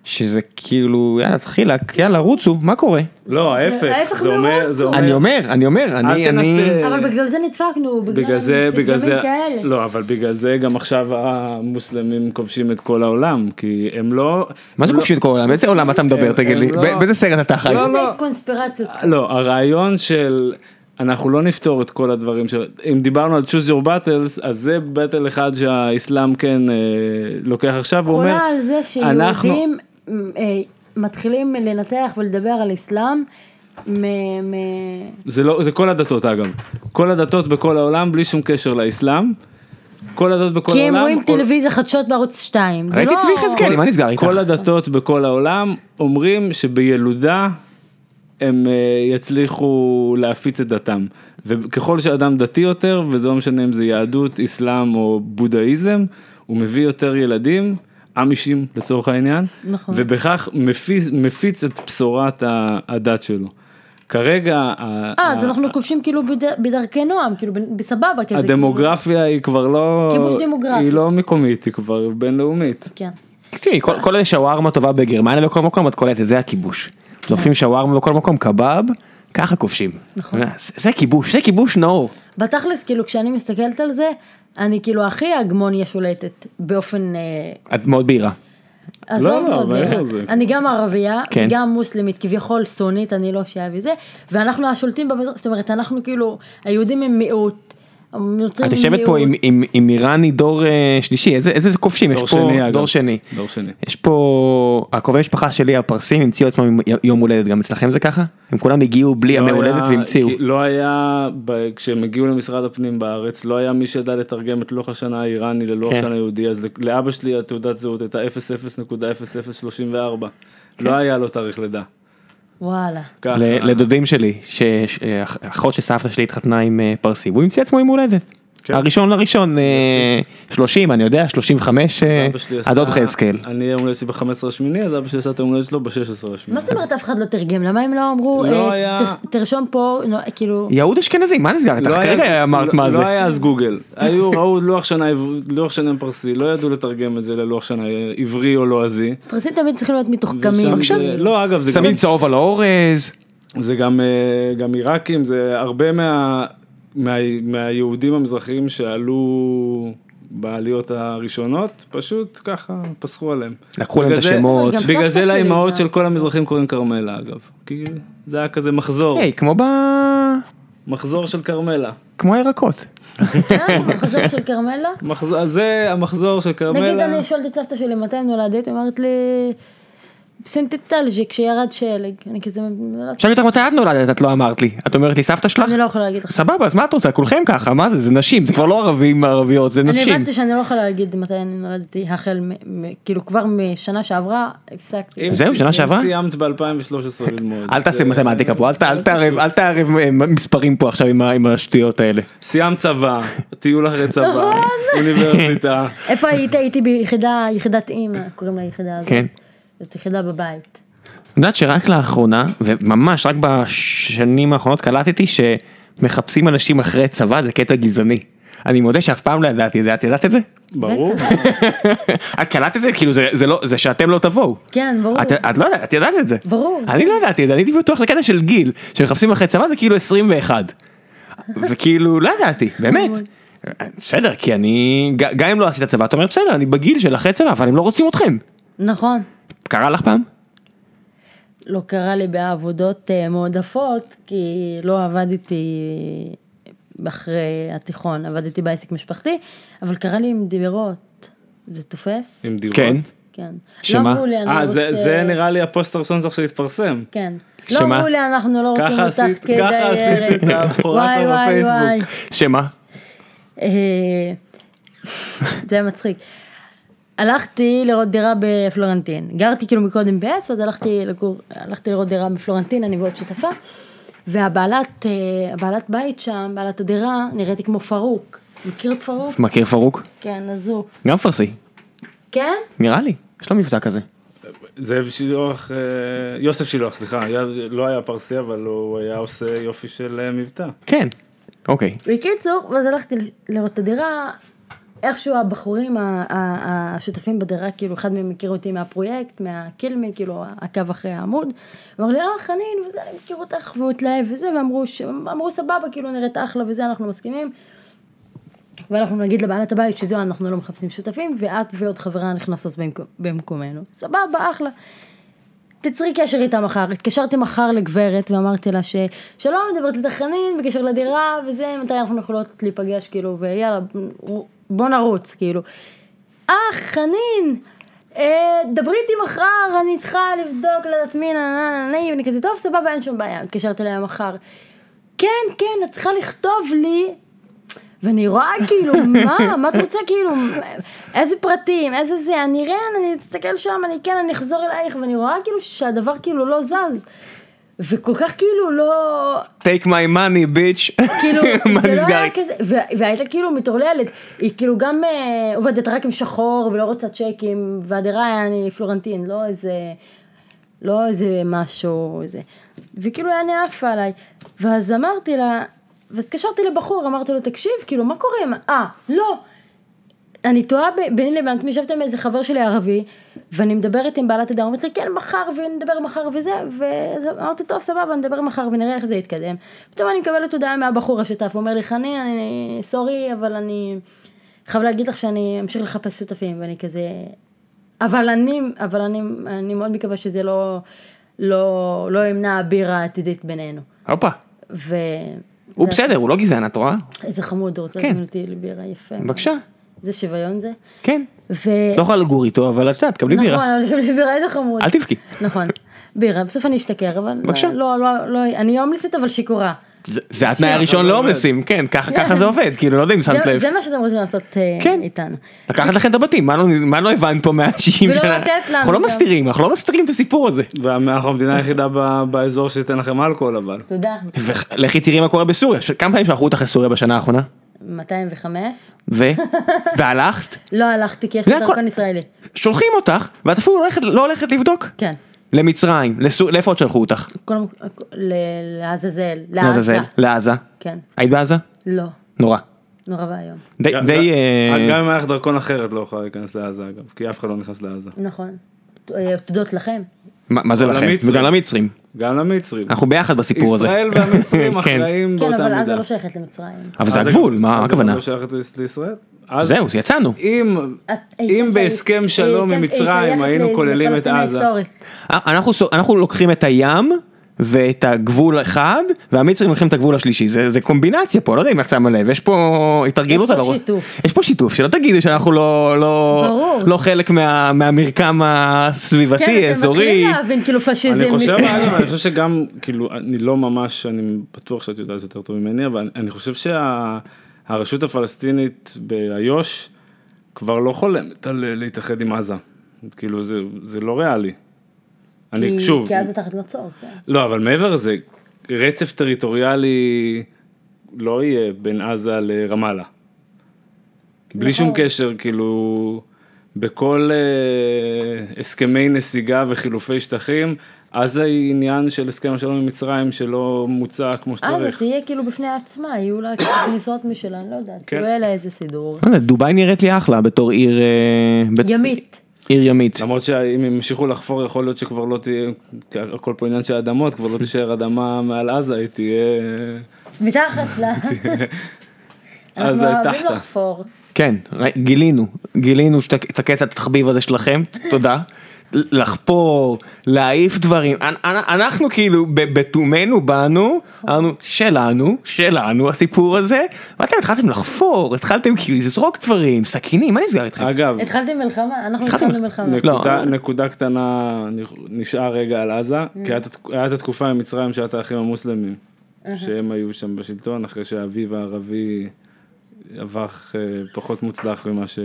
[SPEAKER 1] שזה כאילו יאללה תחילק יאללה רוצו מה קורה?
[SPEAKER 3] לא,
[SPEAKER 2] ההפך
[SPEAKER 3] ההפך, זה אומר,
[SPEAKER 2] מהרצון.
[SPEAKER 3] זה
[SPEAKER 1] אני
[SPEAKER 3] אומר,
[SPEAKER 1] אומר אני אומר אני אני
[SPEAKER 3] תנסה.
[SPEAKER 2] אבל בגלל זה נדפקנו,
[SPEAKER 3] בגלל זה, בגלל זה,
[SPEAKER 2] כאלה.
[SPEAKER 3] לא, אבל בגלל זה גם עכשיו המוסלמים כובשים את כל העולם, כי הם לא,
[SPEAKER 1] מה זה כובשים את כל העולם? באיזה עולם אתה מדבר
[SPEAKER 3] הם-
[SPEAKER 1] תגיד
[SPEAKER 3] הם
[SPEAKER 1] לי?
[SPEAKER 3] אה, לא-
[SPEAKER 1] בא- באיזה סרט אתה חי?
[SPEAKER 3] לא,
[SPEAKER 2] זה קונספירציות.
[SPEAKER 3] לא, הרעיון של אנחנו לא נפתור את כל הדברים של... אם דיברנו על choose your battles, אז זה בטל אחד שהאסלאם כן אה, לוקח עכשיו, הוא אומר,
[SPEAKER 2] חולה על זה שיהודים אה, מתחילים לנתח ולדבר על אסלאם. מ- מ-
[SPEAKER 3] זה לא, זה כל הדתות אגב, כל הדתות בכל העולם בלי שום קשר לאסלאם, כל הדתות בכל
[SPEAKER 2] כי
[SPEAKER 3] העולם,
[SPEAKER 2] הם רואים
[SPEAKER 3] כל-
[SPEAKER 2] טלוויזיה חדשות בערוץ לא- 2.
[SPEAKER 1] ראיתי צבי יחזקאלי, מה נסגר איתך?
[SPEAKER 3] לא- כל הדתות בכל העולם אומרים שבילודה הם אה, יצליחו להפיץ את דתם. וככל שאדם דתי יותר, וזה לא משנה אם זה יהדות, אסלאם או בודהיזם, הוא מביא יותר ילדים, אמישים לצורך העניין,
[SPEAKER 2] נכון.
[SPEAKER 3] ובכך מפיץ, מפיץ את בשורת ה- הדת שלו. כרגע, ה-
[SPEAKER 2] אה,
[SPEAKER 3] ה-
[SPEAKER 2] אז אנחנו כובשים כאילו בד- בדרכי נועם, כאילו ב- בסבבה כזה.
[SPEAKER 3] הדמוגרפיה היא כבר לא,
[SPEAKER 2] כיבוש דמוגרפי.
[SPEAKER 3] היא לא מקומית, היא כבר בינלאומית.
[SPEAKER 2] כאילו, כן.
[SPEAKER 1] תראי, כל- כל איזה שווארמה טובה בגרמניה בכל מקום, את קולטת, זה הכיבוש. דוחפים שווארמה בכל מקום, קבב, ככה כובשים.
[SPEAKER 3] נכון.
[SPEAKER 1] אה, זה זה כיבוש, זה כיבוש נאור.
[SPEAKER 2] בתכלס, כאילו, כשאני מסתכלת על זה, אני כאילו הכי הגמוניה שולטת באופן... אה,
[SPEAKER 1] את מאוד בהירה.
[SPEAKER 2] עזוב
[SPEAKER 3] לא,
[SPEAKER 2] מאוד
[SPEAKER 3] אבל
[SPEAKER 2] מהר.
[SPEAKER 3] איך זה?
[SPEAKER 2] אני גם ערבייה,
[SPEAKER 1] כן.
[SPEAKER 2] גם מוסלמית, כביכול סונית, אני לא שיעה וזה, ואנחנו השולטים במזרח, זאת אומרת, אנחנו כאילו, היהודים הם מיעוט. הנוצרים
[SPEAKER 1] את
[SPEAKER 2] הם
[SPEAKER 1] יושבת פה
[SPEAKER 2] מיעוט.
[SPEAKER 1] עם- עם- עם איראני דור אה, שלישי, איזה- איזה כובשים,
[SPEAKER 3] דור
[SPEAKER 1] יש פה
[SPEAKER 3] שני, אגב.
[SPEAKER 1] דור שני.
[SPEAKER 3] דור שני.
[SPEAKER 1] יש פה, הקרובי משפחה שלי הפרסים המציאו עצמם עם י- יום הולדת, גם אצלכם זה ככה? הם כולם הגיעו בלי ימי
[SPEAKER 3] לא
[SPEAKER 1] הולדת
[SPEAKER 3] היה-
[SPEAKER 1] והמציאו.
[SPEAKER 3] כי לא היה, ב- כשהם הגיעו למשרד הפנים בארץ, לא היה מי שידע לתרגם את לוח השנה האיראני ללוח
[SPEAKER 1] כן.
[SPEAKER 3] השנה היהודי, אז לאבא שלי התעודת זהות הייתה 00.0034. לא היה לו תאריך לידה.
[SPEAKER 2] וואלה.
[SPEAKER 3] ככה.
[SPEAKER 1] כן. ל- לדודים שלי, ש- ש- אח- אחות של סבתא שלי התחתנה עם אה, פרסי, והוא המציא עצמו יום הולדת.
[SPEAKER 3] כן.
[SPEAKER 1] הראשון לראשון, אה, 30, אני יודע, 35, אה,
[SPEAKER 3] אבא שלי עשה-
[SPEAKER 1] הדוד חזקאל.
[SPEAKER 3] אני יום הולדת שלי ב-15 השמיני, אז אבא שלי עשה את היום הולדת שלו ב-16 השמיני.
[SPEAKER 2] מה זאת אומרת אף אחד לא תרגם? למה הם לא אמרו,
[SPEAKER 3] אה. לא
[SPEAKER 2] אה,
[SPEAKER 3] היה-
[SPEAKER 2] ת- תרשום פה, נו, כאילו,
[SPEAKER 1] יהוד אשכנזי, מה נסגר איתך?
[SPEAKER 3] לא היה-
[SPEAKER 1] כרגע אמרת
[SPEAKER 3] לא-
[SPEAKER 1] מה זה.
[SPEAKER 3] לא היה אז גוגל, היו ראו לוח שנה עב- לוח שנה פרסי, לא ידעו לתרגם את זה ללוח שנה עברי או לועזי.
[SPEAKER 2] פרסים תמיד צריכים להיות מתוחכמים.
[SPEAKER 3] ושם זה- לא אגב זה גם-
[SPEAKER 1] שמים צהוב על האורז.
[SPEAKER 3] זה גם, אה, גם עיראקים, זה הרבה מה, מה, מהיהודים המזרחיים שעלו בעליות הראשונות, פשוט ככה פסחו עליהם.
[SPEAKER 1] לקחו להם את
[SPEAKER 3] בגלל זה-
[SPEAKER 1] השמות.
[SPEAKER 2] גם
[SPEAKER 3] בגלל
[SPEAKER 2] סבתא
[SPEAKER 3] זה
[SPEAKER 2] שלי
[SPEAKER 3] לאימהות
[SPEAKER 2] גם.
[SPEAKER 3] של כל המזרחים קוראים כרמלה אגב, כי זה היה כזה מחזור,
[SPEAKER 1] היי, כמו ב-
[SPEAKER 3] מחזור של כרמלה.
[SPEAKER 1] כמו הירקות.
[SPEAKER 2] אה, חוזר של כרמלה?
[SPEAKER 3] מחז... זה המחזור של
[SPEAKER 2] נגיד
[SPEAKER 3] כרמלה,
[SPEAKER 2] אני שואלת את סבתא שלי מתי נולדת, היא אומרת לי, בסינטטלג'י, כשירד שלג. אני כזה,
[SPEAKER 1] שאלתי אותך מתי את נולדת, את לא אמרת לי. את אומרת לי, סבתא שלך?
[SPEAKER 2] אני לא יכולה להגיד לך.
[SPEAKER 1] סבבה, אז מה את רוצה? כולכם ככה, מה זה? זה נשים, זה כבר לא ערבים ערביות, זה
[SPEAKER 2] אני
[SPEAKER 1] נשים.
[SPEAKER 2] הבנתי שאני לא יכולה להגיד מתי אני נולדתי החל, מ- מ- כאילו כבר משנה שעברה הפסקתי.
[SPEAKER 3] אם-
[SPEAKER 1] זהו, שנה
[SPEAKER 3] אם
[SPEAKER 1] שעברה?
[SPEAKER 3] סיימת ב-2013 ללמוד.
[SPEAKER 1] אל תעשה
[SPEAKER 3] זה-
[SPEAKER 1] מתמטיקה פה, אל ת- אל תערב אל תערב אה, מספרים פה עכשיו עם ה- עם השטויות האלה.
[SPEAKER 3] סיימת צבא, טיול אחרי צבא,
[SPEAKER 2] נכון.
[SPEAKER 3] אוניברסיטה.
[SPEAKER 2] איפה היית? הייתי ביחידה, יחידת אימא, קוראים ליחידה הזאת.
[SPEAKER 1] כן.
[SPEAKER 2] זאת יחידה בבית.
[SPEAKER 1] את יודעת שרק לאחרונה, וממש רק בשנים האחרונות קלטתי שמחפשים אנשים אחרי צבא זה קטע גזעני. אני מודה שאף פעם לא ידעתי את זה, את ידעת את זה?
[SPEAKER 3] ברור.
[SPEAKER 1] את קלטת את זה? כאילו זה, זה לא, זה שאתם לא תבואו.
[SPEAKER 2] כן, ברור.
[SPEAKER 1] את, את לא יודעת, את ידעת את זה.
[SPEAKER 2] ברור.
[SPEAKER 1] אני לא ידעתי את זה, אני הייתי בטוח שזה קטע של גיל, שמחפשים אחרי צבא זה כאילו 21. וכאילו לא ידעתי, באמת. בסדר, כי אני, ג- גם אם לא עשית צבא, אתה אומר בסדר, אני בגיל של אחרי צבא, אבל הם לא רוצים אתכם.
[SPEAKER 2] נכון.
[SPEAKER 1] קרה לך פעם?
[SPEAKER 2] לא קרה לי בעבודות אה, מועדפות, כי לא עבדתי אחרי התיכון, עבדתי בעסק משפחתי, אבל קרה לי עם דירות. זה תופס?
[SPEAKER 3] עם דירות.
[SPEAKER 1] כן.
[SPEAKER 2] כן.
[SPEAKER 1] שמה?
[SPEAKER 2] לא אמרו לי, אני
[SPEAKER 3] אה,
[SPEAKER 2] רוצה...
[SPEAKER 3] זה, זה נראה לי הפוסט הראשון שלך שהתפרסם.
[SPEAKER 2] כן. לא
[SPEAKER 1] שמה?
[SPEAKER 2] אמרו לי, אנחנו לא רוצים
[SPEAKER 3] ככה
[SPEAKER 2] אותך
[SPEAKER 3] עשית, ככה עשית
[SPEAKER 2] כדיירת.
[SPEAKER 3] את הבכורה
[SPEAKER 2] וואי
[SPEAKER 3] שלך
[SPEAKER 2] וואי וואי.
[SPEAKER 3] בפייסבוק.
[SPEAKER 1] שמה?
[SPEAKER 2] אה, זה היה מצחיק. הלכתי לראות דירה בפלורנטין. גרתי כאילו מקודם בעץ, ואז הלכתי לגור, הלכתי לראות דירה בפלורנטין, אני ועוד שותפה. והבעלת אה, הבעלת בית שם, בעלת הדירה, נראיתי כמו פרוק. מכיר את פרוק?
[SPEAKER 1] מכיר פרוק?
[SPEAKER 2] כן, אז הוא.
[SPEAKER 1] גם פרסי,
[SPEAKER 2] כן?
[SPEAKER 1] נראה לי, יש לו מבטא כזה.
[SPEAKER 3] זאב שילוח, אה, יוסף שילוח, סליחה, היה- לא היה פרסי, אבל הוא היה עושה יופי של אה, מבטא.
[SPEAKER 1] כן. אוקיי.
[SPEAKER 2] בקיצור, ואז הלכתי לראות את הדירה, איכשהו הבחורים ה- ה- השותפים בדירה, כאילו אחד מהם הכיר אותי מהפרויקט, מהקילמי, כאילו הקו אחרי העמוד, אמר לי, אה חנין, וזה, אני מכיר אותך, והוא התלהב וזה, ואמרו ש- אמרו, סבבה, כאילו נראית אחלה וזה, אנחנו מסכימים. ואנחנו נגיד לבעלת הבית שזהו, אנחנו לא מחפשים שותפים, ואת ועוד חברה נכנסות במקו- במקומנו. סבבה, אחלה. תצרי קשר איתה מחר. התקשרתי מחר לגברת ואמרתי לה ש... שלום, מדברת איתך חנין בקשר לדירה וזה, מתי אנחנו יכולות להיפגש, כאילו, ויאללה, בוא נרוץ, כאילו. אה, חנין, אה, דברי איתי מחר, אני צריכה לבדוק לדעת מי, נה נה נה נה, ואני כזה, טוב, סבבה, אין שום בעיה, התקשרתי אליה מחר. כן, כן, את צריכה לכתוב לי. ואני רואה כאילו, מה, מה את רוצה כאילו, איזה פרטים, איזה זה, אני אראה, אני אסתכל שם, אני כן, אני אחזור אלייך, ואני רואה כאילו שהדבר כאילו לא זז. וכל כך כאילו לא,
[SPEAKER 1] take my money bitch,
[SPEAKER 2] כאילו,
[SPEAKER 1] מה
[SPEAKER 2] זה לא
[SPEAKER 1] נסגר?
[SPEAKER 2] היה כזה, ו- והייתה כאילו מטורללת, היא כאילו גם אה, עובדת רק עם שחור ולא רוצה צ'קים, והדירה היה אני פלורנטין, לא איזה, לא איזה משהו, איזה, וכאילו היה נעף עליי, ואז אמרתי לה, ואז התקשרתי לבחור, אמרתי לו, תקשיב, כאילו, מה קורה, עם- אה, לא, אני תוהה ב- ביני לבין עצמי, ישבתי עם איזה חבר שלי ערבי, ואני מדברת עם בעלת הדר, אומרת לי, כן, מחר, ונדבר מחר וזה, ואמרתי, טוב, סבבה, נדבר מחר ונראה איך זה יתקדם. פתאום אני מקבלת הודעה מהבחור השותף, הוא אומר לי, חנין, אני סורי, אבל אני חייב להגיד לך שאני אמשיך לחפש שותפים, ואני כזה... אבל אני, אבל אני, אני מאוד מקווה שזה לא, לא, לא ימנע הבירה העתידית בינינו.
[SPEAKER 1] הופה,
[SPEAKER 2] ו...
[SPEAKER 1] הוא בסדר, הוא לא גזען, את רואה?
[SPEAKER 2] איזה חמוד, הוא רוצה
[SPEAKER 1] כן.
[SPEAKER 2] להזמין אותי לבירה, יפה.
[SPEAKER 1] בבקשה,
[SPEAKER 2] זה שוויון זה.
[SPEAKER 1] כן.
[SPEAKER 2] ו...
[SPEAKER 1] לא יכולה לגור איתו, אבל את יודעת, קבלי
[SPEAKER 2] נכון,
[SPEAKER 1] בירה,
[SPEAKER 2] אבל גם לי בירה איזה חמוד.
[SPEAKER 1] אל תבכי.
[SPEAKER 2] נכון. בירה, בסוף אני אשתכר, אבל...
[SPEAKER 1] בבקשה.
[SPEAKER 2] לא, לא, לא, אני הומלסית אבל שיכורה.
[SPEAKER 1] זה- זה התנאי הראשון
[SPEAKER 3] אבל
[SPEAKER 1] להומלסים, כן, ככה ככה זה עובד, כאילו, לא יודע אם שמת
[SPEAKER 2] זה-
[SPEAKER 1] לב.
[SPEAKER 2] זה מה שאתם רוצים לעשות אה,
[SPEAKER 1] כן.
[SPEAKER 2] איתנו.
[SPEAKER 1] לקחת לכם את הבתים, מה לא- מה לא הבנת פה 160
[SPEAKER 2] ולא
[SPEAKER 1] שנה?
[SPEAKER 2] לתת לנו
[SPEAKER 1] אנחנו לא
[SPEAKER 2] גם.
[SPEAKER 1] מסתירים, אנחנו לא מסתירים את הסיפור הזה.
[SPEAKER 3] ואנחנו המדינה היחידה ב- באזור שתיתן לכם אלכוהול אבל.
[SPEAKER 2] תודה.
[SPEAKER 1] ולכי תראי מה קורה בסוריה, ש- כמה פעמים שלחו אותך לסוריה בשנה האחרונה?
[SPEAKER 2] 205?
[SPEAKER 1] ו? והלכת?
[SPEAKER 2] לא הלכתי כי יש
[SPEAKER 1] זה
[SPEAKER 2] לי
[SPEAKER 1] הכל.
[SPEAKER 2] דרכון ישראלי.
[SPEAKER 1] שולחים אותך, ואת אפילו לא הולכת- לא הולכת לבדוק.
[SPEAKER 2] כן.
[SPEAKER 1] למצרים, לסו- לאיפה עוד שלחו אותך?
[SPEAKER 2] כל המק- ל- לעזאזל.
[SPEAKER 1] לעזאזל,
[SPEAKER 2] לעזה.
[SPEAKER 1] לעזה.
[SPEAKER 2] כן.
[SPEAKER 1] היית בעזה?
[SPEAKER 2] לא.
[SPEAKER 1] נורא.
[SPEAKER 2] נורא ואיום.
[SPEAKER 1] די,
[SPEAKER 3] גם-
[SPEAKER 1] די, אה,
[SPEAKER 3] גם גם אם היה לך דרכון אחר את לא יכולה להיכנס לעזה אגב, כי אף אחד לא נכנס לעזה.
[SPEAKER 2] נכון. אה, תודות לכם.
[SPEAKER 1] מה מה זה
[SPEAKER 3] גם
[SPEAKER 1] לכם?
[SPEAKER 3] למצרים.
[SPEAKER 1] וגם למצרים.
[SPEAKER 3] גם למצרים.
[SPEAKER 1] אנחנו ביחד בסיפור הזה.
[SPEAKER 3] ישראל והמצרים
[SPEAKER 1] כן.
[SPEAKER 3] אחראים
[SPEAKER 2] כן,
[SPEAKER 3] באותה
[SPEAKER 2] אבל עזה
[SPEAKER 3] מידה.
[SPEAKER 2] לא שייכת למצרים.
[SPEAKER 1] אבל זה
[SPEAKER 3] אז
[SPEAKER 1] הגבול,
[SPEAKER 3] אגב,
[SPEAKER 1] מה
[SPEAKER 3] אז
[SPEAKER 1] הכוונה?
[SPEAKER 3] זה לא שייכת ליש- לישראל? אז
[SPEAKER 1] זהו, יצאנו.
[SPEAKER 3] אם
[SPEAKER 2] את- היא
[SPEAKER 3] אם
[SPEAKER 2] כן
[SPEAKER 3] בהסכם
[SPEAKER 2] שייכת-
[SPEAKER 3] שלום
[SPEAKER 2] היא
[SPEAKER 3] עם
[SPEAKER 2] כן- היא
[SPEAKER 3] מצרים
[SPEAKER 2] שייכת
[SPEAKER 3] היינו
[SPEAKER 2] ל-
[SPEAKER 3] כוללים את
[SPEAKER 2] לפלסטין
[SPEAKER 3] עזה.
[SPEAKER 2] ההיסטורית.
[SPEAKER 1] אנחנו סו- אנחנו לוקחים את הים ואת הגבול אחד, והמצרים לוקחים את הגבול השלישי. זה זה קומבינציה פה, לא יודע אם את שמה לב, יש פה התארגנות.
[SPEAKER 2] יש פה
[SPEAKER 1] על הראש.
[SPEAKER 2] שיתוף.
[SPEAKER 1] יש פה שיתוף, שלא תגידי שאנחנו לא- לא
[SPEAKER 2] ברור.
[SPEAKER 1] לא חלק מה- מהמרקם הסביבתי,
[SPEAKER 2] כן, אתם
[SPEAKER 1] האזורי.
[SPEAKER 2] מתחילים להבין כאילו פשיזם.
[SPEAKER 3] אני חושב אגב, אני חושב שגם כאילו אני לא ממש אני בטוח שאת יודעת יותר טוב ממני אבל אני- אני חושב שהרשות הפלסטינית באיו"ש כבר לא חולמת על להתאחד עם עזה. כאילו זה זה לא ריאלי. אני
[SPEAKER 2] כי-
[SPEAKER 3] שוב.
[SPEAKER 2] כי אז אתה תחת מצור. כן.
[SPEAKER 3] לא, אבל מעבר לזה, רצף טריטוריאלי לא יהיה בין עזה לרמאללה. בלי
[SPEAKER 2] נכון.
[SPEAKER 3] שום קשר, כאילו, בכל אה, הסכמי נסיגה וחילופי שטחים, עזה היא עניין של הסכם השלום עם מצרים שלא מוצע כמו
[SPEAKER 2] עזה
[SPEAKER 3] שצריך.
[SPEAKER 2] תהיה כאילו בפני עצמה, יהיו לה כניסות משלה, אני לא
[SPEAKER 3] כן.
[SPEAKER 2] יודעת. כאילו יהיה לה איזה סידור.
[SPEAKER 1] לא יודע, דובאי נראית לי אחלה בתור עיר אה, בת-
[SPEAKER 2] ימית.
[SPEAKER 1] עיר ימית.
[SPEAKER 3] למרות שאם ימשיכו לחפור יכול להיות שכבר לא תהיה, כי הכל פה עניין של אדמות, כבר לא תישאר אדמה מעל עזה, היא תהיה...
[SPEAKER 2] מתחת ל...
[SPEAKER 3] עזה
[SPEAKER 2] אנחנו
[SPEAKER 3] היא
[SPEAKER 2] אוהבים
[SPEAKER 3] תחתה.
[SPEAKER 2] לחפור.
[SPEAKER 1] כן, ראי- גילינו, גילינו שאת את הקטע התחביב הזה שלכם, תודה. לחפור, להעיף דברים, אנ- אנ- אנחנו כאילו ב- בתומנו באנו, אמרנו שלנו, שלנו הסיפור הזה, ואתם התחלתם לחפור, התחלתם כאילו לזרוק דברים, סכינים, מה נסגר איתכם?
[SPEAKER 3] אגב,
[SPEAKER 2] התחלתם מלחמה? אנחנו
[SPEAKER 1] התחלתם
[SPEAKER 2] התחלנו מלחמה.
[SPEAKER 3] נקודה,
[SPEAKER 1] לא.
[SPEAKER 3] נקודה קטנה נ- נשאר רגע על
[SPEAKER 2] Mm.
[SPEAKER 3] עזה, כי הייתה תק- הייתה התקופה עם מצרים שהייתה האחים המוסלמים, שהם היו שם בשלטון אחרי שהאביב הערבי הפך אה, פחות מוצלח ממה ש-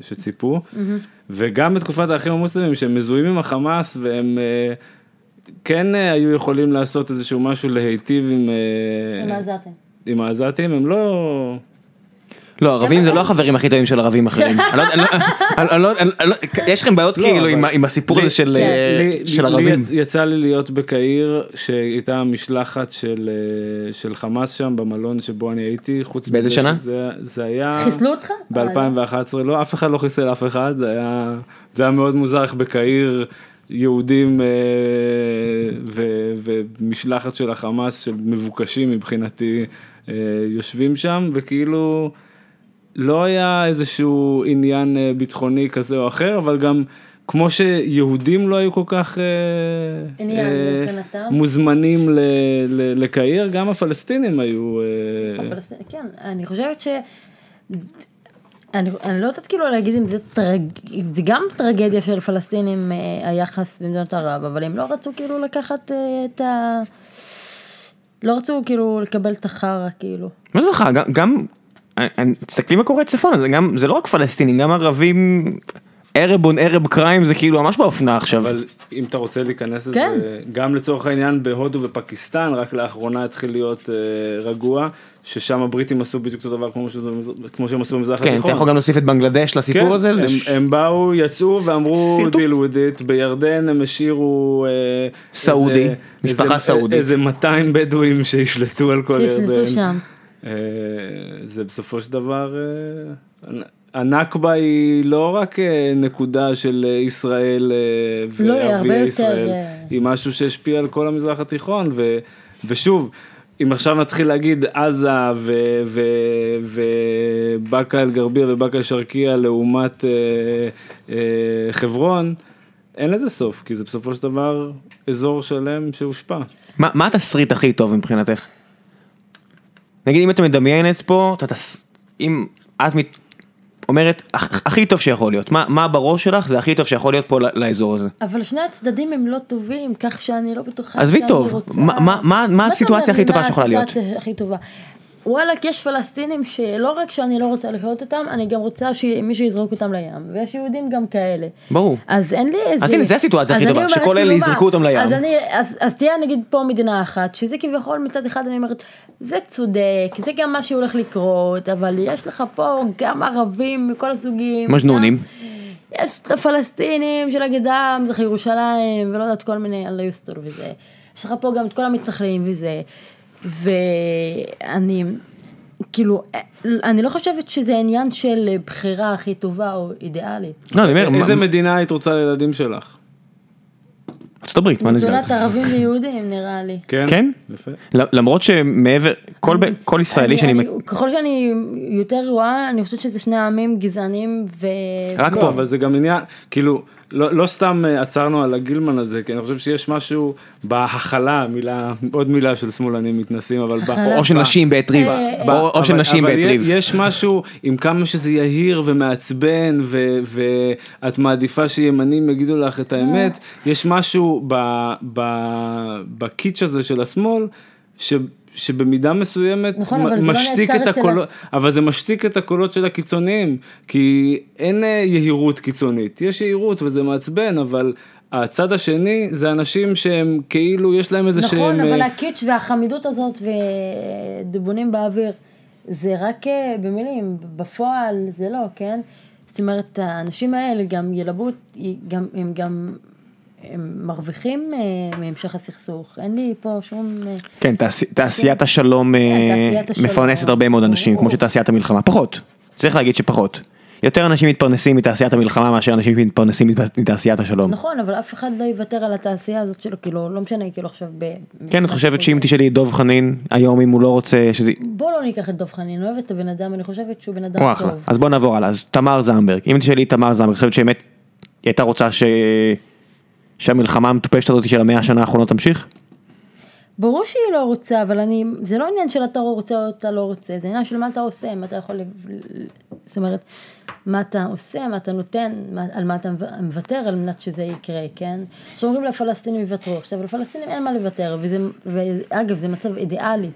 [SPEAKER 3] שציפו, וגם בתקופת האחים המוסלמים שהם מזוהים עם החמאס והם אה, כן אה, היו יכולים לעשות איזשהו משהו להיטיב עם, אה,
[SPEAKER 2] עם העזתים.
[SPEAKER 3] עם העזתים, הם לא...
[SPEAKER 1] לא, ערבים זה לא החברים הכי טובים של ערבים אחרים. אני לא יודע- אני לא- אני לא- אני לא- אני לא- יש לכם בעיות
[SPEAKER 3] לא,
[SPEAKER 1] כאילו עם
[SPEAKER 3] אבל-
[SPEAKER 1] ה- עם הסיפור
[SPEAKER 3] לי-
[SPEAKER 1] הזה של
[SPEAKER 2] כן.
[SPEAKER 1] אה,
[SPEAKER 3] לי-
[SPEAKER 1] של
[SPEAKER 3] לי
[SPEAKER 1] ערבים.
[SPEAKER 3] יצ- יצא לי להיות בקהיר שהייתה משלחת של אה, של חמאס שם במלון שבו אני הייתי חוץ
[SPEAKER 1] באיזה
[SPEAKER 3] מזה
[SPEAKER 1] שנה?
[SPEAKER 3] שזה- זה היה
[SPEAKER 2] חיסלו אותך?
[SPEAKER 3] ב2011 לא אף אחד לא חיסל אף אחד זה היה זה היה מאוד מוזר איך בקהיר יהודים אה, ו- ומשלחת של החמאס של מבוקשים מבחינתי אה, יושבים שם וכאילו. לא היה איזשהו עניין אה, ביטחוני כזה או אחר, אבל גם כמו שיהודים לא היו כל כך אה,
[SPEAKER 2] עניין
[SPEAKER 3] אה,
[SPEAKER 2] מבחינתם.
[SPEAKER 3] מוזמנים ל- ל- לקהיר, גם הפלסטינים היו... אה,
[SPEAKER 2] הפלסטין- כן, אני חושבת ש... אני, אני לא יודעת כאילו להגיד אם זה, טרג... זה גם טרגדיה של פלסטינים אה, היחס במדינות ערב, אבל הם לא רצו כאילו לקחת אה, את ה... לא רצו כאילו לקבל את החרא כאילו.
[SPEAKER 1] מה זה לך? גם- גם, אני- אני- תסתכלי מה קורה צפון, זה גם, זה לא רק פלסטינים, גם ערבים, ערב און ערב קריים זה כאילו ממש באופנה עכשיו.
[SPEAKER 3] אבל אם אתה רוצה להיכנס לזה,
[SPEAKER 2] כן.
[SPEAKER 3] גם לצורך העניין בהודו ופקיסטן, רק לאחרונה התחיל להיות אה, רגוע, ששם הבריטים עשו בדיוק אותו דבר כמו, ש... כמו שהם עשו במזרח
[SPEAKER 1] כן, אתה
[SPEAKER 3] התיכון.
[SPEAKER 1] יכול גם להוסיף את בנגלדש לסיפור
[SPEAKER 3] נכון. כן,
[SPEAKER 1] הזה? זה ש-
[SPEAKER 3] הם, הם באו, יצאו ואמרו
[SPEAKER 1] סרטוק.
[SPEAKER 3] deal with it, בירדן הם השאירו... אה,
[SPEAKER 1] סעודי,
[SPEAKER 3] איזה-
[SPEAKER 1] משפחה
[SPEAKER 3] איזה-
[SPEAKER 1] סעודית.
[SPEAKER 3] איזה 200 בדואים שישלטו על כל ירדן.
[SPEAKER 2] שישלטו שם.
[SPEAKER 3] אה, זה בסופו של דבר, אה, הנכבה היא לא רק אה, נקודה של אה, ישראל אה,
[SPEAKER 2] לא, היא הרבה
[SPEAKER 3] וערביי
[SPEAKER 2] יותר,
[SPEAKER 3] ישראל,
[SPEAKER 2] אה,
[SPEAKER 3] היא משהו שהשפיע על כל המזרח התיכון, ו, ושוב, אם עכשיו נתחיל להגיד עזה ו- ו- ובאקה אל גרבייה ובאקה אל שרקייה לעומת אה, אה, חברון, אין לזה סוף, כי זה בסופו של דבר אזור שלם שהושפע.
[SPEAKER 1] מה מה התסריט הכי טוב מבחינתך? נגיד אם את מדמיינת פה, את התס- אם את מת- אומרת "הכ- הכי טוב שיכול להיות, מה מה בראש שלך זה הכי טוב שיכול להיות פה ל- לאזור הזה?
[SPEAKER 2] אבל שני הצדדים הם לא טובים, כך שאני לא בטוחה
[SPEAKER 1] עזבי
[SPEAKER 2] שאני
[SPEAKER 1] טוב,
[SPEAKER 2] רוצה...
[SPEAKER 1] מה- מה- מה- מה
[SPEAKER 2] אתה
[SPEAKER 1] הסיטואציה
[SPEAKER 2] אומר
[SPEAKER 1] הכי
[SPEAKER 2] לי,
[SPEAKER 1] טובה
[SPEAKER 2] מה
[SPEAKER 1] שיכולה להיות?
[SPEAKER 2] הסיטואציה הכי טובה. וואלכ, יש פלסטינים שלא רק שאני לא רוצה לחיות אותם, אני גם רוצה שמישהו יזרוק אותם לים, ויש יהודים גם כאלה.
[SPEAKER 1] ברור.
[SPEAKER 2] אז אין לי איזה...
[SPEAKER 1] אז הנה, זה הסיטואציה הכי
[SPEAKER 2] אז אני
[SPEAKER 1] טובה,
[SPEAKER 2] אומרת,
[SPEAKER 1] שכל אלה
[SPEAKER 2] כאילו,
[SPEAKER 1] יזרקו
[SPEAKER 2] מה?
[SPEAKER 1] אותם לים.
[SPEAKER 2] אז אני, אז, אז תהיה נגיד פה מדינה אחת, שזה כביכול מצד אחד אני אומרת, זה צודק, זה גם מה שהולך לקרות, אבל יש לך פה גם ערבים מכל הסוגים.
[SPEAKER 1] מג'נונים.
[SPEAKER 2] גם- יש את הפלסטינים של הגדה המזרח ירושלים, ולא יודעת כל מיני, אללה יוסטור וזה. יש לך פה גם את כל המתנחלים וזה. ואני, כאילו, אני לא חושבת שזה עניין של בחירה הכי טובה או אידיאלית.
[SPEAKER 1] לא, אני אומר,
[SPEAKER 3] אה, איזה
[SPEAKER 1] מה-
[SPEAKER 3] מדינה היית רוצה לילדים שלך?
[SPEAKER 1] ארצות הברית, מה נסגר?
[SPEAKER 2] גדולת ערבים ויהודים נראה לי.
[SPEAKER 3] כן?
[SPEAKER 1] כן?
[SPEAKER 3] יפה.
[SPEAKER 1] ל- למרות שמעבר, כל ב- כל ישראלי
[SPEAKER 2] אני-
[SPEAKER 1] שאני
[SPEAKER 2] אני-
[SPEAKER 1] מכיר,
[SPEAKER 2] ככל שאני יותר רואה, אני חושבת שזה שני עמים גזענים ו... אה,
[SPEAKER 1] רק
[SPEAKER 3] לא,
[SPEAKER 1] פה.
[SPEAKER 3] אבל זה גם עניין, כאילו, לא, לא סתם אה, עצרנו על הגילמן הזה, כי אני חושב שיש משהו בהכלה, מילה, עוד מילה של שמאלנים מתנסים, אבל... ב-
[SPEAKER 1] או של נשים בעת ריב,
[SPEAKER 2] אה,
[SPEAKER 1] או- או של
[SPEAKER 3] אבל-
[SPEAKER 1] נשים
[SPEAKER 3] אבל
[SPEAKER 1] בעת
[SPEAKER 3] יה-
[SPEAKER 1] ריב.
[SPEAKER 3] יש משהו, עם כמה שזה יהיר ומעצבן, ו- ואת מעדיפה שימנים יגידו לך את האמת, יש משהו ב- ב- בקיץ' הזה של השמאל, ש... שבמידה מסוימת
[SPEAKER 2] נכון,
[SPEAKER 3] מ-
[SPEAKER 2] אבל זה לא
[SPEAKER 3] משתיק
[SPEAKER 2] נעצר
[SPEAKER 3] את
[SPEAKER 2] אצל ה-
[SPEAKER 3] הקולות, אבל זה משתיק את הקולות של הקיצוניים, כי אין אה, יהירות קיצונית, יש יהירות וזה מעצבן, אבל הצד השני זה אנשים שהם כאילו יש להם איזה שהם...
[SPEAKER 2] נכון, אבל
[SPEAKER 3] אה,
[SPEAKER 2] הקיץ' והחמידות הזאת ודובונים באוויר, זה רק אה, במילים, בפועל זה לא, כן? זאת אומרת, האנשים האלה גם ילבו, גם, הם גם, הם מרוויחים אה, מהמשך הסכסוך. אין לי פה שום... אה,
[SPEAKER 1] כן, תעשי- תעשיית השלום אה,
[SPEAKER 2] תעשיית השלום.
[SPEAKER 1] מפרנסת הרבה מאוד אנשים,
[SPEAKER 2] ברור.
[SPEAKER 1] כמו שתעשיית המלחמה, פחות, צריך להגיד שפחות. יותר אנשים מתפרנסים מתעשיית המלחמה מאשר אנשים מתפרנסים מת- מתעשיית השלום.
[SPEAKER 2] נכון, אבל אף אחד לא יוותר על התעשייה הזאת שלו, כאילו, לא משנה, כאילו עכשיו ב...
[SPEAKER 1] כן, את חושבת שאם תשאלי את דב חנין, היום אם הוא לא רוצה שזה...
[SPEAKER 2] בוא לא ניקח את דב חנין, אוהבת את הבן אדם, אני חושבת שהוא בן אדם
[SPEAKER 1] הוא אחלה.
[SPEAKER 2] טוב.
[SPEAKER 1] אז בוא נעבור הלאה, אז תמר זנדברג, אם תשאלי את תמר זנדברג, את חושבת שבאמת היא הייתה רוצה ש... שהמלחמה המטופשת הזאת של המאה השנה האחרונות תמשיך?
[SPEAKER 2] ברור שהיא לא רוצה, אבל אני, זה לא עניין של אתה רוצה או אתה לא רוצה, זה עניין של מה אתה עושה, מה אתה יכול, לב- זאת אומרת, מה אתה עושה, מה אתה נותן, מה, על מה אתה מו- מוותר על מנת שזה יקרה, כן? עכשיו אומרים לפלסטינים יוותרו, עכשיו לפלסטינים אין מה לוותר, וזה, ואגב, זה מצב אידיאלי.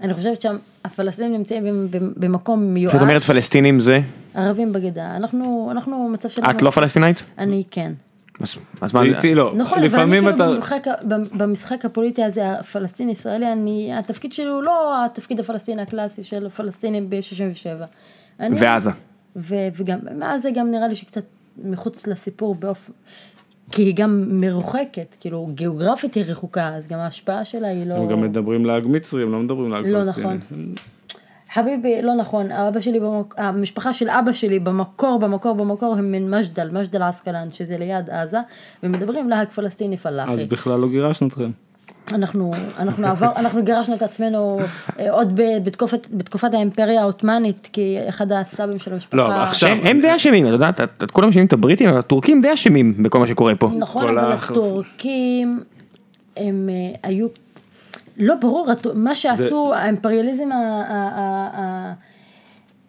[SPEAKER 2] אני חושבת שהפלסטינים נמצאים במ- במ- במקום מיואש,
[SPEAKER 1] כשאת אומרת פלסטינים זה,
[SPEAKER 2] ערבים בגדה, אנחנו, אנחנו במצב שלנו,
[SPEAKER 1] את לא פלסטינאית?
[SPEAKER 2] אני כן.
[SPEAKER 1] אז- אז מה...
[SPEAKER 3] איתי לא,
[SPEAKER 2] נכון, אבל אני
[SPEAKER 3] לפעמים
[SPEAKER 2] כאילו
[SPEAKER 3] אתה...
[SPEAKER 2] במשחק, ה- במשחק הפוליטי הזה, הפלסטיני-ישראלי, אני, התפקיד שלי הוא לא התפקיד הפלסטיני הקלאסי של הפלסטינים ב-67. אני-
[SPEAKER 1] ועזה.
[SPEAKER 2] ו- וגם, מעזה גם נראה לי שקצת מחוץ לסיפור באופן, כי היא גם מרוחקת, כאילו גיאוגרפית היא רחוקה, אז גם ההשפעה שלה היא לא...
[SPEAKER 3] הם גם מדברים להג מצרי, הם לא מדברים להג
[SPEAKER 2] לא
[SPEAKER 3] פלסטיני.
[SPEAKER 2] נכון. חביבי, לא נכון, אבא שלי במק... המשפחה של אבא שלי במקור, במקור, במקור הם מן מג'דל, מג'דל עסקלן, שזה ליד עזה, ומדברים להג פלסטיני פלאחי.
[SPEAKER 3] אז בכלל לא גירשנו אתכם.
[SPEAKER 2] אנחנו, אנחנו, עבר, אנחנו גירשנו את עצמנו אה, עוד ב- בתקופת, בתקופת האימפריה העות'מאנית, כי אחד הסבים של המשפחה...
[SPEAKER 3] לא, אבל עכשיו-
[SPEAKER 1] הם הם די אשמים, את יודעת, את- את כולם אשמים את הבריטים, אבל הטורקים די אשמים בכל מה שקורה פה.
[SPEAKER 2] נכון,
[SPEAKER 3] כל
[SPEAKER 2] אבל
[SPEAKER 3] הח-
[SPEAKER 2] הטורקים הם אה, היו, לא ברור, הט- מה שעשו, האימפריאליזם ה- ה- ה- ה-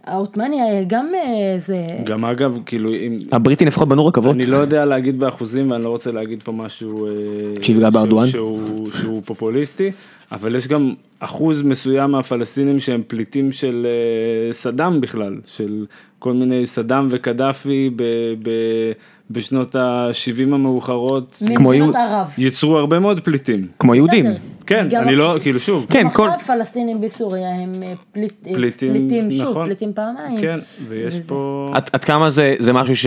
[SPEAKER 2] העות'מאני היה גם אה, זה,
[SPEAKER 3] גם אגב, כאילו, אם...
[SPEAKER 1] הבריטים לפחות בנו רכבות.
[SPEAKER 3] אני לא יודע להגיד באחוזים ואני לא רוצה להגיד פה משהו אה,
[SPEAKER 1] שיפגע
[SPEAKER 3] שהוא-
[SPEAKER 1] בארדואן?
[SPEAKER 3] שהוא, שהוא פופוליסטי, אבל יש גם אחוז מסוים מהפלסטינים שהם פליטים של אה, סדאם בכלל, של כל מיני סדאם וקדאפי ב, ב, בשנות ה-70 המאוחרות,
[SPEAKER 1] כמו
[SPEAKER 2] ממדינות
[SPEAKER 1] יהוד-
[SPEAKER 2] ערב.
[SPEAKER 3] יצרו הרבה מאוד פליטים.
[SPEAKER 1] כמו יהודים.
[SPEAKER 2] בסדר.
[SPEAKER 3] כן,
[SPEAKER 2] גם אוקיי.
[SPEAKER 3] אני לא, כאילו שוב,
[SPEAKER 1] כן, כל-
[SPEAKER 2] גם עכשיו הפלסטינים בסוריה הם אה, פליט, אה,
[SPEAKER 3] פליטים,
[SPEAKER 2] פליטים שוב,
[SPEAKER 3] נכון.
[SPEAKER 2] פליטים פעמיים.
[SPEAKER 3] כן, ויש פה...
[SPEAKER 1] עד עד כמה זה זה משהו ש-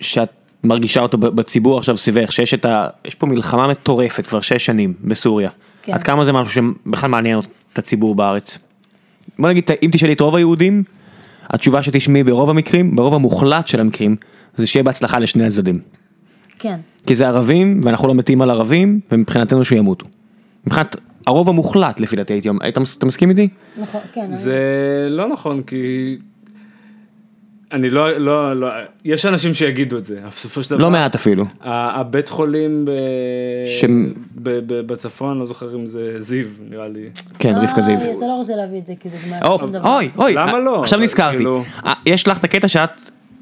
[SPEAKER 1] שאת מרגישה אותו ב- בציבור עכשיו סביבך, שיש את ה... יש פה מלחמה מטורפת כבר שש שנים בסוריה.
[SPEAKER 2] כן.
[SPEAKER 1] עד כמה זה משהו שבכלל מעניין את הציבור בארץ. בוא נגיד, אם תשאלי את רוב היהודים, התשובה שתשמעי ברוב המקרים, ברוב המוחלט של המקרים, זה שיהיה בהצלחה לשני הצדדים.
[SPEAKER 2] כן.
[SPEAKER 1] כי זה ערבים ואנחנו לא מתים על ערבים ומבחינתנו שימותו. מבחינת הרוב המוחלט לפי דעתי הייתי אומר, היית מס- אתה מסכים איתי?
[SPEAKER 2] נכון, כן,
[SPEAKER 3] זה לא נכון כי אני לא לא לא יש אנשים שיגידו את זה אבל בסופו של דבר
[SPEAKER 1] לא מעט אפילו.
[SPEAKER 3] ה- הבית חולים ב...
[SPEAKER 1] ש-
[SPEAKER 3] ב... ב... בצפון לא זוכר אם זה זיו נראה לי
[SPEAKER 1] כן,
[SPEAKER 2] אה,
[SPEAKER 1] רבקה זיו.
[SPEAKER 2] אתה לא רוצה להביא את זה כדוגמא. שום
[SPEAKER 1] או,
[SPEAKER 2] דבר.
[SPEAKER 1] אוי, אוי,
[SPEAKER 3] למה
[SPEAKER 1] אה,
[SPEAKER 3] לא?
[SPEAKER 1] עכשיו
[SPEAKER 3] אבל
[SPEAKER 1] נזכרתי.
[SPEAKER 3] כאילו-
[SPEAKER 1] אה, יש לך את הקטע שאת,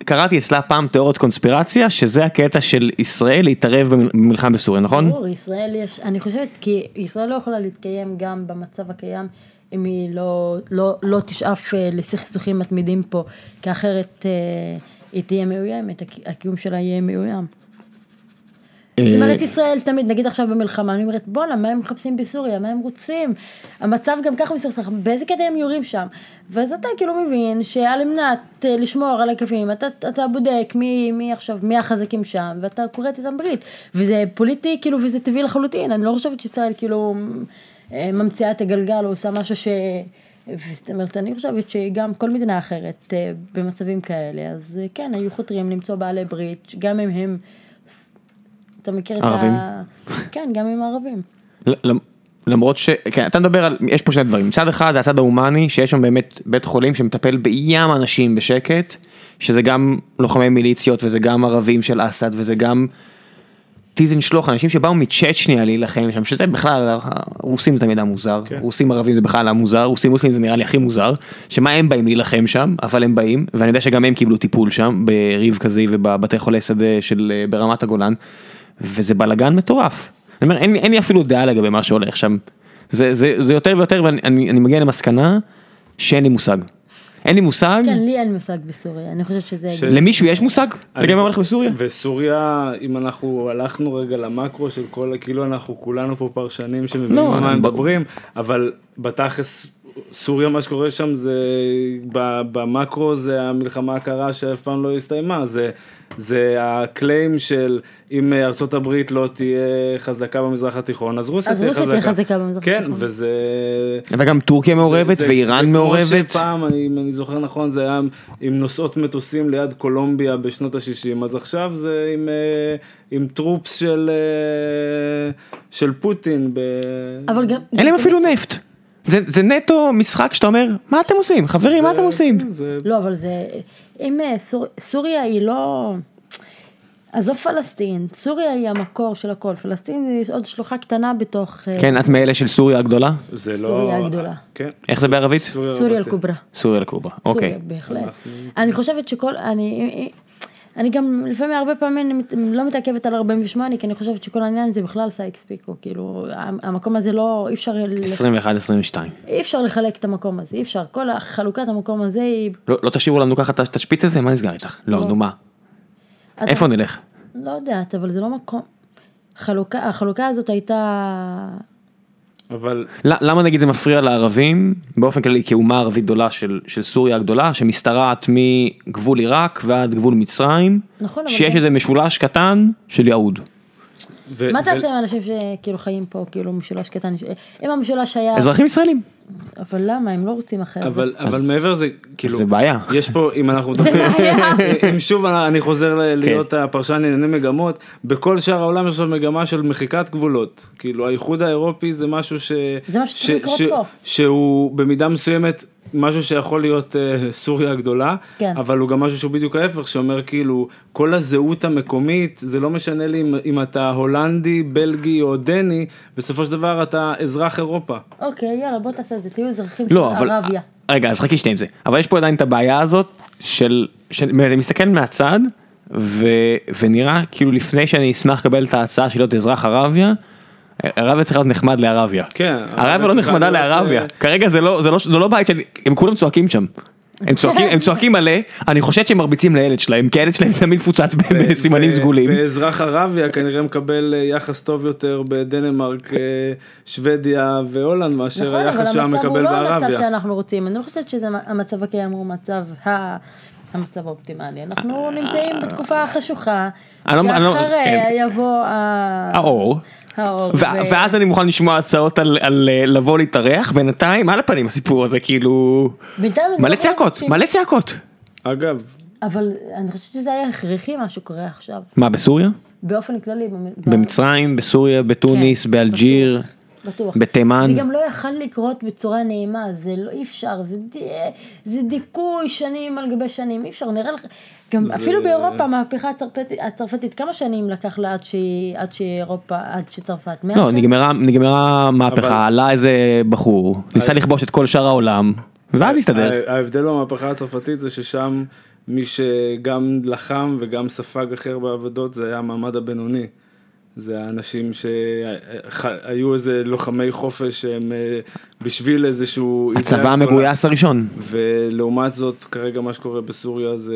[SPEAKER 1] קראתי אצלה פעם תיאוריות קונספירציה, שזה הקטע של ישראל להתערב במל- במלחמה בסוריה, נכון?
[SPEAKER 2] ברור, ישראל יש, אני חושבת, כי ישראל לא יכולה להתקיים גם במצב הקיים אם היא לא, לא, לא תשאף אה, לסכסוכים מתמידים פה, כי אחרת אה, היא תהיה מאוימת, הק- הקיום שלה יהיה מאוים. זאת אומרת, ישראל תמיד, נגיד עכשיו במלחמה, אני אומרת, בואנה, מה הם מחפשים בסוריה? מה הם רוצים? המצב גם ככה מסוכסך, באיזה קטע הם יורים שם? ואז אתה כאילו מבין שעל מנת אה, לשמור על הקווים, אתה, אתה בודק מי, מי עכשיו, מי החזקים שם, ואתה כורת איתם ברית. וזה פוליטי, כאילו, וזה טבעי לחלוטין. אני לא חושבת שישראל כאילו אה, ממציאה את הגלגל או עושה משהו ש... זאת אומרת, אני חושבת שגם כל מדינה אחרת אה, במצבים כאלה, אז אה, כן, היו חותרים למצוא בעלי ברית, גם אם הם אתה מכיר את
[SPEAKER 1] ערבים.
[SPEAKER 2] ה... כן, גם עם הערבים.
[SPEAKER 1] ל- ל- למרות ש... כן, אתה מדבר על... יש פה שני דברים. מצד אחד זה הצד ההומני, שיש שם באמת בית חולים שמטפל בים אנשים בשקט, שזה גם לוחמי מיליציות וזה גם ערבים של אסד וזה גם... טיזנשלוח, אנשים שבאו מצ'צ'ניה להילחם שם, שזה בכלל, הרוסים זה תמיד המוזר, כן. רוסים ערבים זה בכלל המוזר, רוסים מוסלמים זה נראה לי הכי מוזר, שמה הם באים להילחם שם, אבל הם באים, ואני יודע שגם הם קיבלו טיפול שם, בריב כזה ובבתי חולי שדה של אה, ברמת הגולן, וזה בלאגן מטורף. אני אומר, אין, לי- אין לי אפילו דעה לגבי מה שהולך שם. זה, זה, זה יותר ויותר, ואני אני, אני מגיע למסקנה שאין לי מושג. אין לי מושג,
[SPEAKER 2] כן, לי אין מושג בסוריה, אני חושבת שזה...
[SPEAKER 3] ש-
[SPEAKER 1] למישהו יש מושג? לגבי מה הולך בסוריה?
[SPEAKER 3] וסוריה אם אנחנו הלכנו רגע למקרו של כל כאילו אנחנו כולנו פה פרשנים שמבינים
[SPEAKER 1] לא,
[SPEAKER 3] על מה הם
[SPEAKER 1] ב-
[SPEAKER 3] מדברים אבל בתכלס סוריה מה שקורה שם זה ב- במקרו זה המלחמה הקרה שאף פעם לא הסתיימה זה זה הקליים של אם ארצות הברית לא תהיה חזקה במזרח התיכון אז רוסיה
[SPEAKER 2] אז
[SPEAKER 3] תהיה
[SPEAKER 2] רוסיה
[SPEAKER 3] חזקה.
[SPEAKER 2] תהיה חזקה במזרח
[SPEAKER 3] כן
[SPEAKER 2] התיכון.
[SPEAKER 3] וזה.
[SPEAKER 1] וגם טורקיה מעורבת
[SPEAKER 3] זה-
[SPEAKER 1] ואיראן
[SPEAKER 3] זה כמו
[SPEAKER 1] מעורבת.
[SPEAKER 3] שפעם, אני, אם אני זוכר נכון, זה היה עם נוסעות מטוסים ליד קולומביה בשנות ה-60, אז עכשיו זה עם, אה, עם טרופס של, אה, של פוטין. ב...
[SPEAKER 2] אבל גם...
[SPEAKER 1] אין להם אפילו נפט. זה, זה נטו משחק שאתה אומר, מה אתם עושים? חברים, מה אתם עושים?
[SPEAKER 3] זה...
[SPEAKER 2] לא, אבל זה... אם אה, סור- סוריה היא לא... עזוב פלסטין, סוריה היא המקור של הכל, פלסטין היא עוד שלוחה קטנה בתוך אה,
[SPEAKER 1] כן, את מאלה של סוריה הגדולה?
[SPEAKER 3] זה לא...
[SPEAKER 2] סוריה הגדולה.
[SPEAKER 3] כן.
[SPEAKER 1] איך זה בערבית?
[SPEAKER 2] סוריה
[SPEAKER 3] רבתי.
[SPEAKER 2] אל-קוברה.
[SPEAKER 1] סוריה לקובה,
[SPEAKER 2] סוריה,
[SPEAKER 1] אוקיי.
[SPEAKER 2] בהחלט. אני חושבת שכל, אני, אני גם לפעמים הרבה פעמים אני מת- לא מתעכבת על 48, כי אני חושבת שכל העניין זה בכלל סייקס פיקו, כאילו המקום הזה לא, אי אפשר, ל-
[SPEAKER 1] 21-22.
[SPEAKER 2] אי אפשר לחלק את המקום הזה, אי אפשר, כל חלוקת המקום הזה היא,
[SPEAKER 1] לא, לא תשאירו לנו ככה את התשפיץ הזה? מה נסגר איתך? לא, נו מה?
[SPEAKER 2] אתה-
[SPEAKER 1] איפה נלך?
[SPEAKER 2] לא יודעת, אבל זה לא מקום, חלוקה, החלוקה הזאת הייתה,
[SPEAKER 3] אבל
[SPEAKER 1] ל- למה נגיד זה מפריע לערבים באופן כללי כאומה ערבית גדולה של, של סוריה הגדולה שמשתרעת מגבול עיראק ועד גבול מצרים
[SPEAKER 2] נכון, אבל
[SPEAKER 1] שיש
[SPEAKER 2] זה- אה.
[SPEAKER 1] איזה משולש קטן של יהוד.
[SPEAKER 3] ו-
[SPEAKER 2] מה
[SPEAKER 3] ו-
[SPEAKER 2] תעשה עם אנשים שכאילו חיים פה, כאילו משולש קטן, ש- אם המשולש היה,
[SPEAKER 1] אזרחים ישראלים.
[SPEAKER 2] אבל למה, הם לא רוצים אחרת.
[SPEAKER 3] אבל אבל מעבר לזה כאילו
[SPEAKER 1] זה בעיה.
[SPEAKER 3] יש פה אם אנחנו
[SPEAKER 2] זה בעיה.
[SPEAKER 3] אם שוב אני אני חוזר ל-
[SPEAKER 1] כן.
[SPEAKER 3] להיות הפרשן לענייני מגמות בכל שאר העולם יש עכשיו מגמה של מחיקת גבולות כאילו האיחוד האירופי זה משהו ש...
[SPEAKER 2] זה מה שצריך
[SPEAKER 3] ש-
[SPEAKER 2] לקרות
[SPEAKER 3] ש-
[SPEAKER 2] פה.
[SPEAKER 3] שהוא במידה מסוימת משהו שיכול להיות אה, סוריה הגדולה
[SPEAKER 2] כן.
[SPEAKER 3] אבל הוא גם משהו שהוא בדיוק ההפך שאומר כאילו כל הזהות המקומית זה לא משנה לי אם, אם אתה הולנדי בלגי או דני בסופו של דבר אתה אזרח אירופה.
[SPEAKER 2] אוקיי, יאללה, בוא תעשה את זה, תהיו אזרחים
[SPEAKER 1] לא,
[SPEAKER 2] של
[SPEAKER 1] אבל...
[SPEAKER 2] ערביה.
[SPEAKER 1] רגע, אז חכי שנייה עם זה. אבל יש פה עדיין את הבעיה הזאת של... של- אני מסתכל מהצד, ו... ונראה כאילו לפני שאני אשמח לקבל את ההצעה של להיות אזרח ערביה, ערביה צריך להיות נחמד לערביה.
[SPEAKER 3] כן,
[SPEAKER 1] ערביה לא
[SPEAKER 3] אבל- אה,
[SPEAKER 1] נחמדה
[SPEAKER 3] אבל-
[SPEAKER 1] לערביה. כרגע זה לא, זה לא, זה לא בית של... הם כולם צועקים שם. הם צועקים, הם צועקים מלא, אני חושד שהם מרביצים לילד שלהם, כי הילד שלהם תמיד מפוצץ בסימנים
[SPEAKER 3] ו-
[SPEAKER 1] סגולים.
[SPEAKER 3] ואזרח ערביה כנראה מקבל אה, יחס טוב יותר בדנמרק, אה, שוודיה והולנד מאשר
[SPEAKER 2] נכון, אבל
[SPEAKER 3] היחס שהעם
[SPEAKER 2] המצב הוא
[SPEAKER 3] מקבל
[SPEAKER 2] לא המצב
[SPEAKER 3] בערביה.
[SPEAKER 2] שאנחנו רוצים, אני לא חושבת שהמצב הקיים הוא מצב ה... המצב האופטימלי, אנחנו נמצאים בתקופה חשוכה,
[SPEAKER 1] אני לא- אני לא-
[SPEAKER 2] שאחריה
[SPEAKER 1] כן.
[SPEAKER 2] יבוא ה-
[SPEAKER 1] האור.
[SPEAKER 2] האור,
[SPEAKER 1] ו-
[SPEAKER 2] ו-
[SPEAKER 1] ואז אני מוכן לשמוע הצעות על, על אה, לבוא להתארח בינתיים על הפנים הסיפור הזה כאילו
[SPEAKER 2] בינתיים אני
[SPEAKER 1] מלא
[SPEAKER 2] לא חושבת
[SPEAKER 1] צעקות
[SPEAKER 2] ש-
[SPEAKER 1] מלא צעקות
[SPEAKER 3] אגב,
[SPEAKER 2] אבל אני חושבת שזה היה הכרחי מה שקורה עכשיו,
[SPEAKER 1] מה בסוריה
[SPEAKER 2] באופן כללי, במ-
[SPEAKER 1] במצרים בסוריה בתוניס
[SPEAKER 2] לא. כן,
[SPEAKER 1] באלג'יר
[SPEAKER 2] בטוח.
[SPEAKER 1] בתימן
[SPEAKER 2] זה גם לא יכל לקרות בצורה נעימה, זה לא אי אפשר, זה, ד... זה דיכוי שנים על גבי שנים, אי אפשר, נראה לך, גם זה... אפילו באירופה המהפכה הצרפתית, הצרפתית, כמה שנים לקח לה עד, שהיא, עד שאירופה, עד שצרפת, מאה
[SPEAKER 1] לא
[SPEAKER 2] שנים?
[SPEAKER 1] נגמרה נגמרה מהפכה עלה איזה בחור ניסה לכבוש את כל שאר העולם ואז הסתדר
[SPEAKER 3] ה- ההבדל במהפכה הצרפתית זה ששם מי שגם לחם וגם ספג הכי הרבה עבודות זה היה המעמד הבינוני. זה האנשים שהיו איזה לוחמי חופש שהם אה, בשביל איזשהו...
[SPEAKER 1] הצבא
[SPEAKER 3] אידיאל גדולה.
[SPEAKER 1] המגויס הראשון
[SPEAKER 3] ולעומת זאת, כרגע מה שקורה בסוריה זה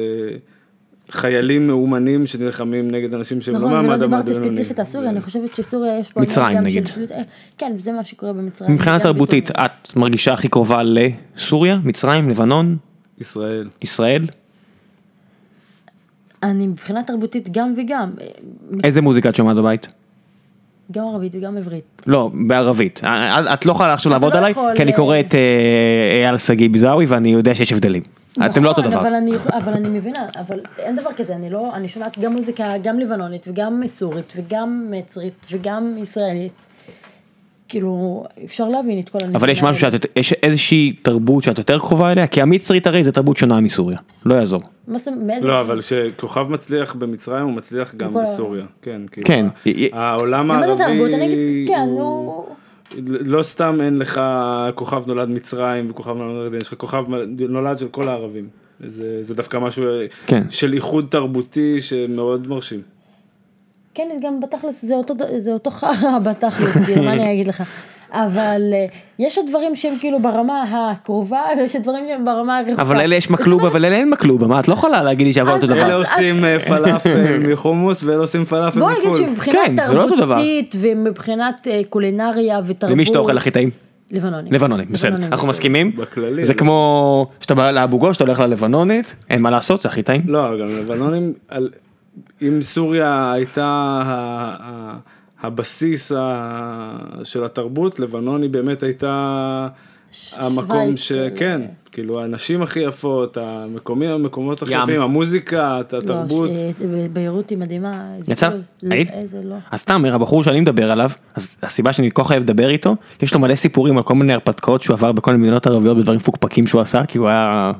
[SPEAKER 3] חיילים מאומנים שנלחמים נגד אנשים שהם לא
[SPEAKER 2] נכון, ולא
[SPEAKER 3] מעמד המעמד
[SPEAKER 2] דיברתי
[SPEAKER 3] הבינוני.
[SPEAKER 2] ספציפית על סוריה, אני חושבת שסוריה יש פה...
[SPEAKER 1] מצרים,
[SPEAKER 2] עניין גם
[SPEAKER 1] נגיד.
[SPEAKER 2] של שליטה- כן, זה מה שקורה במצרים.
[SPEAKER 1] מבחינה
[SPEAKER 2] גם
[SPEAKER 1] תרבותית
[SPEAKER 2] בתוניס.
[SPEAKER 1] את מרגישה הכי קרובה לסוריה מצרים לבנון
[SPEAKER 3] ישראל.
[SPEAKER 1] ישראל
[SPEAKER 2] אני מבחינה תרבותית גם וגם,
[SPEAKER 1] איזה מוזיקה את שומעת בבית.
[SPEAKER 2] גם ערבית וגם עברית.
[SPEAKER 1] לא, בערבית. את- את לא יכולה עכשיו לעבוד
[SPEAKER 2] לא
[SPEAKER 1] עליי,
[SPEAKER 2] יכול,
[SPEAKER 1] כי אני
[SPEAKER 2] אה,
[SPEAKER 1] קורא את אה, אייל שגיא ביזאווי ואני יודע שיש הבדלים. אתם לא אותו
[SPEAKER 2] נכון,
[SPEAKER 1] דבר.
[SPEAKER 2] אבל אני, אבל אני מבינה, אבל אין דבר כזה, אני לא, אני שומעת גם מוזיקה, גם לבנונית וגם סורית וגם מצרית וגם ישראלית. כאילו, אפשר להבין את כל הנקודה.
[SPEAKER 1] אבל יש משהו שאת, יש איזושהי תרבות שאת יותר קרובה אליה, כי המצרית הרי זה תרבות שונה מסוריה. לא יעזור.
[SPEAKER 3] לא, אבל שכוכב מצליח במצרים הוא מצליח גם
[SPEAKER 2] בכל
[SPEAKER 3] בסוריה. כן, כאילו,
[SPEAKER 1] כן.
[SPEAKER 3] ה- העולם
[SPEAKER 2] גם
[SPEAKER 3] הערבי...
[SPEAKER 2] בתרבות, אני אגיד, כן,
[SPEAKER 3] הוא-
[SPEAKER 2] נו,
[SPEAKER 3] לא סתם אין לך כוכב נולד מצרים וכוכב נולד ירדן, יש לך כוכב נולד של כל הערבים. זה, זה דווקא משהו אה,
[SPEAKER 1] כן.
[SPEAKER 3] של איחוד תרבותי שמאוד מרשים.
[SPEAKER 2] כן, גם בתכלס זה אותו, ד- זה אותו חרא בתכלס, כאילו, מה אני אגיד לך. אבל אה, יש הדברים שהם כאילו ברמה הקרובה, ויש הדברים שהם ברמה הרחוקה.
[SPEAKER 1] אבל לאלה יש מקלובה ולאלה אין מקלובה, מה את לא יכולה להגיד לי שהכל
[SPEAKER 2] אז-
[SPEAKER 1] אותו
[SPEAKER 2] אז-
[SPEAKER 3] אלה
[SPEAKER 1] דבר.
[SPEAKER 3] עושים אה, פלאפל מחומוס ואלה עושים פלאפל
[SPEAKER 2] בוא נגיד
[SPEAKER 3] מחו"ל.
[SPEAKER 2] שמבחינה
[SPEAKER 1] כן, זה לא אותו דבר.
[SPEAKER 2] תרבותית ומבחינת אה, קולינריה ותרבות.
[SPEAKER 1] למי שאתה אוכל הכי טעים?
[SPEAKER 2] לבנונים.
[SPEAKER 1] לבנונית, בסדר. אנחנו מסכימים?
[SPEAKER 3] בכללי,
[SPEAKER 1] זה
[SPEAKER 3] לא.
[SPEAKER 1] כמו שאתה בא לאבו גוש, אתה הולך ללבנונית, אין מה לעשות, זה הכי טעים.
[SPEAKER 3] לא, גם לבנונים, על... אם סוריה הייתה ה- ה- הבסיס ה- של התרבות, לבנון היא באמת הייתה המקום
[SPEAKER 2] שווייץ של-
[SPEAKER 3] שכן, כאילו הנשים הכי יפות, המקומים, המקומות הכי
[SPEAKER 1] ים.
[SPEAKER 3] יפים, המוזיקה,
[SPEAKER 2] לא,
[SPEAKER 3] התרבות.
[SPEAKER 2] אה, ב- ביירות היא מדהימה. איזה
[SPEAKER 1] יצא?
[SPEAKER 2] כיף. לא,
[SPEAKER 1] היית?
[SPEAKER 2] איזה לא.
[SPEAKER 1] אז סתם, הבחור שאני מדבר עליו, אז הסיבה שאני כל כך אוהב לדבר איתו, יש לו מלא סיפורים על כל מיני הרפתקאות שהוא עבר בכל מיני מדינות ערביות בדברים מפוקפקים שהוא עשה, כי הוא היה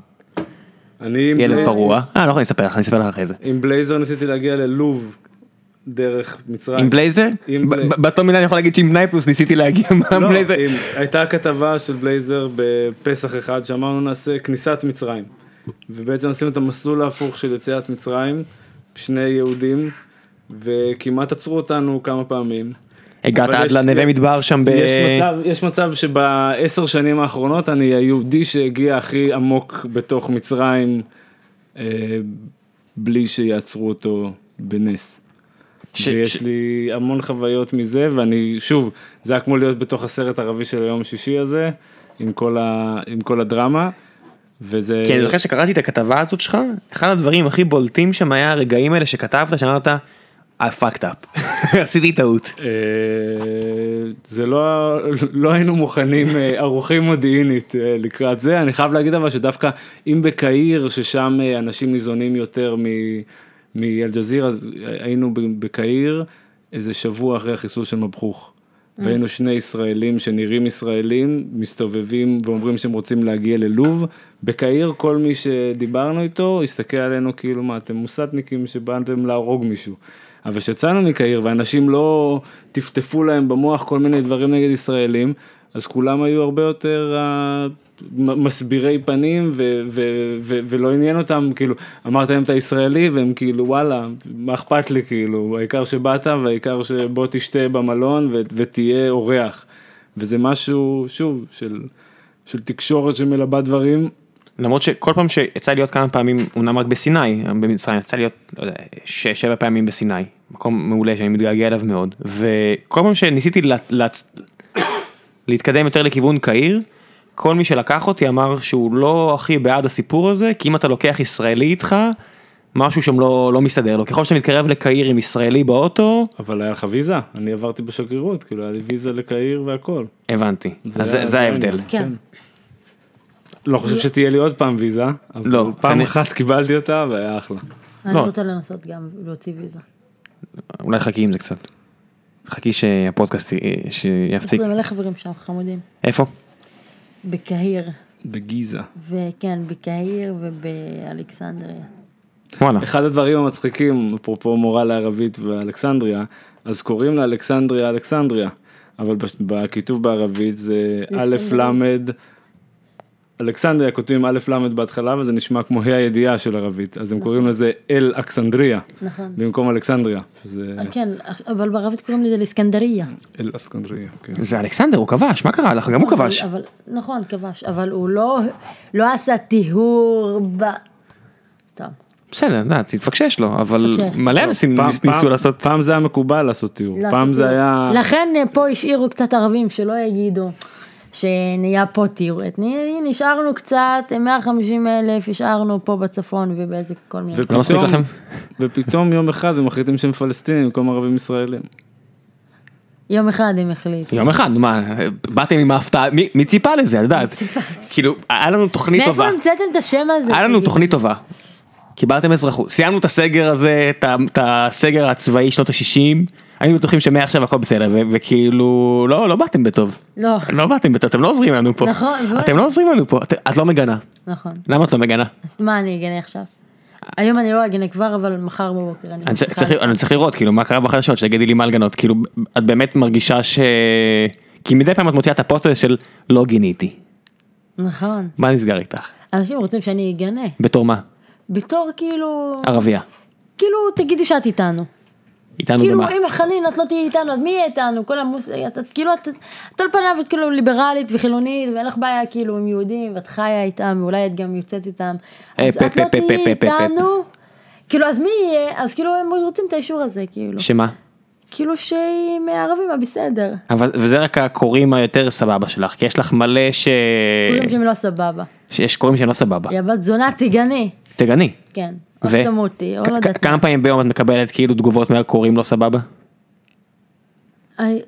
[SPEAKER 3] אני עם
[SPEAKER 1] ילד
[SPEAKER 3] בלי-
[SPEAKER 1] פרוע. אה, לא יכול לספר לך, אני אספר לך אחרי זה.
[SPEAKER 3] עם בלייזר ניסיתי להגיע ללוב דרך מצרים.
[SPEAKER 1] עם בלייזר?
[SPEAKER 3] עם בלייזר.
[SPEAKER 1] ב- ב- באותו מילה אני יכול להגיד שעם נייפלוס ניסיתי להגיע
[SPEAKER 3] לא,
[SPEAKER 1] מה בלייזר.
[SPEAKER 3] עם- הייתה כתבה של בלייזר בפסח אחד שאמרנו נעשה כניסת מצרים. ובעצם עשינו את המסלול ההפוך של יציאת מצרים, שני יהודים, וכמעט עצרו אותנו כמה פעמים.
[SPEAKER 1] הגעת
[SPEAKER 3] אבל
[SPEAKER 1] עד
[SPEAKER 3] יש-
[SPEAKER 1] לנווה מדבר שם ב...
[SPEAKER 3] יש מצב, יש מצב שבעשר שנים האחרונות אני היהודי שהגיע הכי עמוק בתוך מצרים, אה, בלי שיעצרו אותו בנס.
[SPEAKER 1] ש-
[SPEAKER 3] ויש
[SPEAKER 1] ש-
[SPEAKER 3] לי המון חוויות מזה, ואני, שוב, זה היה כמו להיות בתוך הסרט הערבי של היום שישי הזה, עם כל, ה, עם כל הדרמה, וזה...
[SPEAKER 1] כי אני זוכר שקראתי את הכתבה הזאת שלך, אחד הדברים הכי בולטים שם היה הרגעים האלה שכתבת, שאמרת, I fucked up, עשיתי טעות.
[SPEAKER 3] אה, זה לא, לא היינו מוכנים, אה, ערוכים מודיעינית אה, לקראת זה. אני חייב להגיד אבל שדווקא אם בקהיר, ששם אה, אנשים ניזונים יותר מ- מאלג'זיר, אז אה, היינו ב- בקהיר איזה שבוע אחרי החיסול של מבחוך. והיינו שני ישראלים שנראים ישראלים, מסתובבים ואומרים שהם רוצים להגיע ללוב. בקהיר כל מי שדיברנו איתו הסתכל עלינו כאילו מה אתם מוסטניקים שבאתם להרוג מישהו. אבל כשיצאנו מקהיר ואנשים לא טפטפו להם במוח כל מיני דברים נגד ישראלים, אז כולם היו הרבה יותר אה, מ- מסבירי פנים ו- ו- ו- ולא עניין אותם, כאילו, אמרת להם אתה ישראלי והם כאילו וואלה, מה אכפת לי כאילו, העיקר שבאת והעיקר שבוא תשתה במלון ו- ותהיה אורח. וזה משהו, שוב, של, של תקשורת שמלבה דברים.
[SPEAKER 1] למרות שכל פעם שיצא לי להיות כמה פעמים, אומנם רק בסיני, במצרים, יצא לי להיות לא יודע, שש, שבע פעמים בסיני, מקום מעולה שאני מתגעגע אליו מאוד, וכל פעם שניסיתי לה, לה, להתקדם יותר לכיוון קהיר, כל מי שלקח אותי אמר שהוא לא הכי בעד הסיפור הזה, כי אם אתה לוקח ישראלי איתך, משהו שם לא, לא מסתדר לו, ככל שאתה מתקרב לקהיר עם ישראלי באוטו,
[SPEAKER 3] אבל היה לך ויזה, אני עברתי בשגרירות, כאילו היה לי ויזה לקהיר והכל.
[SPEAKER 1] הבנתי,
[SPEAKER 3] זה
[SPEAKER 1] אז זה,
[SPEAKER 3] היה-
[SPEAKER 1] זה ההבדל.
[SPEAKER 2] כן.
[SPEAKER 3] לא חושב שתהיה לי עוד פעם ויזה, אבל
[SPEAKER 1] לא,
[SPEAKER 3] פעם
[SPEAKER 1] כנראה.
[SPEAKER 3] אחת קיבלתי אותה והיה אחלה.
[SPEAKER 2] אני
[SPEAKER 1] לא.
[SPEAKER 2] רוצה לנסות גם להוציא ויזה.
[SPEAKER 1] אולי חכי עם זה קצת. חכי שהפודקאסט י-
[SPEAKER 2] יש
[SPEAKER 1] שיפסיק.
[SPEAKER 2] לי מלא חברים שם חמודים.
[SPEAKER 1] איפה?
[SPEAKER 2] בקהיר,
[SPEAKER 3] בגיזה.
[SPEAKER 2] וכן, בקהיר ובאלכסנדריה.
[SPEAKER 1] וואלה.
[SPEAKER 3] אחד הדברים המצחיקים, אפרופו מורה לערבית ואלכסנדריה, אז קוראים לאלכסנדריה אלכסנדריה, אבל בש- בכיתוב בערבית זה א' ל' אלכסנדריה כותבים א' ל' בהתחלה וזה נשמע כמו ה' הידיעה של ערבית, אז הם קוראים לזה אל אקסנדריה,
[SPEAKER 2] נכון.
[SPEAKER 3] במקום אלכסנדריה, זה
[SPEAKER 1] אה,
[SPEAKER 2] כן, אבל בערבית קוראים לזה לסקנדריה.
[SPEAKER 3] אל אסקנדריה, כן.
[SPEAKER 1] זה אלכסנדר, הוא כבש, מה קרה לך? גם הוא
[SPEAKER 2] אבל-
[SPEAKER 1] כבש.
[SPEAKER 2] אבל, נכון, כבש, אבל הוא לא, לא עשה טיהור ב... סתם.
[SPEAKER 1] בסדר, אתה יודע, תתפקשש לו, אבל
[SPEAKER 2] תתפקשש.
[SPEAKER 1] מלא אנשים
[SPEAKER 3] לא, פעם-
[SPEAKER 1] ניס- ניסו
[SPEAKER 3] פעם-
[SPEAKER 1] לעשות...
[SPEAKER 3] פעם זה היה מקובל לעשות טיול,
[SPEAKER 2] לא
[SPEAKER 3] פעם
[SPEAKER 2] עשה
[SPEAKER 3] זה
[SPEAKER 2] טיהור.
[SPEAKER 3] היה...
[SPEAKER 2] לכן אה, פה השאירו קצת ערבים, שלא יגידו שנהיה פה טיהור אתני, נשארנו קצת, 150 אלף השארנו פה בצפון ובאיזה כל מיני...
[SPEAKER 1] לא מספיק
[SPEAKER 3] ופתאום-
[SPEAKER 1] לכם?
[SPEAKER 3] ופתאום יום אחד הם מחליטים שהם פלסטינים במקום ערבים ישראלים.
[SPEAKER 2] יום אחד הם החליטו.
[SPEAKER 1] יום אחד, מה, באתם עם ההפתעה, מי מי ציפה לזה, את יודעת? כאילו, היה לנו תוכנית
[SPEAKER 2] מאיפה
[SPEAKER 1] טובה,
[SPEAKER 2] המצאתם את השם הזה?
[SPEAKER 1] היה לנו
[SPEAKER 2] תגיד?
[SPEAKER 1] תוכנית טובה. קיבלתם אזרחות, סיימנו את הסגר הזה, את ה- את הסגר הצבאי שנות ה-60, היינו בטוחים שמעכשיו הכל בסדר, ו- וכאילו, לא, לא באתם בטוב.
[SPEAKER 2] לא,
[SPEAKER 1] לא באתם בטוב, אתם לא עוזרים לנו פה.
[SPEAKER 2] נכון, בואי.
[SPEAKER 1] אתם לא עוזרים לנו פה, את- את לא מגנה.
[SPEAKER 2] נכון.
[SPEAKER 1] למה את לא מגנה?
[SPEAKER 2] מה אני אגנה עכשיו? היום אני לא אגנה כבר, אבל מחר בבוקר אני...
[SPEAKER 1] אני צריך-
[SPEAKER 2] מבטיחה.
[SPEAKER 1] צריך- אני צריך לראות כאילו מה קרה בחדשות שתגידי לי מה לגנות כאילו את באמת מרגישה ש... כי מדי פעם את מוציאה את הפוסט הזה של לא גיניתי
[SPEAKER 2] נכון.
[SPEAKER 1] מה נסגר איתך
[SPEAKER 2] אנשים רוצים שאני אגנה.
[SPEAKER 1] בתור מה
[SPEAKER 2] בתור כאילו...
[SPEAKER 1] ערבייה
[SPEAKER 2] כאילו תגידי שאת איתנו.
[SPEAKER 1] איתנו
[SPEAKER 2] כאילו
[SPEAKER 1] במה
[SPEAKER 2] אם חנין את לא תהיי איתנו אז מי יהיה איתנו? כל המוס... את, את כאילו את, את על פניו את כאילו ליברלית וחילונית ואין לך בעיה כאילו עם יהודים ואת חיה איתם ואולי את גם יוצאת איתם.
[SPEAKER 1] אה,
[SPEAKER 2] אז
[SPEAKER 1] פפ,
[SPEAKER 2] את לא
[SPEAKER 1] פפ, פפ,
[SPEAKER 2] תהיי
[SPEAKER 1] פפ, פפ.
[SPEAKER 2] איתנו. כאילו אז מי יהיה? אז כאילו הם רוצים את האישור הזה כאילו.
[SPEAKER 1] שמה
[SPEAKER 2] כאילו שהיא מהערבים הבסדר.
[SPEAKER 1] אבל וזה רק הקוראים היותר סבבה שלך כי יש לך מלא ש...
[SPEAKER 2] קוראים שהם לא סבבה.
[SPEAKER 1] שיש קוראים שהם לא סבבה
[SPEAKER 2] יא בת זונה תגני.
[SPEAKER 1] תגני.
[SPEAKER 2] כן.
[SPEAKER 1] ו-
[SPEAKER 2] או שתמותי או
[SPEAKER 1] כ-
[SPEAKER 2] לא
[SPEAKER 1] כ-
[SPEAKER 2] יודעת. מה.
[SPEAKER 1] כמה פעמים ביום את מקבלת כאילו תגובות מהקוראים לא סבבה
[SPEAKER 2] אני-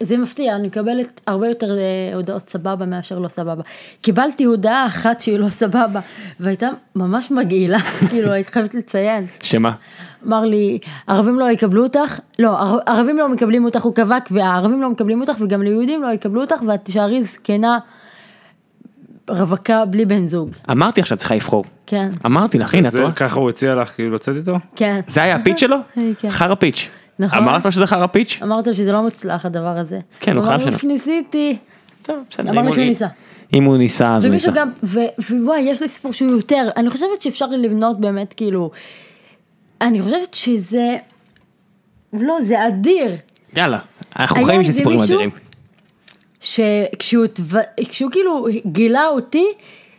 [SPEAKER 2] זה מפתיע, אני מקבלת הרבה יותר אה, הודעות סבבה מאשר לא סבבה. קיבלתי הודעה אחת שהיא לא סבבה, והייתה ממש מגעילה, כאילו, הייתי חייבת לציין.
[SPEAKER 1] שמה
[SPEAKER 2] אמר לי, ערבים לא יקבלו אותך, לא, ער- ערבים לא מקבלים אותך, הוא קבק, והערבים לא מקבלים אותך, וגם ליהודים לא יקבלו אותך, ואת תישארי זקנה רווקה בלי בן זוג.
[SPEAKER 1] אמרתי לך שאת צריכה לבחור
[SPEAKER 2] כן,
[SPEAKER 1] אמרתי לך הנה את
[SPEAKER 3] זה-
[SPEAKER 1] רואה
[SPEAKER 3] ככה הוא הציע לך כאילו לצאת איתו?
[SPEAKER 2] כן.
[SPEAKER 1] זה היה הפיץ' שלו
[SPEAKER 2] כן.
[SPEAKER 1] חרא פיץ'
[SPEAKER 2] נכון.
[SPEAKER 1] אמרת לו שזה חרא פיץ'
[SPEAKER 2] אמרת לו שזה לא מוצלח הדבר הזה.
[SPEAKER 1] כן, הוא חייב
[SPEAKER 2] אמר לי,
[SPEAKER 1] שלא.
[SPEAKER 2] "אוף, ניסיתי.
[SPEAKER 1] טוב, בסדר,
[SPEAKER 2] אמרנו
[SPEAKER 1] אם הוא-
[SPEAKER 2] שהוא ניסה.
[SPEAKER 1] אם הוא ניסה אז הוא ניסה.
[SPEAKER 2] ומישהו גם, ו- ווואי, יש לי סיפור שהוא יותר, אני חושבת שאפשר לבנות באמת כאילו, אני חושבת שזה, לא, זה אדיר,
[SPEAKER 1] יאללה, אנחנו
[SPEAKER 2] היה
[SPEAKER 1] חיים של
[SPEAKER 2] איזה
[SPEAKER 1] סיפורים
[SPEAKER 2] מישהו?
[SPEAKER 1] אדירים.
[SPEAKER 2] שכשהוא תו- כשהוא כאילו גילה אותי,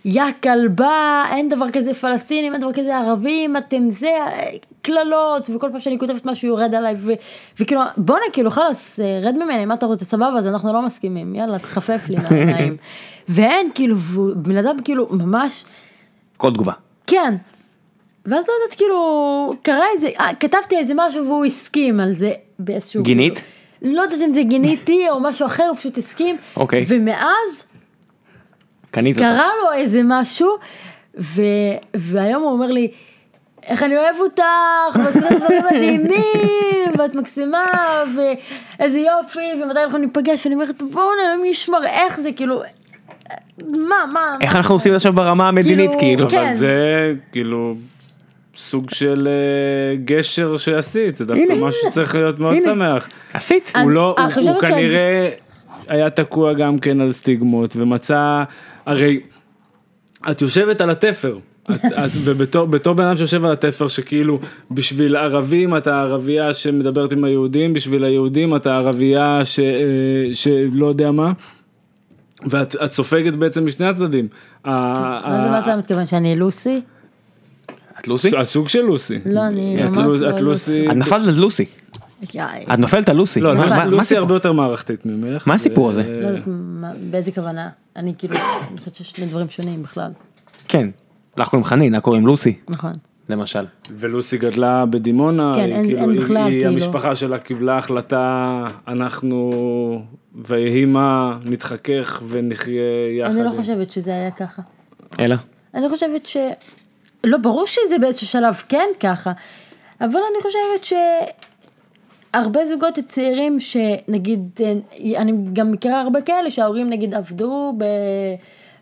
[SPEAKER 2] יא כלבה, אין דבר כזה פלסטינים, אין דבר כזה ערבים, אתם זה, אה, קללות, וכל פעם שאני כותבת משהו יורד עליי, ו- וכאילו, בואנה, כאילו, חלאס, אה, רד ממני, מה אתה רוצה, סבבה, אז אנחנו לא מסכימים, יאללה, תחפף לי מהעיניים. ואין, כאילו, והוא- בן אדם כאילו ממש,
[SPEAKER 1] כל תגובה.
[SPEAKER 2] כן. ואז לא יודעת, כאילו, קרה איזה, אה, כתבתי איזה משהו והוא הסכים על זה באיזשהו...
[SPEAKER 1] גינית?
[SPEAKER 2] לא יודעת אם זה גיניתי או משהו אחר, הוא פשוט הסכים.
[SPEAKER 1] אוקיי.
[SPEAKER 2] ומאז
[SPEAKER 1] קנית אותה.
[SPEAKER 2] קרה לו איזה משהו, ו... והיום הוא אומר לי, איך אני אוהב אותך, ואת עושה דברים מדהימים, ואת מקסימה, ואיזה יופי, ומתי אנחנו ניפגש, ואני אומרת, בוא'נה, מי ישמר איך זה, כאילו, מה, מה,
[SPEAKER 1] איך אנחנו עושים את זה עכשיו ברמה המדינית כאילו?
[SPEAKER 2] כאילו, כן.
[SPEAKER 3] אבל זה כאילו סוג של אה, גשר שעשית, זה דווקא
[SPEAKER 1] הנה,
[SPEAKER 3] משהו שצריך להיות מאוד
[SPEAKER 1] הנה.
[SPEAKER 3] שמח.
[SPEAKER 2] כן.
[SPEAKER 1] עשית?
[SPEAKER 2] אני-
[SPEAKER 3] הוא לא, הוא-
[SPEAKER 2] החשבת
[SPEAKER 3] הוא
[SPEAKER 2] שאני-
[SPEAKER 3] כנראה היה תקוע גם כן על סטיגמות ומצא, הרי את יושבת על התפר. את, את, ובתור בתור בן אדם שיושב על התפר שכאילו בשביל ערבים אתה ערבייה שמדברת עם היהודים, בשביל היהודים אתה ערבייה ש, אה, שלא יודע מה, ואת את סופגת בעצם משני הצדדים. ה-
[SPEAKER 2] מה זה
[SPEAKER 3] ה-
[SPEAKER 2] מה אתה מתכוון, שאני לוסי?
[SPEAKER 1] את לוסי?
[SPEAKER 3] הסוג של לוסי.
[SPEAKER 2] לא, אני
[SPEAKER 3] את
[SPEAKER 2] ממש
[SPEAKER 3] לוס-
[SPEAKER 2] לא
[SPEAKER 3] את לוסי.
[SPEAKER 1] את נפלת על לוסי.
[SPEAKER 2] יאי.
[SPEAKER 1] את נופלת על לוסי.
[SPEAKER 3] לא,
[SPEAKER 1] מה-
[SPEAKER 3] לוסי-
[SPEAKER 1] מה- מה
[SPEAKER 3] לוסי
[SPEAKER 1] הסיפור?
[SPEAKER 3] הרבה יותר מערכתית ממך.
[SPEAKER 1] מה הסיפור הזה?
[SPEAKER 3] אה.
[SPEAKER 2] לא יודעת מה- באיזה כוונה, אני כאילו, אני חושבת שיש שני דברים שונים בכלל,
[SPEAKER 1] כן. לך קוראים חנין, לה קוראים לוסי,
[SPEAKER 2] נכון.
[SPEAKER 1] למשל.
[SPEAKER 3] ולוסי גדלה בדימונה,
[SPEAKER 2] כן,
[SPEAKER 3] היא
[SPEAKER 2] אין-
[SPEAKER 3] כאילו,
[SPEAKER 2] אין
[SPEAKER 3] היא-
[SPEAKER 2] בכלל,
[SPEAKER 3] היא-
[SPEAKER 2] כאילו.
[SPEAKER 3] המשפחה שלה קיבלה החלטה, אנחנו ויהי מה, נתחכך ונחיה יחד.
[SPEAKER 2] אני לא
[SPEAKER 3] עם-"
[SPEAKER 2] חושבת שזה היה ככה.
[SPEAKER 1] אלא?
[SPEAKER 2] אני חושבת ש... לא, ברור שזה באיזשהו שלב כן ככה, אבל אני חושבת שהרבה זוגות צעירים שנגיד, אה, אני גם מכירה הרבה כאלה שההורים נגיד עבדו ב...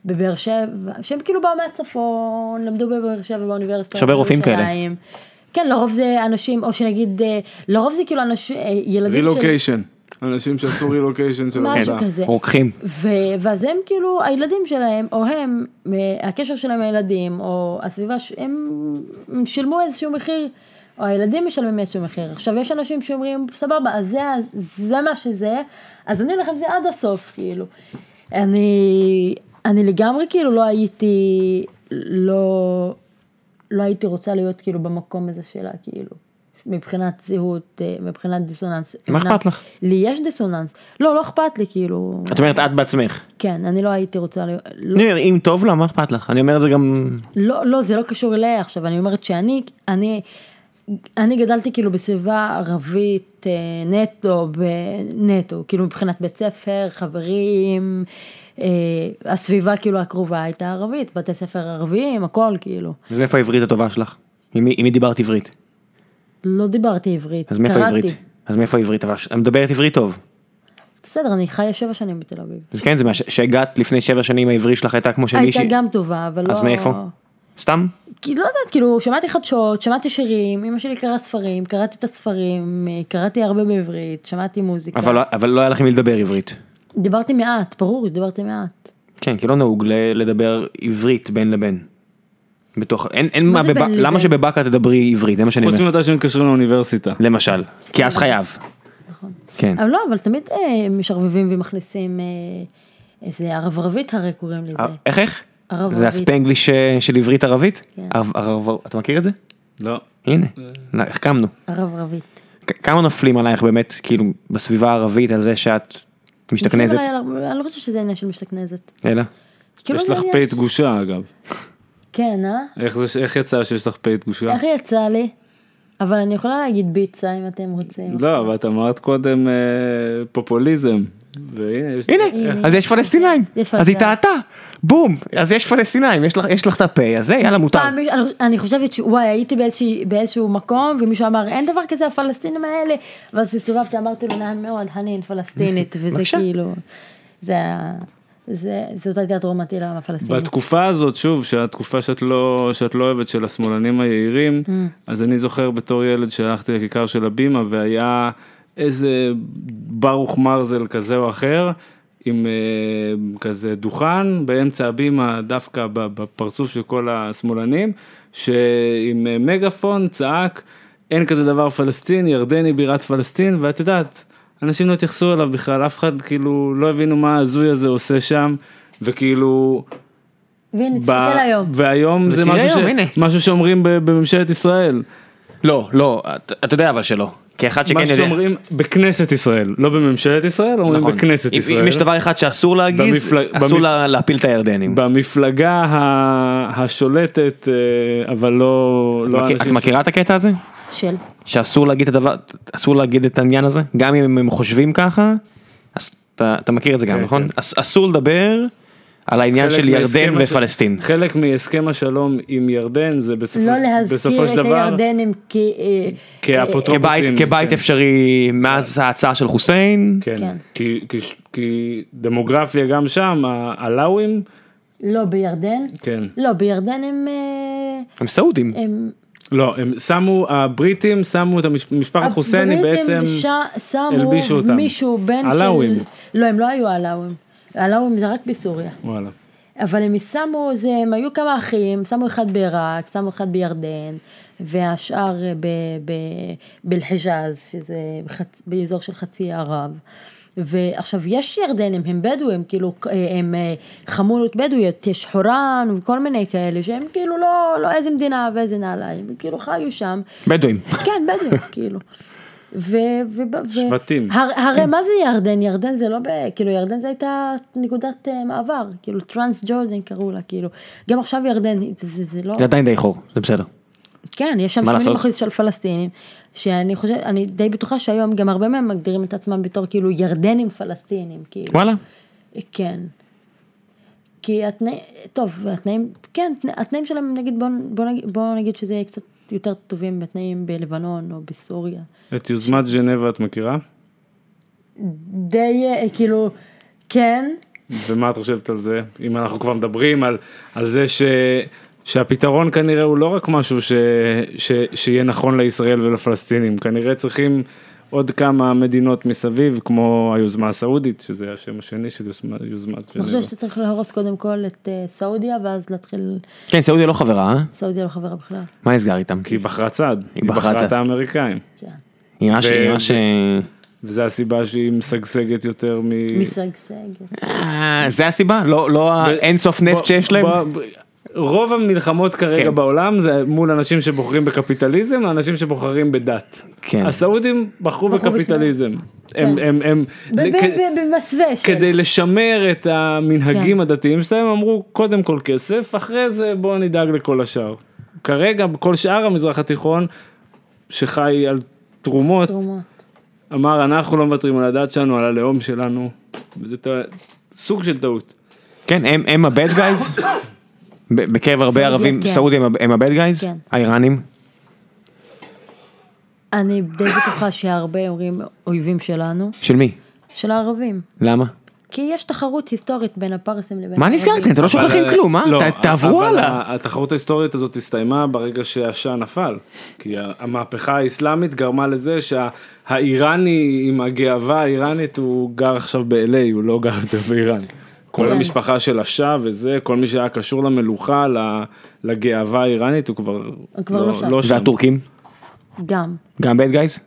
[SPEAKER 2] בבאר שבע, שהם כאילו באו מהצפון, למדו בבאר שבע באוניברסיטה.
[SPEAKER 1] יש הרבה רופאים כאלה.
[SPEAKER 2] בירושלים. כן, לרוב זה אנשים, או שנגיד, אה, לרוב זה כאילו אנשים, אה, ילדים
[SPEAKER 3] רילוקיישן. אנשים שעשו רילוקיישן של
[SPEAKER 2] משהו
[SPEAKER 3] עבודה.
[SPEAKER 2] כזה.
[SPEAKER 1] רוקחים.
[SPEAKER 2] ו- ואז הם כאילו, הילדים שלהם, או הם, מ- הקשר שלהם לילדים, או הסביבה, ש- הם הם שילמו איזשהו מחיר, או הילדים משלמים איזשהו מחיר. עכשיו, יש אנשים שאומרים, סבבה, אז זה, זה מה שזה, אז אני אלך עם זה עד הסוף, כאילו. אני, אני לגמרי כאילו לא הייתי, לא, לא הייתי רוצה להיות כאילו במקום הזה שלה, כאילו. מבחינת זהות, אה, מבחינת דיסוננס.
[SPEAKER 1] מה אכפת לך?
[SPEAKER 2] לי יש דיסוננס. לא, לא אכפת לי, כאילו.
[SPEAKER 1] את אומרת את בעצמך.
[SPEAKER 2] כן, אני לא הייתי רוצה, להיות- לא,
[SPEAKER 1] אני אומר, אם טוב לה, מה אכפת לך? אני אומר את זה גם...
[SPEAKER 2] לא, לא, זה לא קשור אליה עכשיו, אני אומרת שאני, אני, אני גדלתי כאילו בסביבה ערבית אה, נטו, ב- נטו, כאילו מבחינת בית ספר, חברים, אה, הסביבה כאילו הקרובה הייתה ערבית, בתי ספר ערביים, הכל כאילו.
[SPEAKER 1] אז מאיפה העברית הטובה שלך? עם מי- עם מי דיברת עברית?
[SPEAKER 2] לא דיברתי עברית,
[SPEAKER 1] אז מאיפה
[SPEAKER 2] קראתי.
[SPEAKER 1] העברית? אז מאיפה העברית? אבל את מדברת עברית טוב.
[SPEAKER 2] בסדר, אני חיה שבע שנים בתל אביב.
[SPEAKER 1] אז כן, זה מה ש- שהגעת לפני שבע שנים העברית שלך הייתה כמו של
[SPEAKER 2] הייתה
[SPEAKER 1] מישהי.
[SPEAKER 2] גם טובה, אבל לא...
[SPEAKER 1] אז מאיפה? סתם?
[SPEAKER 2] כי לא יודעת, כאילו, שמעתי חדשות, שמעתי שירים, אמא שלי קראה ספרים, קראתי את הספרים, אה, קראתי הרבה בעברית, שמעתי מוזיקה.
[SPEAKER 1] אבל לא- אבל לא היה לך עם מי לדבר עברית.
[SPEAKER 2] דיברתי מעט, ברור, דיברתי מעט.
[SPEAKER 1] כן, כי לא נהוג ל- לדבר עברית בין לבין. בתוך, אין, אין מה,
[SPEAKER 2] מה זה
[SPEAKER 1] בבא,
[SPEAKER 2] בין
[SPEAKER 1] למה
[SPEAKER 2] לבין?
[SPEAKER 1] שבבאקה תדברי עברית, זה מה שאני
[SPEAKER 3] חוץ
[SPEAKER 1] אומר.
[SPEAKER 3] ממתי שמתקשרים לאוניברסיטה.
[SPEAKER 1] למשל, כי אז חייב. כן.
[SPEAKER 2] אבל לא, אבל תמיד אה, משרבבים ומכניסים אה, איזה ערב ערבית הרי קוראים לזה.
[SPEAKER 1] אה, איך איך?
[SPEAKER 2] ערב
[SPEAKER 1] זה
[SPEAKER 2] ערבית.
[SPEAKER 1] הספנגליש אה, של עברית ערבית? אה,
[SPEAKER 2] כן.
[SPEAKER 1] ערב- ערב- אתה מכיר את זה?
[SPEAKER 3] לא.
[SPEAKER 1] הנה, לא, החכמנו.
[SPEAKER 2] ערב ערבית.
[SPEAKER 1] כ- כמה נופלים עלייך באמת, כאילו, בסביבה הערבית על זה שאת משתכנזת?
[SPEAKER 2] לפעמים עליי על- אני לא חושבת שזה עניין של משתכנזת.
[SPEAKER 1] אלא?
[SPEAKER 2] כאילו
[SPEAKER 3] יש
[SPEAKER 2] זה
[SPEAKER 3] לך
[SPEAKER 2] עניין-
[SPEAKER 3] פ' תגושה אגב.
[SPEAKER 2] כן, אה?
[SPEAKER 3] איך זה ש- איך יצא שיש לך פ'
[SPEAKER 1] לא.
[SPEAKER 3] תגושה?
[SPEAKER 2] איך יצא לי? אבל אני יכולה להגיד ביצה אם אתם רוצים.
[SPEAKER 3] לא, אבל את אמרת קודם אה, פופוליזם. והנה, יש...
[SPEAKER 1] הנה, אז יש פלסטינאים,
[SPEAKER 2] אה, יש
[SPEAKER 1] אז היא
[SPEAKER 2] פלסטינאים.
[SPEAKER 1] טעתה, בום, אז יש פלסטינאים, יש לך- יש לך את הפה הזה, יאללה מותר.
[SPEAKER 2] פעם מישהו- אני- אני חושבת שוואי הייתי באיזושהי- באיזשהו מקום ומישהו אמר אין דבר כזה הפלסטינים האלה ואז הסתובבתי אמרתי לו נעים מאוד חנין פלסטינית וזה
[SPEAKER 1] בבקשה.
[SPEAKER 2] כאילו זה היה- זה זאת הייתה תרומתי לעם הפלסטיני.
[SPEAKER 3] בתקופה הזאת שוב שהתקופה שאת לא שאת לא אוהבת של השמאלנים היהירים אז אני זוכר בתור ילד שהלכתי לכיכר של הבימה והיה איזה ברוך מרזל כזה או אחר עם אה, כזה דוכן באמצע הבימה דווקא ב- בפרצוף של כל השמאלנים שעם אה, מגאפון צעק אין כזה דבר פלסטין ירדן היא בירת פלסטין ואת יודעת. אנשים לא התייחסו אליו בכלל, אף אחד כאילו לא הבינו מה ההזוי הזה עושה שם, וכאילו
[SPEAKER 2] והנה
[SPEAKER 3] ב-
[SPEAKER 2] תסתכל היום.
[SPEAKER 3] והיום זה
[SPEAKER 1] ותראה
[SPEAKER 3] משהו,
[SPEAKER 1] היום, הנה.
[SPEAKER 3] ש... משהו שאומרים ב- בממשלת ישראל.
[SPEAKER 1] לא, לא, אתה- אתה יודע אבל שלא. כאחד שכן
[SPEAKER 3] מה
[SPEAKER 1] יודע.
[SPEAKER 3] שאומרים בכנסת ישראל, לא בממשלת ישראל, אומרים
[SPEAKER 1] נכון.
[SPEAKER 3] בכנסת
[SPEAKER 1] אם-
[SPEAKER 3] ישראל.
[SPEAKER 1] אם יש דבר אחד שאסור להגיד,
[SPEAKER 3] במפלג-
[SPEAKER 1] אסור
[SPEAKER 3] במפ-
[SPEAKER 1] לה- להפיל את הירדנים.
[SPEAKER 3] במפלגה ה- השולטת, אה, אבל לא... לא
[SPEAKER 1] מכיר- את
[SPEAKER 3] האנשים
[SPEAKER 1] מכירה את הקטע הזה?
[SPEAKER 2] של.
[SPEAKER 1] שאסור להגיד את הדבר, אסור להגיד את העניין הזה? גם אם הם חושבים ככה, אז אתה אתה מכיר את זה גם,
[SPEAKER 3] כן,
[SPEAKER 1] נכון?
[SPEAKER 3] כן.
[SPEAKER 1] אס- אסור לדבר על העניין
[SPEAKER 3] חלק
[SPEAKER 1] של ירדן
[SPEAKER 3] מהסכם הש-
[SPEAKER 1] ופלסטין.
[SPEAKER 3] חלק מהסכם השלום עם ירדן זה בסופו,
[SPEAKER 2] לא
[SPEAKER 3] בסופו
[SPEAKER 2] להזכיר
[SPEAKER 3] של
[SPEAKER 2] את
[SPEAKER 3] דבר
[SPEAKER 2] הירדנים כ... אה,
[SPEAKER 3] כאפוטרופוסים.
[SPEAKER 1] כבית, כבית
[SPEAKER 3] כן.
[SPEAKER 1] אפשרי מאז ההצעה של חוסיין,
[SPEAKER 3] כן,
[SPEAKER 2] כן.
[SPEAKER 3] כי, כי, ש- כי דמוגרפיה גם שם, ה- הלאווים,
[SPEAKER 2] לא בירדן.
[SPEAKER 3] כן.
[SPEAKER 2] לא, בירדן הם... אה,
[SPEAKER 1] הם סעודים.
[SPEAKER 2] הם
[SPEAKER 3] לא, הם שמו, הבריטים שמו את המש- משפחת חוסייני בעצם,
[SPEAKER 2] ש- שמו
[SPEAKER 3] הלבישו אותם.
[SPEAKER 2] מישהו בן של...
[SPEAKER 3] עלאווים.
[SPEAKER 2] לא, הם לא היו עלאווים. עלאווים זה רק בסוריה.
[SPEAKER 3] וואלה.
[SPEAKER 2] אבל הם שמו, זה, הם היו כמה אחים, שמו אחד בעיראק, שמו אחד בירדן, והשאר אה, ב- ב- בלחיג'אז, שזה בחצ... באזור של חצי ערב. ועכשיו יש ירדנים, הם בדואים, כאילו, אה, הם אה, חמולות בדואיות, יש חורן וכל מיני כאלה, שהם כאילו לא, לא איזה מדינה ואיזה נעליים, הם כאילו חיו שם,
[SPEAKER 1] בדואים.
[SPEAKER 2] כן, בדיוק, כאילו. ו... ו, ו
[SPEAKER 3] שבטים.
[SPEAKER 2] הר, הרי מה זה ירדן? ירדן זה לא ב... כאילו, ירדן זה הייתה נקודת אה, מעבר, כאילו, טרנס ג'ורדן קראו לה, כאילו. גם עכשיו ירדן, זה, זה לא...
[SPEAKER 1] זה עדיין די חור, זה בסדר.
[SPEAKER 2] כן, יש
[SPEAKER 1] מה
[SPEAKER 2] שם 80
[SPEAKER 1] לעשות?
[SPEAKER 2] אחוז של פלסטינים, שאני חושבת, אני די בטוחה שהיום גם הרבה מהם מגדירים את עצמם בתור כאילו ירדנים פלסטינים, כאילו.
[SPEAKER 1] וואלה.
[SPEAKER 2] כן. כי התנאים, טוב, התנאים, כן, התנא- התנאים שלהם, נגיד, בוא, בוא, נגיד, בוא נגיד שזה יהיה קצת יותר טובים מהתנאים בלבנון או בסוריה.
[SPEAKER 3] את יוזמת ז'נבה את מכירה?
[SPEAKER 2] די, אה, כאילו, כן,
[SPEAKER 3] ומה את חושבת על זה? אם אנחנו כבר מדברים על, על זה ש, שהפתרון כנראה הוא לא רק משהו ש, ש, שיהיה נכון לישראל ולפלסטינים, כנראה צריכים עוד כמה מדינות מסביב, כמו היוזמה הסעודית, שזה השם השני של יוזמה- יוזמת
[SPEAKER 2] אני
[SPEAKER 3] ז'נבה.
[SPEAKER 2] חושבת שצריך להרוס קודם כל את אה, סעודיה, ואז להתחיל,
[SPEAKER 1] כן, סעודיה לא חברה, אה?
[SPEAKER 2] סעודיה לא חברה בכלל.
[SPEAKER 1] מה נסגר איתם?
[SPEAKER 3] כי היא בחרה צד, היא
[SPEAKER 1] בחרה
[SPEAKER 3] בחרה
[SPEAKER 1] צד.
[SPEAKER 3] את האמריקאים,
[SPEAKER 2] כן.
[SPEAKER 1] היא ממש-
[SPEAKER 3] ו-
[SPEAKER 1] היא ממש... אה,
[SPEAKER 3] וזו הסיבה שהיא משגשגת יותר מ...
[SPEAKER 2] משגשגת.
[SPEAKER 1] אה, זה הסיבה? לא לא האינסוף
[SPEAKER 3] בוא-
[SPEAKER 1] נפט שיש להם?
[SPEAKER 3] בוא- רוב המלחמות כרגע
[SPEAKER 1] כן.
[SPEAKER 3] בעולם זה מול אנשים שבוחרים בקפיטליזם, אנשים שבוחרים בדת.
[SPEAKER 1] כן.
[SPEAKER 3] הסעודים בחרו
[SPEAKER 2] בחרו כן.
[SPEAKER 3] בקפיטליזם. הם, הם, הם,
[SPEAKER 2] ב-
[SPEAKER 3] כ-
[SPEAKER 2] ב- ב- במסווה של...
[SPEAKER 3] כדי לשמר את המנהגים
[SPEAKER 2] כן.
[SPEAKER 3] הדתיים שלהם אמרו קודם כל כסף, אחרי זה בואו נדאג לכל השאר. כרגע כל שאר המזרח התיכון שחי על תרומות,
[SPEAKER 2] תרומות.
[SPEAKER 3] אמר אנחנו לא מוותרים על הדת שלנו, על הלאום שלנו, וזה ת- סוג של טעות.
[SPEAKER 1] כן, הם- הם ה-bad guys? ב- בקרב הרבה
[SPEAKER 2] סעודיה,
[SPEAKER 1] ערבים,
[SPEAKER 2] כן.
[SPEAKER 1] סעודיה הם ה- הם ה-bad guys?
[SPEAKER 2] כן.
[SPEAKER 1] האיראנים?
[SPEAKER 2] אני די בטוחה שהרבה אומרים אויבים שלנו,
[SPEAKER 1] של מי?
[SPEAKER 2] של הערבים.
[SPEAKER 1] למה?
[SPEAKER 2] כי יש תחרות היסטורית בין הפרסים לבין
[SPEAKER 1] מה
[SPEAKER 2] הערבים.
[SPEAKER 1] נסגרתם? אתם לא שוכחים
[SPEAKER 3] אבל,
[SPEAKER 1] כלום, אה?
[SPEAKER 3] לא,
[SPEAKER 1] ת- תעברו
[SPEAKER 3] אבל
[SPEAKER 1] הלאה.
[SPEAKER 3] ה- התחרות ההיסטורית הזאת הסתיימה ברגע שהשאה נפל. כי ה- המהפכה האסלאמית גרמה לזה שהאיראני עם הגאווה האיראנית הוא גר עכשיו ב-LA, הוא לא גר יותר באיראן. כל
[SPEAKER 2] כן.
[SPEAKER 3] המשפחה של השאה וזה, כל מי שהיה קשור למלוכה, ל- לגאווה האיראנית, הוא כבר
[SPEAKER 2] הוא כבר לא שם.
[SPEAKER 1] והטורקים?
[SPEAKER 2] גם,
[SPEAKER 1] גם bad guys?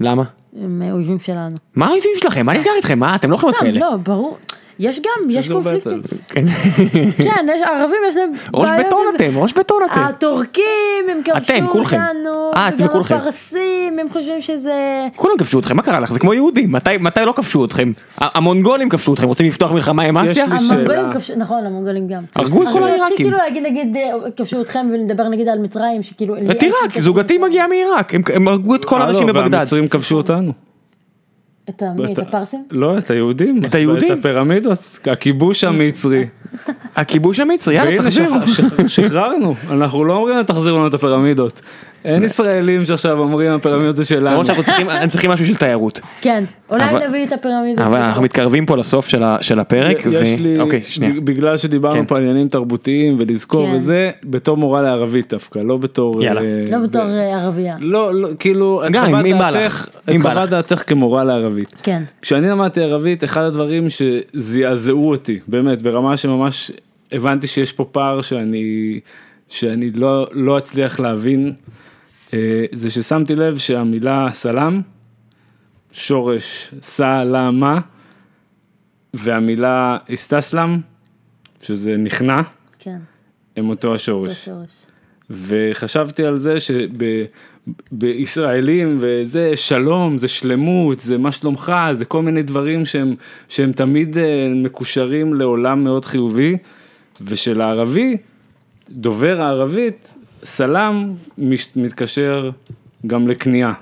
[SPEAKER 1] למה?
[SPEAKER 2] הם אויבים שלנו.
[SPEAKER 1] מה האויבים שלכם? מה נסגר איתכם? מה? אתם לא יכולים
[SPEAKER 2] סתם,
[SPEAKER 1] להיות כאלה.
[SPEAKER 2] לא, ברור. יש גם, יש
[SPEAKER 3] שזה עובד
[SPEAKER 2] קונפליקטים.
[SPEAKER 3] על זה.
[SPEAKER 1] כן.
[SPEAKER 2] כן, יש- ערבים יש להם בעיות.
[SPEAKER 1] ראש בטון
[SPEAKER 2] עם-
[SPEAKER 1] אתם, ראש בטון
[SPEAKER 2] אה,
[SPEAKER 1] אתם.
[SPEAKER 2] הטורקים הם
[SPEAKER 1] אתם,
[SPEAKER 2] כבשו
[SPEAKER 1] כולכם.
[SPEAKER 2] אותנו,
[SPEAKER 1] אה, אתם
[SPEAKER 2] וגם
[SPEAKER 1] כולכם.
[SPEAKER 2] הפרסים הם חושבים שזה...
[SPEAKER 1] כולם כבשו אתכם, מה קרה לך? זה כמו יהודים, מתי מתי לא כבשו אתכם? ה- המונגולים כבשו אתכם, רוצים לפתוח מלחמה עם
[SPEAKER 3] יש
[SPEAKER 1] אסיה?
[SPEAKER 3] לי שאלה.
[SPEAKER 2] המונגולים כבשו, נכון המונגולים גם.
[SPEAKER 1] הרגו את כל
[SPEAKER 2] אבל נתחיל
[SPEAKER 1] העיראקים.
[SPEAKER 2] כאילו להגיד נגיד אה, כבשו אתכם ונדבר נגיד על מצרים שכאילו...
[SPEAKER 1] את
[SPEAKER 2] אה,
[SPEAKER 1] עיראק, זוגתי מגיעה מעיראק, הם- הם הרגו את כל האנשים
[SPEAKER 3] הלו,
[SPEAKER 1] בבגדד.
[SPEAKER 3] אה, לא, והמצרים כבשו אותנו.
[SPEAKER 2] את ה- מי, את הפרסים?
[SPEAKER 3] לא, את היהודים.
[SPEAKER 1] את היהודים?
[SPEAKER 3] את הפירמידות, הקיבוש המצרי.
[SPEAKER 1] הכיבוש המצרי, יאללה
[SPEAKER 3] והנה
[SPEAKER 1] תחזירו.
[SPEAKER 3] שח- שח- שחררנו, אנחנו לא אומרים להם תחזירו לנו את הפירמידות. אין ישראלים שעכשיו אומרים הפירמידות זה שלנו.
[SPEAKER 1] למרות שאנחנו צריכים- אנחנו צריכים משהו של תיירות.
[SPEAKER 2] כן,
[SPEAKER 1] אבל-
[SPEAKER 2] אולי נביא את הפירמידות.
[SPEAKER 1] אבל אנחנו מתקרבים פה לסוף של ה- של הפרק.
[SPEAKER 3] יש
[SPEAKER 1] ו-
[SPEAKER 3] לי,
[SPEAKER 1] אוקיי, שנייה.
[SPEAKER 3] ב- בגלל
[SPEAKER 1] כן.
[SPEAKER 3] שדיברנו פה על עניינים תרבותיים ולזכור
[SPEAKER 2] כן.
[SPEAKER 3] וזה, בתור מורה לערבית דווקא, לא בתור...
[SPEAKER 1] יאללה.
[SPEAKER 3] אה,
[SPEAKER 2] לא
[SPEAKER 3] ב-
[SPEAKER 2] בתור אה, ערבייה.
[SPEAKER 3] לא, לא, כאילו, את
[SPEAKER 1] גם,
[SPEAKER 3] חוות
[SPEAKER 1] אם בא
[SPEAKER 3] דעתך-
[SPEAKER 1] לך,
[SPEAKER 3] את
[SPEAKER 1] אם בא לך.
[SPEAKER 3] חוות דעתך כמורה לערבית.
[SPEAKER 2] כן.
[SPEAKER 3] כשאני למדתי ערבית, אחד הדברים שזעזעו אותי, באמת, ברמה שממש הבנתי שיש פה פער שאני, שאני לא, לא אצליח להבין, אה, זה ששמתי לב שהמילה סלאם, שורש סלמה, והמילה הסתסלם, שזה נכנע,
[SPEAKER 2] כן,
[SPEAKER 3] הם אותו
[SPEAKER 2] זה
[SPEAKER 3] השורש.
[SPEAKER 2] שורש.
[SPEAKER 3] וחשבתי על זה שבישראלים וזה שלום זה שלמות זה מה שלומך זה כל מיני דברים שהם שהם תמיד אה, מקושרים לעולם מאוד חיובי ושלערבי דובר הערבית סלאם מש- מתקשר גם לקנייה.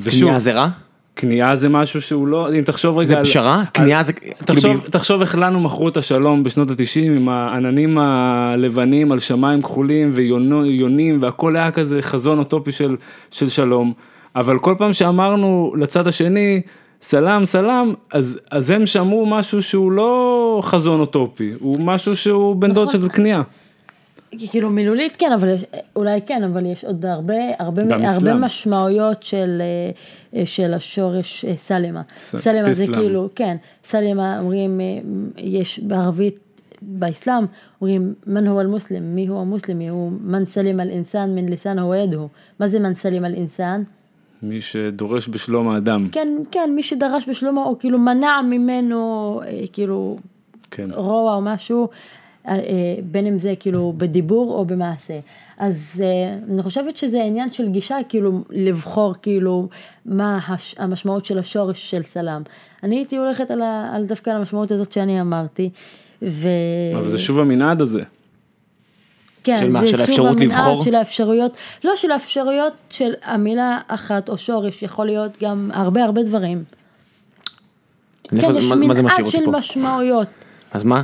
[SPEAKER 3] ושוב,
[SPEAKER 4] קנייה זה רע?
[SPEAKER 3] קנייה זה משהו שהוא לא, אם תחשוב רגע,
[SPEAKER 4] זה
[SPEAKER 3] על-
[SPEAKER 4] פשרה? קנייה זה... כאילו,
[SPEAKER 3] תחשוב, תחשוב איך לנו מכרו את השלום בשנות התשעים עם העננים הלבנים על שמיים כחולים ויונו- יונים והכל היה כזה חזון אוטופי של, של שלום. אבל כל פעם שאמרנו לצד השני סלאם סלאם אז, אז הם שמעו משהו שהוא לא חזון אוטופי הוא משהו שהוא בן דוד
[SPEAKER 2] נכון.
[SPEAKER 3] של קנייה.
[SPEAKER 2] כי כאילו מילולית כן, אבל יש- אולי כן, אבל יש עוד הרבה, הרבה,
[SPEAKER 3] גם
[SPEAKER 2] הרבה
[SPEAKER 3] אסלאם.
[SPEAKER 2] משמעויות של, אה, אה, של השורש אה, סלמה.
[SPEAKER 3] ס-
[SPEAKER 2] סלמה זה
[SPEAKER 3] תסלם.
[SPEAKER 2] כאילו, כן, סלמה אומרים, אה, יש בערבית, באסלאם, אומרים, מן הוא אל-מוסלם, מי הוא המוסלמי, הוא מן סלם אל-אינסן מן ליסן הוא ידהו. מה זה מן סלם אל-אינסן?
[SPEAKER 3] מי שדורש בשלום האדם.
[SPEAKER 2] כן, כן, מי שדרש בשלומו, או כאילו מנע ממנו, אה, כאילו,
[SPEAKER 3] כן.
[SPEAKER 2] רוע או משהו, אה, אה, בין אם זה כאילו בדיבור או במעשה. אז אה, אני חושבת שזה עניין של גישה, כאילו לבחור כאילו מה הש, המשמעות של השורש של סלם. אני הייתי הולכת על, ה, על דווקא על המשמעות הזאת שאני אמרתי. ו...
[SPEAKER 3] אבל זה שוב המנעד הזה.
[SPEAKER 2] כן,
[SPEAKER 1] של מה? של
[SPEAKER 2] זה שוב
[SPEAKER 1] האפשרות
[SPEAKER 2] המנעד
[SPEAKER 1] לבחור?
[SPEAKER 2] של האפשרויות, לא של האפשרויות של המילה אחת או שורש, יכול להיות גם הרבה הרבה דברים.
[SPEAKER 1] אני
[SPEAKER 2] כן,
[SPEAKER 1] לא
[SPEAKER 2] יש
[SPEAKER 1] יודע, מה- מה זה משאיר
[SPEAKER 2] מנעד
[SPEAKER 1] אותי
[SPEAKER 2] של
[SPEAKER 1] פה?
[SPEAKER 2] משמעויות.
[SPEAKER 1] אז מה?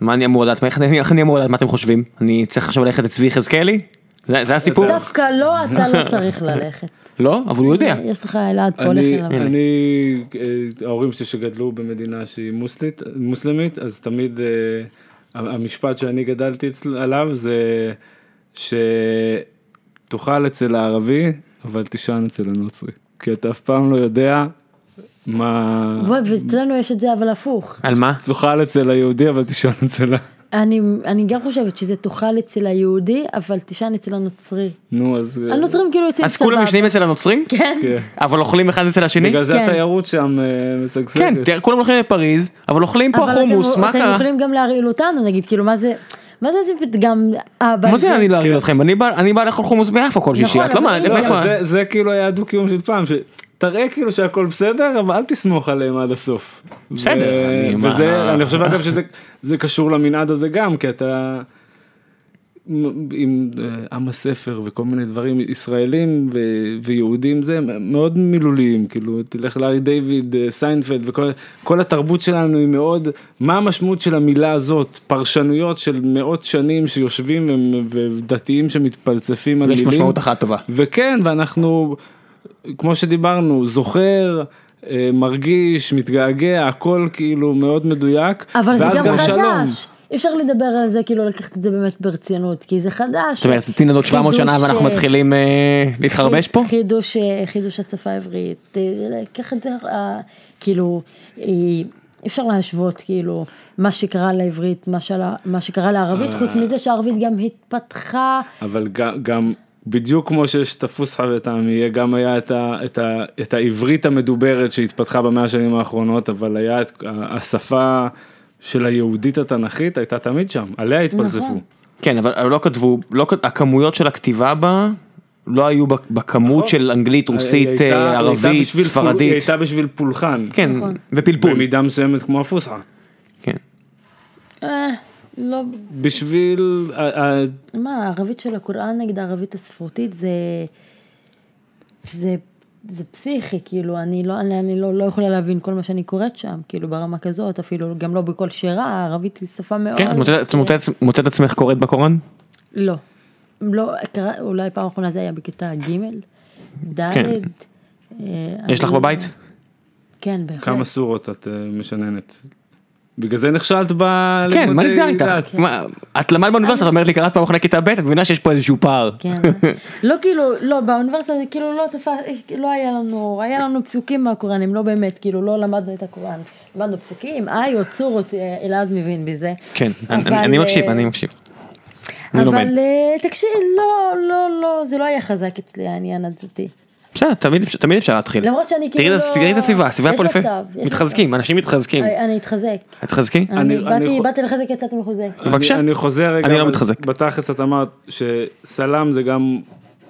[SPEAKER 1] מה אני אמור לדעת? מה- איך אני- איך אני אמור לדעת מה אתם חושבים? אני צריך עכשיו ללכת לצבי יחזקאלי? זה זה הסיפור?
[SPEAKER 2] דווקא לא, אתה לא צריך ללכת.
[SPEAKER 1] לא? אבל הוא יודע.
[SPEAKER 2] אה, יש לך אלעד פה,
[SPEAKER 3] אני,
[SPEAKER 2] לך אליו.
[SPEAKER 3] אני, אה, ההורים שלי שגדלו במדינה שהיא מוסלית, מוסלמית, אז תמיד אה, המשפט שאני גדלתי אצל, עליו זה שתאכל אצל הערבי, אבל תישן אצל הנוצרי. כי אתה אף פעם לא יודע מה...
[SPEAKER 2] וואי, ואצלנו יש את זה אבל הפוך.
[SPEAKER 1] על מה?
[SPEAKER 3] תאכל אצל היהודי, אבל תישן אצל ה...
[SPEAKER 2] אני, אני גם חושבת שזה תאכל אצל היהודי, אבל תישן אצל הנוצרי.
[SPEAKER 3] נו, אז... אה,
[SPEAKER 2] הנוצרים כאילו יוצאים
[SPEAKER 1] אז כולם ישנים אצל הנוצרים?
[SPEAKER 2] כן,
[SPEAKER 3] כן.
[SPEAKER 1] אבל אוכלים אחד אצל השני?
[SPEAKER 3] בגלל זה
[SPEAKER 2] כן.
[SPEAKER 3] התיירות שם אה, משגשגת.
[SPEAKER 1] כן, תראה, כולם הולכים לפריז, אבל אוכלים פה
[SPEAKER 2] אבל
[SPEAKER 1] חומוס,
[SPEAKER 2] אתם,
[SPEAKER 1] מה
[SPEAKER 2] אתם
[SPEAKER 1] קרה?
[SPEAKER 2] יכולים גם להרעיל אותנו, נגיד, כאילו, מה זה, מה זה איזה פתגם, אבא,
[SPEAKER 1] מה זה אני לא ארעיל אתכם? אני בא אני בא לאכול חומוס ביפו כל שישי,
[SPEAKER 2] נכון,
[SPEAKER 1] את לא
[SPEAKER 2] אבל
[SPEAKER 1] מה,
[SPEAKER 2] לא,
[SPEAKER 1] מאיפה?
[SPEAKER 3] זה, זה כאילו היה הדו קיום של פעם שתראה כאילו שהכל בסדר אבל אל תסמוך עליהם עד הסוף.
[SPEAKER 1] בסדר, אני-
[SPEAKER 3] ו...
[SPEAKER 1] מה-
[SPEAKER 3] וזה אני חושב אגב שזה זה קשור למנעד הזה גם כי אתה. מ- עם אה, עם הספר וכל מיני דברים ישראלים ו, ויהודים זה מאוד מילוליים כאילו תלך לארי דיוויד אה, סיינפלד וכל כל התרבות שלנו היא מאוד מה המשמעות של המילה הזאת פרשנויות של מאות שנים שיושבים ו- ודתיים שמתפלצפים על
[SPEAKER 1] יש
[SPEAKER 3] מילים.
[SPEAKER 1] משמעות אחת טובה.
[SPEAKER 3] וכן ואנחנו כמו שדיברנו זוכר אה, מרגיש מתגעגע הכל כאילו מאוד מדויק
[SPEAKER 1] לא-
[SPEAKER 2] אבל זה
[SPEAKER 3] ואז
[SPEAKER 2] גם חדש.
[SPEAKER 3] שלום.
[SPEAKER 2] אי אפשר לדבר על זה, כאילו, לקחת את זה באמת ברצינות, כי זה חדש.
[SPEAKER 1] זאת אומרת, תמתין עוד 700 שנה
[SPEAKER 2] חידוש,
[SPEAKER 1] ואנחנו
[SPEAKER 2] אה,
[SPEAKER 1] מתחילים אה, להתחרבש פה?
[SPEAKER 2] חידוש, אה, חידוש השפה העברית, אה, לקח את זה, אה, כאילו, אה, אי אפשר להשוות, כאילו, מה שקרה לעברית, מה, של, מה שקרה לערבית,
[SPEAKER 1] אה.
[SPEAKER 2] חוץ מזה שהערבית גם התפתחה,
[SPEAKER 3] אבל גם, גם בדיוק כמו שיש את הפוסחה ואת העמייה גם היה את, ה, את, ה, את העברית המדוברת שהתפתחה במאה השנים האחרונות אבל היה את ה- השפה של היהודית התנכית הייתה תמיד שם עליה התפלספו.
[SPEAKER 2] נכון.
[SPEAKER 1] כן, אבל אבל לא כתבו, לא כת- הכמויות של הכתיבה בה לא היו ב- בכמות של אנגלית,
[SPEAKER 3] נכון. היא
[SPEAKER 1] רוסית,
[SPEAKER 3] הייתה-
[SPEAKER 1] אה,
[SPEAKER 3] היא הייתה
[SPEAKER 1] ערבית,
[SPEAKER 3] בשביל פול- היא
[SPEAKER 1] ספרדית.
[SPEAKER 3] הייתה בשביל פולחן.
[SPEAKER 1] כן,
[SPEAKER 2] נכון.
[SPEAKER 1] ופלפול.
[SPEAKER 3] במידה מסוימת כמו הפוסחה.
[SPEAKER 1] כן.
[SPEAKER 2] אה, לא,
[SPEAKER 3] בשביל ה- ה-
[SPEAKER 2] מה, הערבית של הקוראן נגד הערבית הספרותית זה, זה, זה פסיכי, כאילו, אני לא, אני, אני לא, לא יכולה להבין כל מה שאני קוראת שם, כאילו, ברמה כזאת, אפילו, גם לא בכל שירה, הערבית היא שפה מאוד...
[SPEAKER 1] כן, את מוצאת- את מוצאת- מוצאת עצמך קוראת בקוראן?
[SPEAKER 2] לא. לא, קרא- אולי פעם אחרונה זה היה בכיתה ג', ד'.
[SPEAKER 1] כן.
[SPEAKER 2] אה,
[SPEAKER 1] יש לך
[SPEAKER 2] אני-
[SPEAKER 1] בבית?
[SPEAKER 2] כן, בהחלט.
[SPEAKER 3] כמה סורות את אה, משננת. בגלל זה נכשלת אה, בלימודי
[SPEAKER 1] כן, מה
[SPEAKER 2] אה,
[SPEAKER 1] נסגר איתך?
[SPEAKER 3] דת.
[SPEAKER 1] מה, את למדת באוניברסיטה, את אומרת לי קראת פעם אחרונה כיתה ב', את מבינה שיש פה איזשהו פער.
[SPEAKER 2] כן. לא כאילו, לא, באוניברסיטה זה כאילו לא תפס, לא היה לנו, היה לנו פסוקים מהקוראנים, לא באמת, כאילו לא למדנו את הקוראן. למדנו פסוקים, איו, צורות, אה, אלעד מבין בזה.
[SPEAKER 1] כן, אני-
[SPEAKER 2] אבל,
[SPEAKER 1] אני- אני מקשיב,
[SPEAKER 2] אה,
[SPEAKER 1] אני מקשיב. אני לומד.
[SPEAKER 2] אבל אה, תקשיב, לא, לא, לא, זה לא היה חזק אצלי העניין הזאתי.
[SPEAKER 1] בסדר, תמיד אפשר- תמיד אפשר להתחיל.
[SPEAKER 2] למרות שאני
[SPEAKER 1] תראי
[SPEAKER 2] כאילו
[SPEAKER 1] את הס-
[SPEAKER 2] לא-
[SPEAKER 1] תראי את הסביבה, הסביבה
[SPEAKER 2] יש
[SPEAKER 1] פה לפעמים,
[SPEAKER 2] מצב, אה, יש
[SPEAKER 1] מתחזקים, אנשים מתחזקים.
[SPEAKER 2] אני אני אתחזק.
[SPEAKER 1] את תחזקי?
[SPEAKER 2] אני
[SPEAKER 3] אני- אני
[SPEAKER 2] באתי-
[SPEAKER 3] יכול-
[SPEAKER 2] באתי לחזק, יצאתי מחוזק.
[SPEAKER 1] בבקשה.
[SPEAKER 3] אני, אני חוזר רגע,
[SPEAKER 1] אני לא
[SPEAKER 3] אבל
[SPEAKER 1] מתחזק.
[SPEAKER 3] בתכלס את אמרת שסלאם זה גם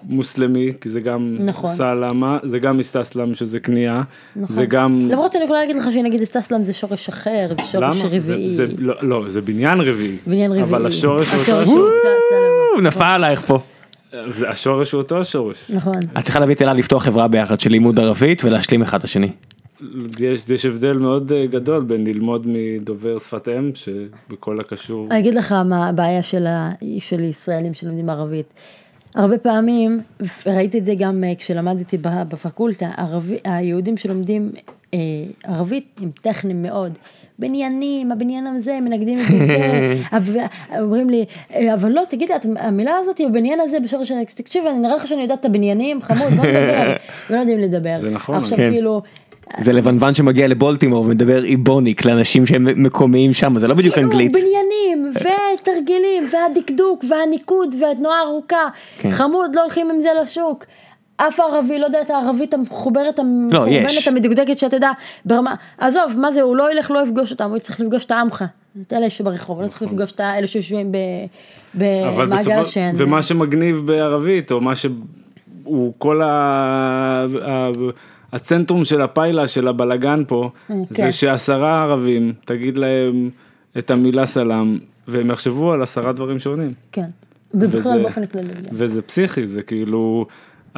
[SPEAKER 3] מוסלמי, כי זה גם
[SPEAKER 2] נכון.
[SPEAKER 3] סלאמה, זה גם מסתסלם שזה קנייה,
[SPEAKER 2] נכון.
[SPEAKER 3] זה גם...
[SPEAKER 2] למרות שאני יכולה להגיד לך שנגיד אסטסלם זה שורש אחר, זה שורש
[SPEAKER 3] למה?
[SPEAKER 2] רביעי.
[SPEAKER 3] זה, זה, לא, לא, זה בניין רביעי.
[SPEAKER 2] בניין רביעי.
[SPEAKER 3] אבל השורש
[SPEAKER 2] השורש
[SPEAKER 3] הוא אותו
[SPEAKER 2] הוא
[SPEAKER 3] שורש.
[SPEAKER 2] סלאם.
[SPEAKER 1] הוא נפל
[SPEAKER 2] אה.
[SPEAKER 1] עלייך פה.
[SPEAKER 3] זה- השורש הוא אותו שורש.
[SPEAKER 2] נכון.
[SPEAKER 1] את צריכה להביא את אלעד לפתוח חברה ביחד של לימוד ערבית ולהשלים אחד את השני.
[SPEAKER 3] יש, יש הבדל מאוד אה, גדול בין ללמוד מדובר שפת אם, שבכל הקשור...
[SPEAKER 2] אני אגיד לך מה הבעיה של, ה... של ישראלים שלומדים ערבית. הרבה פעמים, ראיתי את זה גם אה, כשלמדתי ב- בפקולטה, ערבי, היהודים שלומדים אה, ערבית הם טכניים מאוד. בניינים, הבניין הזה, מנגדים את זה, אבל- אומרים לי, "אה, אבל לא, תגיד לי, את- המילה הזאת, הבניין הזה בשורש, ה-" תקשיב, אני נראה לך שאני יודעת את הבניינים, חמוד, בוא נדבר, ולא יודעים לדבר.
[SPEAKER 3] זה נכון,
[SPEAKER 2] עכשיו
[SPEAKER 1] כן.
[SPEAKER 2] כאילו,
[SPEAKER 1] זה לבנוון שמגיע לבולטימור ומדבר איבוניק לאנשים שהם מקומיים שם, זה לא בדיוק
[SPEAKER 2] כאילו,
[SPEAKER 1] אנגלית.
[SPEAKER 2] בניינים ותרגילים והדקדוק והניקוד והתנועה הארוכה.
[SPEAKER 1] כן.
[SPEAKER 2] חמוד, לא הולכים עם זה לשוק. אף ערבי לא יודע את הערבית המחוברת,
[SPEAKER 1] יש.
[SPEAKER 3] לא,
[SPEAKER 2] המחורבנת, המדוקדקת שאתה יודע, ברמה, עזוב, מה זה, הוא לא ילך, לא יפגוש אותם, הוא יצטרך לפגוש את העמך, את אלה שברחוב, הוא לא צריך לפגוש את האלה שיושבים ב-
[SPEAKER 3] נכון. אבל
[SPEAKER 2] במעגל
[SPEAKER 3] בסופו...
[SPEAKER 2] השן.
[SPEAKER 3] ומה שמגניב בערבית, או מה שהוא כל ה... ה... הצנטרום של הפיילה, של הבלגן פה,
[SPEAKER 2] כן.
[SPEAKER 3] זה שעשרה ערבים, תגיד להם את המילה סלאם, והם יחשבו על עשרה דברים שונים.
[SPEAKER 2] כן, ובכלל
[SPEAKER 3] וזה-
[SPEAKER 2] באופן כללי. גם.
[SPEAKER 3] וזה פסיכי, זה כאילו...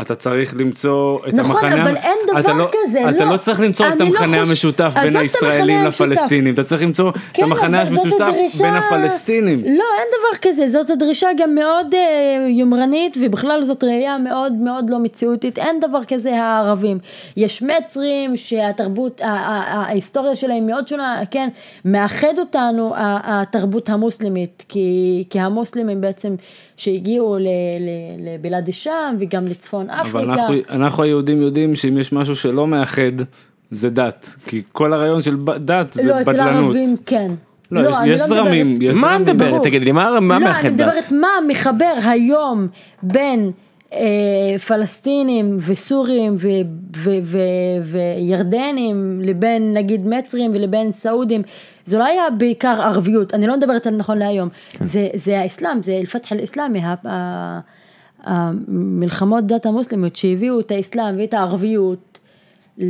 [SPEAKER 3] אתה צריך למצוא את
[SPEAKER 2] נכון,
[SPEAKER 3] המחנה,
[SPEAKER 2] אבל אין דבר
[SPEAKER 3] אתה לא,
[SPEAKER 2] כזה,
[SPEAKER 3] אתה
[SPEAKER 2] לא.
[SPEAKER 3] לא צריך למצוא את
[SPEAKER 2] אני לא
[SPEAKER 3] המכנה
[SPEAKER 2] חוש-
[SPEAKER 3] המשותף
[SPEAKER 2] עזוב
[SPEAKER 3] בין
[SPEAKER 2] את
[SPEAKER 3] הישראלים
[SPEAKER 2] המכנה המשותף.
[SPEAKER 3] לפלסטינים, אתה צריך למצוא את המכנה
[SPEAKER 2] כן, אבל זאת
[SPEAKER 3] המשותף
[SPEAKER 2] הדרישה-
[SPEAKER 3] בין הפלסטינים.
[SPEAKER 2] לא, אין דבר כזה, זאת הדרישה גם מאוד אה, יומרנית, ובכלל זאת ראייה מאוד מאוד לא מציאותית, אין דבר כזה הערבים. יש מצרים שהתרבות, ה- ה- ה- ההיסטוריה שלהם מאוד שונה, כן, מאחד אותנו ה- התרבות המוסלמית, כי, כי המוסלמים בעצם שהגיעו ל- ל- לבלעד א-שם וגם לצפון אפריקה.
[SPEAKER 3] אבל אנחנו, אנחנו היהודים יודעים שאם יש משהו שלא מאחד זה דת כי כל הרעיון של ב- דת זה
[SPEAKER 2] לא, אצל
[SPEAKER 3] בדלנות.
[SPEAKER 2] הערבים כן.
[SPEAKER 3] לא, יש, יש
[SPEAKER 2] אני
[SPEAKER 3] זרמים,
[SPEAKER 2] מדברת-
[SPEAKER 3] יש
[SPEAKER 1] מה
[SPEAKER 3] זרמים.
[SPEAKER 1] מדברת?
[SPEAKER 2] ברור.
[SPEAKER 1] תגידי לי, מה מה
[SPEAKER 2] לא, אני
[SPEAKER 1] מאחד דת?
[SPEAKER 2] מדברת מה מחבר היום בין אה, פלסטינים וסורים ו- ו- ו- וירדנים לבין נגיד מצרים ולבין סעודים. זה לא היה בעיקר ערביות, אני לא מדברת על נכון להיום.
[SPEAKER 1] כן.
[SPEAKER 2] זה, זה האסלאם, זה אל-פתח אל-אסלאמי, ה- ה- המלחמות דת המוסלמית שהביאו את האסלאם ואת הערביות. ל-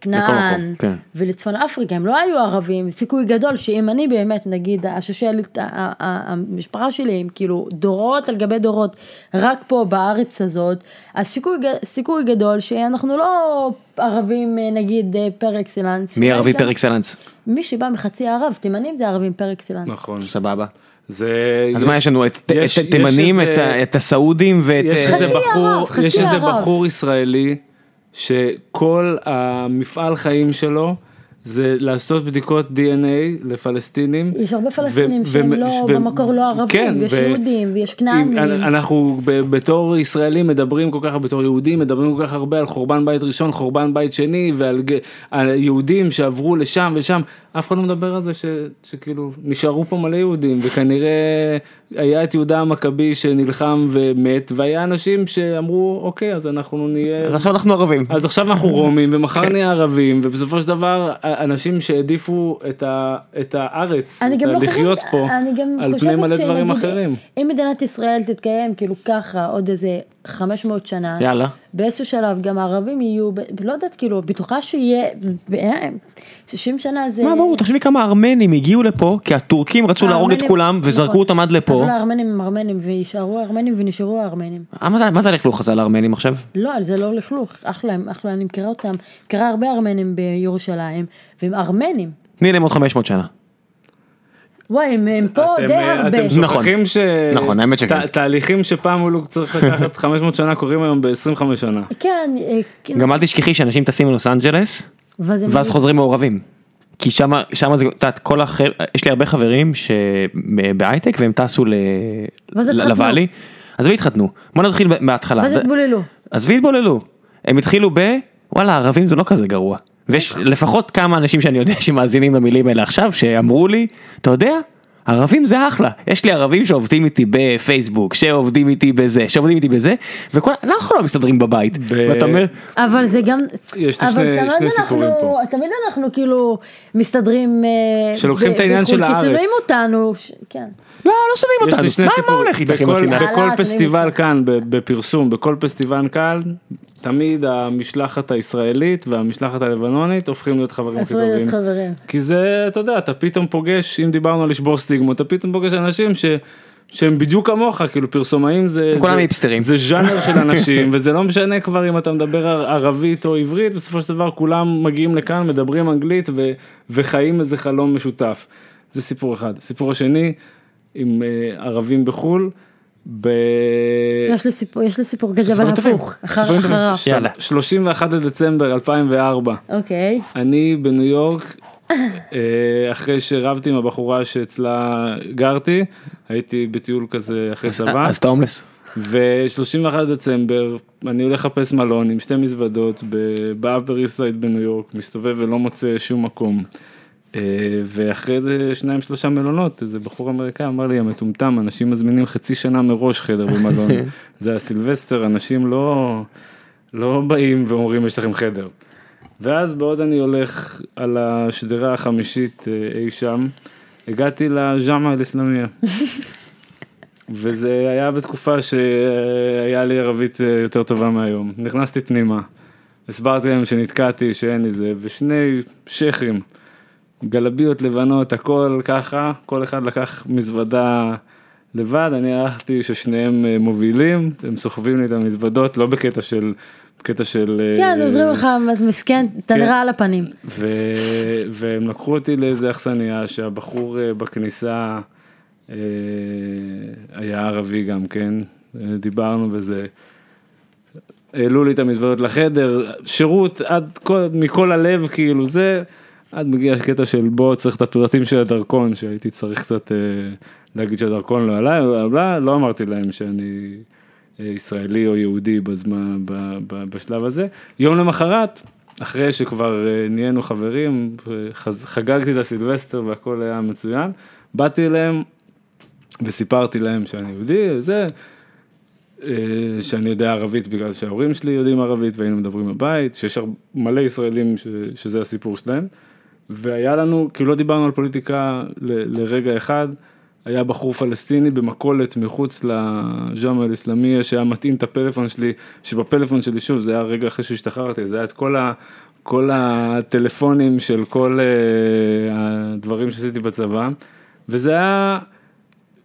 [SPEAKER 2] לכנען
[SPEAKER 1] מקום, כן.
[SPEAKER 2] ולצפון אפריקה הם לא היו ערבים סיכוי גדול שאם אני באמת נגיד השושלת ה- ה- ה- המשפחה שלי הם כאילו דורות על גבי דורות רק פה בארץ הזאת אז סיכוי, ג- סיכוי גדול שאנחנו לא ערבים אה, נגיד אה, פר אקסלנס.
[SPEAKER 1] מי
[SPEAKER 2] שיש
[SPEAKER 1] ערבי
[SPEAKER 2] להם-
[SPEAKER 1] פר אקסלנס?
[SPEAKER 2] מי שבא מחצי ערב תימנים זה ערבים פר אקסלנס.
[SPEAKER 3] נכון.
[SPEAKER 1] סבבה.
[SPEAKER 3] זה,
[SPEAKER 1] אז מה יש לנו? את את
[SPEAKER 3] יש- יש
[SPEAKER 1] התימנים,
[SPEAKER 3] איזה-
[SPEAKER 1] את ה- את הסעודים ואת...
[SPEAKER 3] יש
[SPEAKER 1] אה,
[SPEAKER 3] איזה
[SPEAKER 2] חצי
[SPEAKER 3] בחור,
[SPEAKER 2] ערב, חצי
[SPEAKER 3] יש איזה
[SPEAKER 2] ערב.
[SPEAKER 3] בחור ישראלי שכל המפעל חיים שלו זה לעשות בדיקות DNA לפלסטינים.
[SPEAKER 2] יש הרבה פלסטינים שהם לא- במקור לא ערבים, ויש יהודים, ויש כנענים.
[SPEAKER 3] כן, אם- אנחנו ב- בתור ישראלים מדברים כל כך, בתור יהודים מדברים כל כך הרבה על חורבן בית ראשון, חורבן בית שני, ועל ג- על יהודים שעברו לשם ושם, אף אחד לא מדבר על זה ש, שכאילו נשארו פה מלא יהודים, וכנראה היה את יהודה המכבי שנלחם ומת, והיה אנשים שאמרו, אוקיי, אז אנחנו נהיה...
[SPEAKER 1] אז עכשיו אנחנו ערבים.
[SPEAKER 3] אז עכשיו אנחנו רומים ומחר נהיה ערבים ובסופו של דבר א- אנשים שהעדיפו את, ה, את הארץ,
[SPEAKER 2] אני
[SPEAKER 3] את
[SPEAKER 2] גם לא
[SPEAKER 3] לחיות
[SPEAKER 2] חושבת,
[SPEAKER 3] פה,
[SPEAKER 2] אני גם
[SPEAKER 3] על פני
[SPEAKER 2] חושבת
[SPEAKER 3] מלא
[SPEAKER 2] שנגיד,
[SPEAKER 3] דברים אחרים.
[SPEAKER 2] אם מדינת ישראל תתקיים כאילו ככה עוד איזה 500 שנה,
[SPEAKER 1] יאללה.
[SPEAKER 2] באיזשהו שלב גם הערבים יהיו, ב- לא יודעת כאילו, בטוחה שיהיה, אה, 60 שנה זה,
[SPEAKER 1] מה ברור, תחשבי כמה ארמנים הגיעו לפה, כי הטורקים רצו להרוג את
[SPEAKER 2] הארמנים-
[SPEAKER 1] כולם וזרקו
[SPEAKER 2] נכון.
[SPEAKER 1] אותם עד לפה.
[SPEAKER 2] אבל הארמנים הם ארמנים ויישארו הארמנים ונשארו הארמנים.
[SPEAKER 1] אה, מה זה- מה זה הלכלוך הזה על הארמנים עכשיו?
[SPEAKER 2] לא, זה לא לכלוך, אחלה, הם אחלה, אני מכירה אותם, מכירה הרבה ארמנים בירושלים, והם ארמנים.
[SPEAKER 1] תני להם עוד 500 שנה.
[SPEAKER 2] וואי, הם, הם פה
[SPEAKER 3] אתם,
[SPEAKER 2] די
[SPEAKER 3] אה,
[SPEAKER 2] הרבה.
[SPEAKER 3] אתם שוכחים ש...
[SPEAKER 1] נכון, האמת שכן.
[SPEAKER 3] תה- תהליכים שפעם הוא צריך לקחת 500 שנה קורים היום ב-25 שנה.
[SPEAKER 2] כן, אה, כן.
[SPEAKER 1] גם אל תשכחי שאנשים טסים ללוס אנג'לס,
[SPEAKER 2] ואז הם-
[SPEAKER 1] ואז חוזרים מעורבים. כי שמה, שמה זה, את יודעת, כל החבר, יש לי הרבה חברים שבהייטק והם טסו ל...
[SPEAKER 2] ואז
[SPEAKER 1] ל-
[SPEAKER 2] התחתנו.
[SPEAKER 1] לוואלי. עזבי התחתנו, בוא נתחיל ב- מההתחלה.
[SPEAKER 2] ואז
[SPEAKER 1] זה-
[SPEAKER 2] התבוללו.
[SPEAKER 1] עזבי התבוללו. הם התחילו ב... וואלה ערבים זה לא כזה גרוע. ויש לפחות כמה אנשים שאני יודע שמאזינים למילים האלה עכשיו שאמרו לי, אתה יודע, ערבים זה אחלה, יש לי ערבים שעובדים איתי בפייסבוק, שעובדים איתי בזה, שעובדים איתי בזה, וכל, אנחנו לא מסתדרים בבית,
[SPEAKER 3] ב-
[SPEAKER 1] ואתה אומר, "לא,
[SPEAKER 2] אבל זה גם,
[SPEAKER 3] יש לי
[SPEAKER 2] אבל
[SPEAKER 3] שני-
[SPEAKER 2] תמיד
[SPEAKER 3] שני
[SPEAKER 2] אנחנו-
[SPEAKER 3] סיפורים פה.
[SPEAKER 2] תמיד אנחנו כאילו מסתדרים, אה,
[SPEAKER 3] שלוקחים
[SPEAKER 2] ב-
[SPEAKER 3] את העניין
[SPEAKER 2] בחו"ל,
[SPEAKER 3] של
[SPEAKER 2] כי
[SPEAKER 3] הארץ.
[SPEAKER 2] שונאים אותנו, ש- כן.
[SPEAKER 1] לא, לא שונאים
[SPEAKER 3] יש
[SPEAKER 1] אותנו,
[SPEAKER 3] לי שני
[SPEAKER 1] מה- מה
[SPEAKER 3] סיפורים.
[SPEAKER 1] הולך איתכם עם
[SPEAKER 3] בכל-
[SPEAKER 1] השנאה?
[SPEAKER 2] יאללה,
[SPEAKER 3] בכל
[SPEAKER 2] אתם
[SPEAKER 3] פסטיבל כאן, ב- בפרסום, בכל פסטיבל כאן, תמיד המשלחת הישראלית והמשלחת הלבנונית הופכים להיות חברים הכי
[SPEAKER 2] איפה להיות
[SPEAKER 3] טובים.
[SPEAKER 2] חברים?
[SPEAKER 3] כי זה, אתה יודע, אתה פתאום פוגש, אם דיברנו על לשבור סטיגמות, אתה פתאום פוגש אנשים ש... שהם בדיוק כמוך, כאילו פרסומאים זה...
[SPEAKER 1] כולם
[SPEAKER 3] זה-
[SPEAKER 1] היפסטרים.
[SPEAKER 3] זה ז'אנר של אנשים, וזה לא משנה כבר אם אתה מדבר ער- ערבית או עברית, בסופו של דבר כולם מגיעים לכאן, מדברים אנגלית ו... וחיים איזה חלום משותף. זה סיפור אחד. הסיפור השני, עם אה, ערבים בחו"ל, ב...
[SPEAKER 2] יש לי סיפור, יש לי סיפור כזה, אבל
[SPEAKER 3] אה, סיפורים טובים.
[SPEAKER 2] הפוך, אחר
[SPEAKER 3] סיפורים טובים.
[SPEAKER 2] אחריו.
[SPEAKER 1] יאללה.
[SPEAKER 3] 31 לדצמבר 2004.
[SPEAKER 2] אוקיי.
[SPEAKER 3] אני בניו יורק, אה, אחרי שרבתי עם הבחורה שאצלה גרתי, הייתי בטיול כזה אחרי צבא,
[SPEAKER 1] אז אתה הומלס.
[SPEAKER 3] ו-31 דצמבר אני הולך לחפש מלון עם שתי מזוודות ב- באפר איסטרייד בניו יורק, מסתובב ולא מוצא שום מקום. אה, ואחרי איזה שניים שלושה מלונות, איזה בחור אמריקאי אמר לי, המטומטם, אנשים מזמינים חצי שנה מראש חדר במלון. זה הסילבסטר, אנשים לא, לא באים ואומרים יש לכם חדר. ואז בעוד אני הולך על השדרה החמישית אה, אי שם, הגעתי לג'אמה אל-אסלאמיה. וזה היה בתקופה שהיה לי ערבית אה, יותר טובה מהיום. נכנסתי פנימה, הסברתי להם שנתקעתי, שאין לי זה, ושני שייחים, גלביות לבנות, הכל ככה, כל אחד לקח מזוודה לבד, אני הערכתי ששניהם אה, מובילים, הם סוחבים לי את המזוודות, לא בקטע של, בקטע של... אה,
[SPEAKER 2] כן, עוזרים לך, אז מסכן, אתה
[SPEAKER 3] כן.
[SPEAKER 2] נראה על הפנים.
[SPEAKER 3] ו... והם לקחו אותי לאיזה אכסניה שהבחור אה, בכניסה אה, היה ערבי גם כן, אה, דיברנו וזה. העלו לי את המזוודות לחדר, שירות עד כל, מכל הלב כאילו זה, עד מגיע הקטע של בוא צריך את הפרטים של הדרכון שהייתי צריך קצת אה, להגיד שהדרכון לא עליי, בלה, בלה, לא אמרתי להם שאני אה, ישראלי או יהודי בזמן, ב, ב, בשלב הזה. יום למחרת, אחרי שכבר אה, נהיינו חברים, אה, חז, חגגתי את הסילבסטר והכל היה מצוין, באתי אליהם וסיפרתי להם שאני יהודי וזה, אה, שאני יודע ערבית בגלל שההורים שלי יודעים ערבית והיינו מדברים בבית, שיש הר- מלא ישראלים ש, שזה הסיפור שלהם. והיה לנו, כאילו לא דיברנו על פוליטיקה ל, לרגע אחד, היה בחור פלסטיני במכולת מחוץ לג'אמה אל-אסלאמיה שהיה מטעין את הפלאפון שלי, שבפלאפון שלי, שוב, זה היה רגע אחרי שהשתחררתי, זה היה את כל, ה, כל הטלפונים של כל אה, הדברים שעשיתי בצבא, וזה היה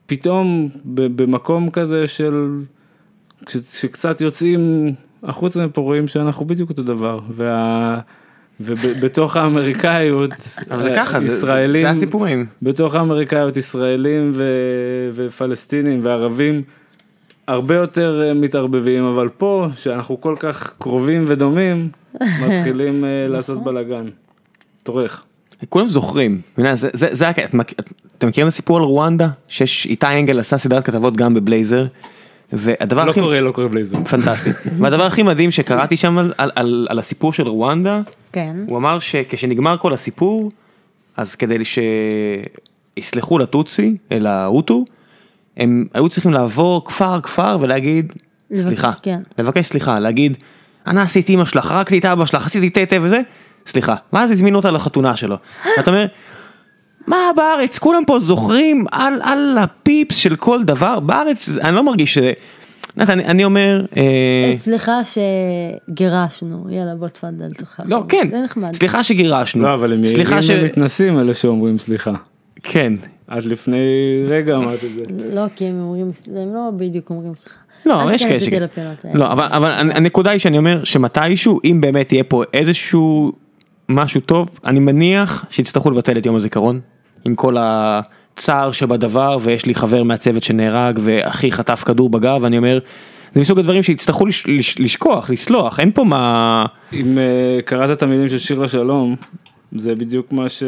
[SPEAKER 3] פתאום ב- במקום כזה של, כש- כשקצת יוצאים החוצה מפה רואים שאנחנו בדיוק אותו דבר, וה... ובתוך האמריקאיות,
[SPEAKER 1] אבל זה ככה, זה- זה-
[SPEAKER 3] ישראלים,
[SPEAKER 1] זה הסיפורים.
[SPEAKER 3] בתוך האמריקאיות ישראלים ו- ופלסטינים וערבים הרבה יותר אה, מתערבבים אבל פה שאנחנו כל כך קרובים ודומים מתחילים אה, לעשות בלאגן. טורח.
[SPEAKER 1] כולם זוכרים, אתה יודע, זה- זה- זה הק- את מכ- את- אתם מכירים את הסיפור על רואנדה? שיש איתי אנגל עשה סדרת כתבות גם בבלייזר, והדבר
[SPEAKER 3] לא
[SPEAKER 1] הכי
[SPEAKER 3] קורה לא קורה בלי זה.
[SPEAKER 1] פנטסטי, והדבר הכי מדהים שקראתי שם על- על- על על הסיפור של רואנדה,
[SPEAKER 2] כן.
[SPEAKER 1] הוא אמר שכשנגמר כל הסיפור, אז כדי שיסלחו לטוצי, להוטו, הם היו צריכים לעבור כפר כפר ולהגיד
[SPEAKER 2] לבקש,
[SPEAKER 1] סליחה,
[SPEAKER 2] כן.
[SPEAKER 1] לבקש סליחה, להגיד, אני עשיתי אמא שלך, הרגתי את אבא שלך, עשיתי תה תה וזה, סליחה, ואז הזמינו אותה לחתונה שלו. אתה אומר, מה בארץ, כולם פה זוכרים על, על הפיפס של כל דבר, בארץ אני לא מרגיש ש... נתן, אני, אני אומר, אה,
[SPEAKER 2] אה, סליחה שגירשנו, יאללה בוא תפדל תאכל.
[SPEAKER 1] לא, כן,
[SPEAKER 2] זה נחמד.
[SPEAKER 1] סליחה שגירשנו,
[SPEAKER 3] לא אבל הם
[SPEAKER 1] סליחה ש...
[SPEAKER 3] יעילים ומתנסים אלה שאומרים סליחה.
[SPEAKER 1] כן,
[SPEAKER 3] עד לפני רגע אמרת את זה.
[SPEAKER 2] לא, כי הם אומרים, הם לא בדיוק אומרים סליחה.
[SPEAKER 1] לא, יש כאלה שכן.
[SPEAKER 2] אל תיכנס איתי לפינות האלה.
[SPEAKER 1] לא, אבל, אבל הנ- הנקודה היא שאני אומר שמתישהו, אם באמת יהיה פה איזשהו משהו טוב, אני מניח שיצטרכו לבטל את יום הזיכרון, עם כל הצער שבדבר, ויש לי חבר מהצוות שנהרג, ואחי חטף כדור בגב, אני אומר, זה מסוג הדברים שיצטרכו לש, לש, לשכוח, לסלוח, אין פה מה...
[SPEAKER 3] אם אה, קראת את המילים של שיר לשלום, זה בדיוק מה, ש...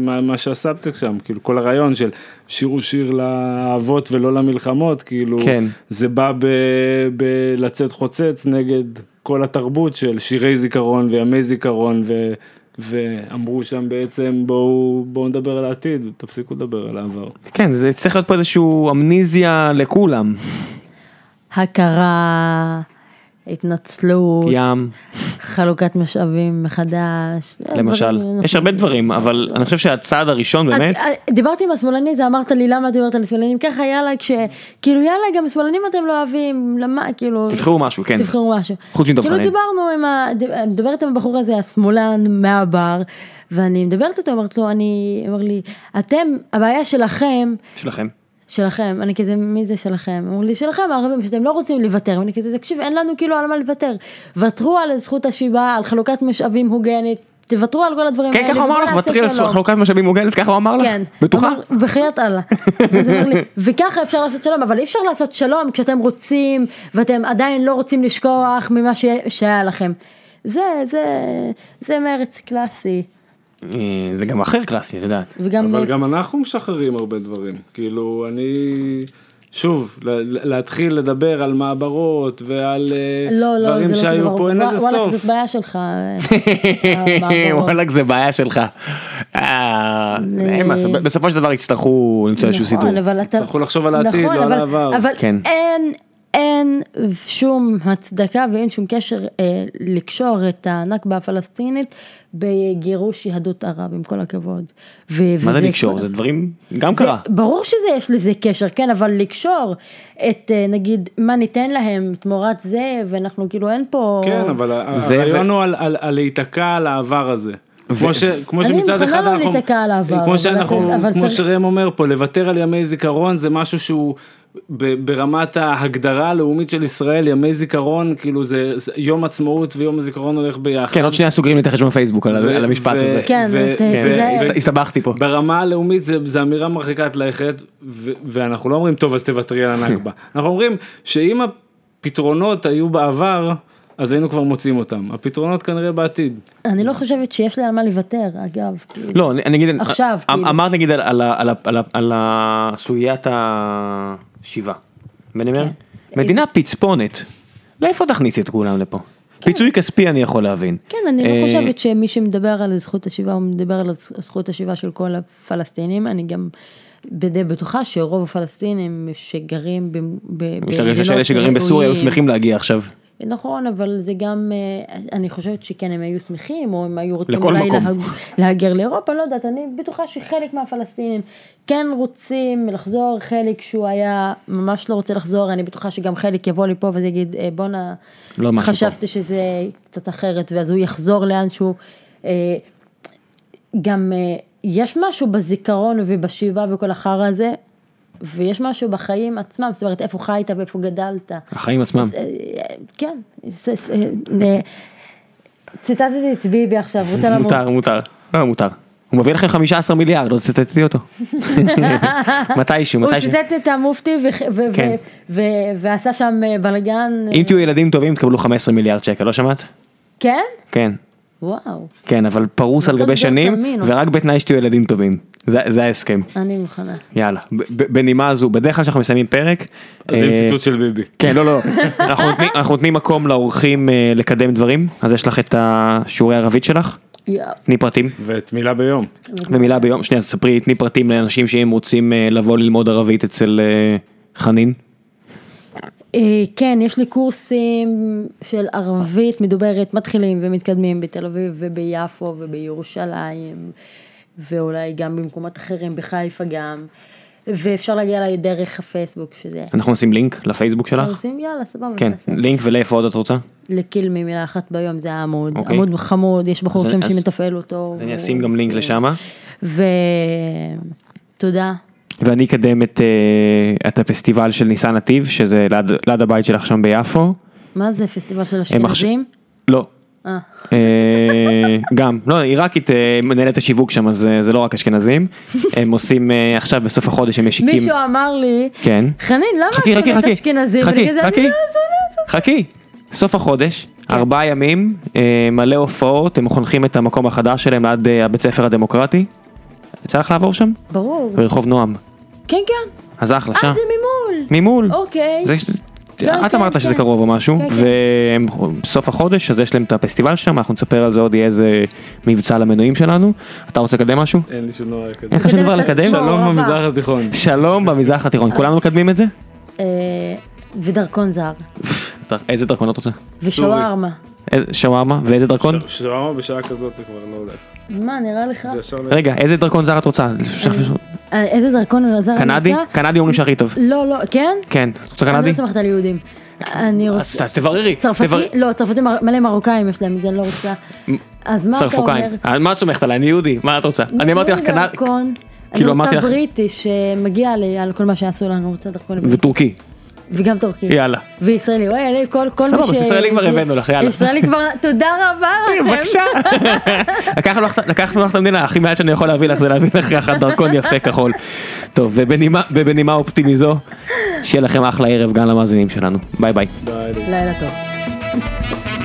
[SPEAKER 3] מה, מה שהסאבטק שם, כאילו כל הרעיון של שירו שיר לאהבות ולא למלחמות, כאילו
[SPEAKER 1] כן.
[SPEAKER 3] זה בא ב... ב... לצאת חוצץ נגד כל התרבות של שירי זיכרון וימי זיכרון ו... ואמרו שם בעצם בואו בואו נדבר על העתיד תפסיקו לדבר על העבר.
[SPEAKER 1] כן, זה צריך להיות פה איזשהו אמניזיה לכולם.
[SPEAKER 2] הכרה, התנצלות,
[SPEAKER 1] ים,
[SPEAKER 2] חלוקת משאבים מחדש.
[SPEAKER 1] למשל.
[SPEAKER 2] דברים, נכון.
[SPEAKER 1] יש הרבה דברים, אבל אני חושב שהצעד הראשון
[SPEAKER 2] אז
[SPEAKER 1] באמת,
[SPEAKER 2] אה, דיברתי עם השמאלנית, אמרת לי למה את מדברת על שמאלנים ככה, יאללה, כש... כאילו יאללה, גם שמאלנים אתם לא אוהבים, למה, כאילו...
[SPEAKER 1] תבחרו משהו, כן.
[SPEAKER 2] תבחרו משהו.
[SPEAKER 1] חוץ מדב
[SPEAKER 2] כאילו
[SPEAKER 1] חנין.
[SPEAKER 2] דיברנו עם ה... ד- מדברת עם הבחור הזה, השמאלן מהבר, ואני מדברת איתו, אמרתי לו, אני... אמר לי, אתם, הבעיה שלכם,
[SPEAKER 1] שלכם.
[SPEAKER 2] שלכם, אני כזה, מי זה שלכם? אמרו לי, שלכם הערבים, שאתם לא רוצים לוותר, ואני כזה, תקשיב, אין לנו כאילו על מה לוותר. ותרו על זכות השיבה, על חלוקת משאבים הוגנת, תוותרו על כל הדברים
[SPEAKER 1] כן,
[SPEAKER 2] האלה.
[SPEAKER 1] ככה הוא אמר
[SPEAKER 2] ובואו
[SPEAKER 1] לך,
[SPEAKER 2] נעשה
[SPEAKER 1] ותרי על
[SPEAKER 2] שלום."
[SPEAKER 1] חלוקת משאבים הוגנת, ככה הוא אמר לך?
[SPEAKER 2] כן.
[SPEAKER 1] בטוחה?
[SPEAKER 2] אמר, בחייאת אללה. ואז הוא אמר לי, וככה אפשר לעשות שלום, אבל אי אפשר לעשות שלום כשאתם רוצים, ואתם עדיין לא רוצים לשכוח ממה ש- שהיה לכם. זה, זה, זה מרץ קלאסי,
[SPEAKER 1] אה, זה גם אחר קלאסי, את יודעת.
[SPEAKER 2] וגם...
[SPEAKER 3] אבל גם אנחנו משחררים הרבה דברים. כאילו, אני... שוב, ל- ל- להתחיל לדבר על מעברות ועל אה,
[SPEAKER 2] לא, לא,
[SPEAKER 3] דברים
[SPEAKER 2] זה לא
[SPEAKER 3] שהיו
[SPEAKER 2] כזה
[SPEAKER 3] פה, אין
[SPEAKER 2] ברור.
[SPEAKER 3] לזה
[SPEAKER 2] וואלה,
[SPEAKER 3] סוף.
[SPEAKER 2] זאת בעיה שלך. אה, המעברות.
[SPEAKER 1] וואלכ זה בעיה שלך. אה, אין מה, לעשות, בסופו של דבר יצטרכו למצוא איזשהו סידור.
[SPEAKER 2] נכון, אבל אתה...
[SPEAKER 3] יצטרכו לחשוב על העתיד,
[SPEAKER 2] נכון,
[SPEAKER 3] לא על
[SPEAKER 2] אבל-
[SPEAKER 3] העבר.
[SPEAKER 2] אבל
[SPEAKER 1] כן.
[SPEAKER 2] אין, אין שום הצדקה ואין שום קשר אה, לקשור את הנכבה הפלסטינית בגירוש יהדות ערב, עם כל הכבוד. ו-
[SPEAKER 1] מה זה
[SPEAKER 2] וזה-
[SPEAKER 1] לקשור? זה דברים, גם
[SPEAKER 2] זה-
[SPEAKER 1] קרה.
[SPEAKER 2] ברור שזה יש לזה קשר, כן, אבל לקשור את אה, נגיד מה ניתן להם תמורת זה, ואנחנו כאילו אין פה...
[SPEAKER 3] כן, אבל ה-
[SPEAKER 1] זה-
[SPEAKER 3] הרעיון הוא על- על על להיתקע על העבר הזה. כמו ש- כמו
[SPEAKER 2] אני
[SPEAKER 3] שמצד
[SPEAKER 2] מוכנה
[SPEAKER 3] אחד
[SPEAKER 2] לא
[SPEAKER 3] אנחנו,
[SPEAKER 2] להיתקע על העבר, אבל
[SPEAKER 3] כמו שאנחנו,
[SPEAKER 2] צריך- אבל
[SPEAKER 3] כמו
[SPEAKER 2] צריך-
[SPEAKER 3] שראם אומר פה, לוותר על ימי זיכרון זה משהו שהוא ב- ברמת ההגדרה הלאומית של ישראל, ימי זיכרון, כאילו זה זה- יום עצמאות ויום הזיכרון הולך ביחד.
[SPEAKER 1] כן, עוד שנייה סוגרים לי את החשבון פייסבוק על
[SPEAKER 3] ו-
[SPEAKER 1] על המשפט
[SPEAKER 3] ו-
[SPEAKER 1] הזה.
[SPEAKER 2] כן,
[SPEAKER 3] ו-
[SPEAKER 2] ת-
[SPEAKER 3] כן,
[SPEAKER 1] כן,
[SPEAKER 2] זה-
[SPEAKER 1] הסת- הסתבכתי פה.
[SPEAKER 3] ברמה הלאומית זה, זה אמירה מרחיקת לכת ו- ואנחנו לא אומרים טוב אז תוותרי על הנכבה אנחנו אומרים שאם הפתרונות היו בעבר אז היינו כבר מוצאים אותם הפתרונות כנראה בעתיד.
[SPEAKER 2] אני לא חושבת שיש לי על מה לוותר, אגב. כאילו.
[SPEAKER 1] לא, אני אני אגיד,
[SPEAKER 2] עכשיו,
[SPEAKER 1] אמ-
[SPEAKER 2] כאילו.
[SPEAKER 1] אמרת נגיד על- על ה- על ה- על ה- על ה- סוגיית השיבה. ואני אומר,
[SPEAKER 2] כן.
[SPEAKER 1] מדינה פצפונת, לאיפה תכניסי את כולם לפה? פיצוי כספי אני יכול להבין.
[SPEAKER 2] כן, אני
[SPEAKER 1] אה,
[SPEAKER 2] לא חושבת שמי שמדבר על זכות השיבה, הוא מדבר על הז- זכות השיבה של כל הפלסטינים, אני גם די בטוחה שרוב הפלסטינים שגרים ב- ב-
[SPEAKER 1] יש לי
[SPEAKER 2] אה,
[SPEAKER 1] הרגשה שאלה
[SPEAKER 2] לא כאילו
[SPEAKER 1] שגרים בסוריה היו
[SPEAKER 2] ראויים-
[SPEAKER 1] שמחים להגיע עכשיו.
[SPEAKER 2] נכון, אבל זה גם, אה, אני חושבת שכן, הם היו שמחים, או הם היו רוצים
[SPEAKER 1] לכל
[SPEAKER 2] אולי
[SPEAKER 1] מקום.
[SPEAKER 2] להג... להגר לאירופה, לא יודעת, אני בטוחה שחלק מהפלסטינים כן רוצים לחזור, חלק שהוא היה ממש לא רוצה לחזור, אני בטוחה שגם חלק יבוא לפה וזה יגיד, "אה, בואנה,
[SPEAKER 1] לא משהו
[SPEAKER 2] חשבתי שזה קצת אחרת, ואז הוא יחזור לאן שהוא, אה, גם אה, יש משהו בזיכרון ובשיבה וכל החרא הזה, ויש משהו בחיים עצמם, זאת אומרת, איפה חיית ואיפה גדלת.
[SPEAKER 1] החיים עצמם.
[SPEAKER 2] כן, זה- זה- אה, ציטטתי את ביבי עכשיו, רוצה למות.
[SPEAKER 1] מותר, מותר. לא, מותר. הוא מביא לכם 15 מיליארד, לא ציטטתי אותו. מתישהו,
[SPEAKER 2] הוא
[SPEAKER 1] מתישהו.
[SPEAKER 2] ציטט את המופתי ו- ו- ו-
[SPEAKER 1] כן.
[SPEAKER 2] ו- ועשה שם אה, בלאגן,
[SPEAKER 1] אם תהיו ילדים טובים תקבלו 15 מיליארד שקל, לא שמעת?
[SPEAKER 2] כן?
[SPEAKER 1] כן.
[SPEAKER 2] וואו,
[SPEAKER 1] כן, אבל פרוס על
[SPEAKER 2] לא
[SPEAKER 1] גבי
[SPEAKER 2] תסגור
[SPEAKER 1] שנים,
[SPEAKER 2] את המינוס.
[SPEAKER 1] ורק בתנאי שתהיו ילדים טובים. זה זה ההסכם.
[SPEAKER 2] אני מוכנה.
[SPEAKER 1] יאללה. ב- ב- בנימה הזו, בדרך כלל כשאנחנו מסיימים פרק.
[SPEAKER 3] אז זה עם
[SPEAKER 1] אה,
[SPEAKER 3] ציטוט של ביבי.
[SPEAKER 1] כן, לא, לא. אנחנו נותנים- אנחנו נותנים מקום לאורחים אה, לקדם דברים, אז יש לך את השיעורי הערבית שלך.
[SPEAKER 2] יואו.
[SPEAKER 1] תני פרטים
[SPEAKER 3] ואת מילה ביום.
[SPEAKER 1] ומילה ביום, שנייה, אז ספרי, תני פרטים לאנשים שאם רוצים אה, לבוא ללמוד ערבית אצל אה, חנין.
[SPEAKER 2] אה, כן, יש לי קורסים של ערבית מדוברת, מתחילים ומתקדמים בתל אביב וביפו ובירושלים, ואולי גם במקומות אחרים, בחיפה גם, ואפשר להגיע אליי דרך הפייסבוק שזה.
[SPEAKER 1] אנחנו נשים לינק לפייסבוק שלך.
[SPEAKER 2] עושים יאללה סבבה.
[SPEAKER 1] אה, כן,
[SPEAKER 2] נעשה.
[SPEAKER 1] לינק ולאיפה עוד את רוצה?
[SPEAKER 2] לקיל ממילה אחת ביום זה העמוד,
[SPEAKER 1] אוקיי.
[SPEAKER 2] עמוד חמוד, יש בחור
[SPEAKER 1] אז
[SPEAKER 2] שם
[SPEAKER 1] אני- אז-
[SPEAKER 2] שמתפעל אותו. כן.
[SPEAKER 1] אז אני אשים גם לינק לשמה.
[SPEAKER 2] ותודה.
[SPEAKER 1] ואני אקדם את, אה, את הפסטיבל של ניסן נתיב, שזה ליד, ליד הבית שלך שם ביפו.
[SPEAKER 2] מה זה פסטיבל של
[SPEAKER 1] הם
[SPEAKER 2] אשכנזים?
[SPEAKER 1] לא.
[SPEAKER 2] אה,
[SPEAKER 1] אה, גם, לא, עיראקית אה, מנהלת השיווק שם, אז אה, זה לא רק אשכנזים. הם עושים אה, עכשיו בסוף החודש, הם משיקים.
[SPEAKER 2] מישהו אמר לי,
[SPEAKER 1] כן.
[SPEAKER 2] חנין למה את
[SPEAKER 1] חכי, חכי,
[SPEAKER 2] שונאת
[SPEAKER 1] חכי,
[SPEAKER 2] אשכנזים?
[SPEAKER 1] חכי,
[SPEAKER 2] ואני כזה, "אני
[SPEAKER 1] חכי.
[SPEAKER 2] לא שונאת
[SPEAKER 1] חכי, סוף החודש,
[SPEAKER 2] כן.
[SPEAKER 1] ארבעה ימים, אה, מלא הופעות, הם חונכים את המקום החדש שלהם ליד אה, הבית ספר הדמוקרטי. יצא לך לעבור שם?
[SPEAKER 2] ברור.
[SPEAKER 1] ברחוב נועם.
[SPEAKER 2] כן, כן.
[SPEAKER 1] אז אחלה, שם.
[SPEAKER 2] אה, זה ממול.
[SPEAKER 1] ממול.
[SPEAKER 2] אוקיי.
[SPEAKER 1] זה ש-
[SPEAKER 2] כן,
[SPEAKER 1] את אמרת
[SPEAKER 2] כן,
[SPEAKER 1] שזה
[SPEAKER 2] כן.
[SPEAKER 1] קרוב או משהו,
[SPEAKER 2] כן, כן.
[SPEAKER 1] והם בסוף החודש אז יש להם את הפסטיבל שם, אנחנו נספר על זה עוד יהיה איזה מבצע למנויים שלנו. אתה רוצה לקדם משהו?
[SPEAKER 3] אין לי שום דבר כזה.
[SPEAKER 1] אין לך שום דבר
[SPEAKER 2] לקדם את
[SPEAKER 1] לקדם?
[SPEAKER 2] עצמו.
[SPEAKER 3] שלום
[SPEAKER 2] אהבה.
[SPEAKER 3] במזרח התיכון.
[SPEAKER 1] שלום במזרח התיכון, כולנו מקדמים את זה?
[SPEAKER 2] אה, ודרכון זר,
[SPEAKER 1] איזה דרכון את רוצה?
[SPEAKER 2] ושווארמה.
[SPEAKER 1] איזה- שווארמה ואיזה דרכון?
[SPEAKER 3] ש- שעה בשעה כזאת זה כבר לא הולך.
[SPEAKER 2] מה, נראה לך?
[SPEAKER 3] זה ישר ל-
[SPEAKER 1] לא. רגע, איזה דרכון זר את רוצה?
[SPEAKER 2] אה, איזה דרכון זר אני
[SPEAKER 1] קנדי?
[SPEAKER 2] רוצה?
[SPEAKER 1] קנדי אומרים שהכי טוב.
[SPEAKER 2] לא, לא, כן?
[SPEAKER 1] כן, את רוצה
[SPEAKER 2] אני
[SPEAKER 1] קנדי?
[SPEAKER 2] לא סומכת על יהודים. אני
[SPEAKER 1] אז
[SPEAKER 2] רוצה...
[SPEAKER 1] ת- תבררי. תבררי.
[SPEAKER 2] צרפתי? לא, צרפתי מר- מלא מרוקאים יש להם את זה, אני לא רוצה. אז מה אתה אומר? לא
[SPEAKER 1] צרפוקיים. אה, מה את סומכת עליי? אני יהודי, מה את רוצה? אני
[SPEAKER 2] נו,
[SPEAKER 1] אמרתי לך קנדי
[SPEAKER 2] דרכון. אני
[SPEAKER 1] כאילו, אמרתי
[SPEAKER 2] רוצה
[SPEAKER 1] לך-
[SPEAKER 2] בריטי שמגיע לי על כל מה שעשו לנו, אני רוצה דרכון לבריטי.
[SPEAKER 1] וטורקי,
[SPEAKER 2] וגם טורקי.
[SPEAKER 1] יאללה.
[SPEAKER 2] וישראלי, וואי, אלה, כל כל מי ש...
[SPEAKER 1] סבבה, ישראלי כבר הבאנו לך, יאללה.
[SPEAKER 2] ישראלי כבר, תודה רבה לכם.
[SPEAKER 1] בבקשה. לקחנו לך- לקחנו לך את המדינה, הכי מעט שאני יכול להביא לך זה להביא לך ככה דרכון יפה כחול. טוב, ובנימה- ובנימה אופטימי זו, שיהיה לכם אחלה ערב גם למאזינים שלנו. ביי ביי.
[SPEAKER 3] די, די.
[SPEAKER 2] לילה טוב.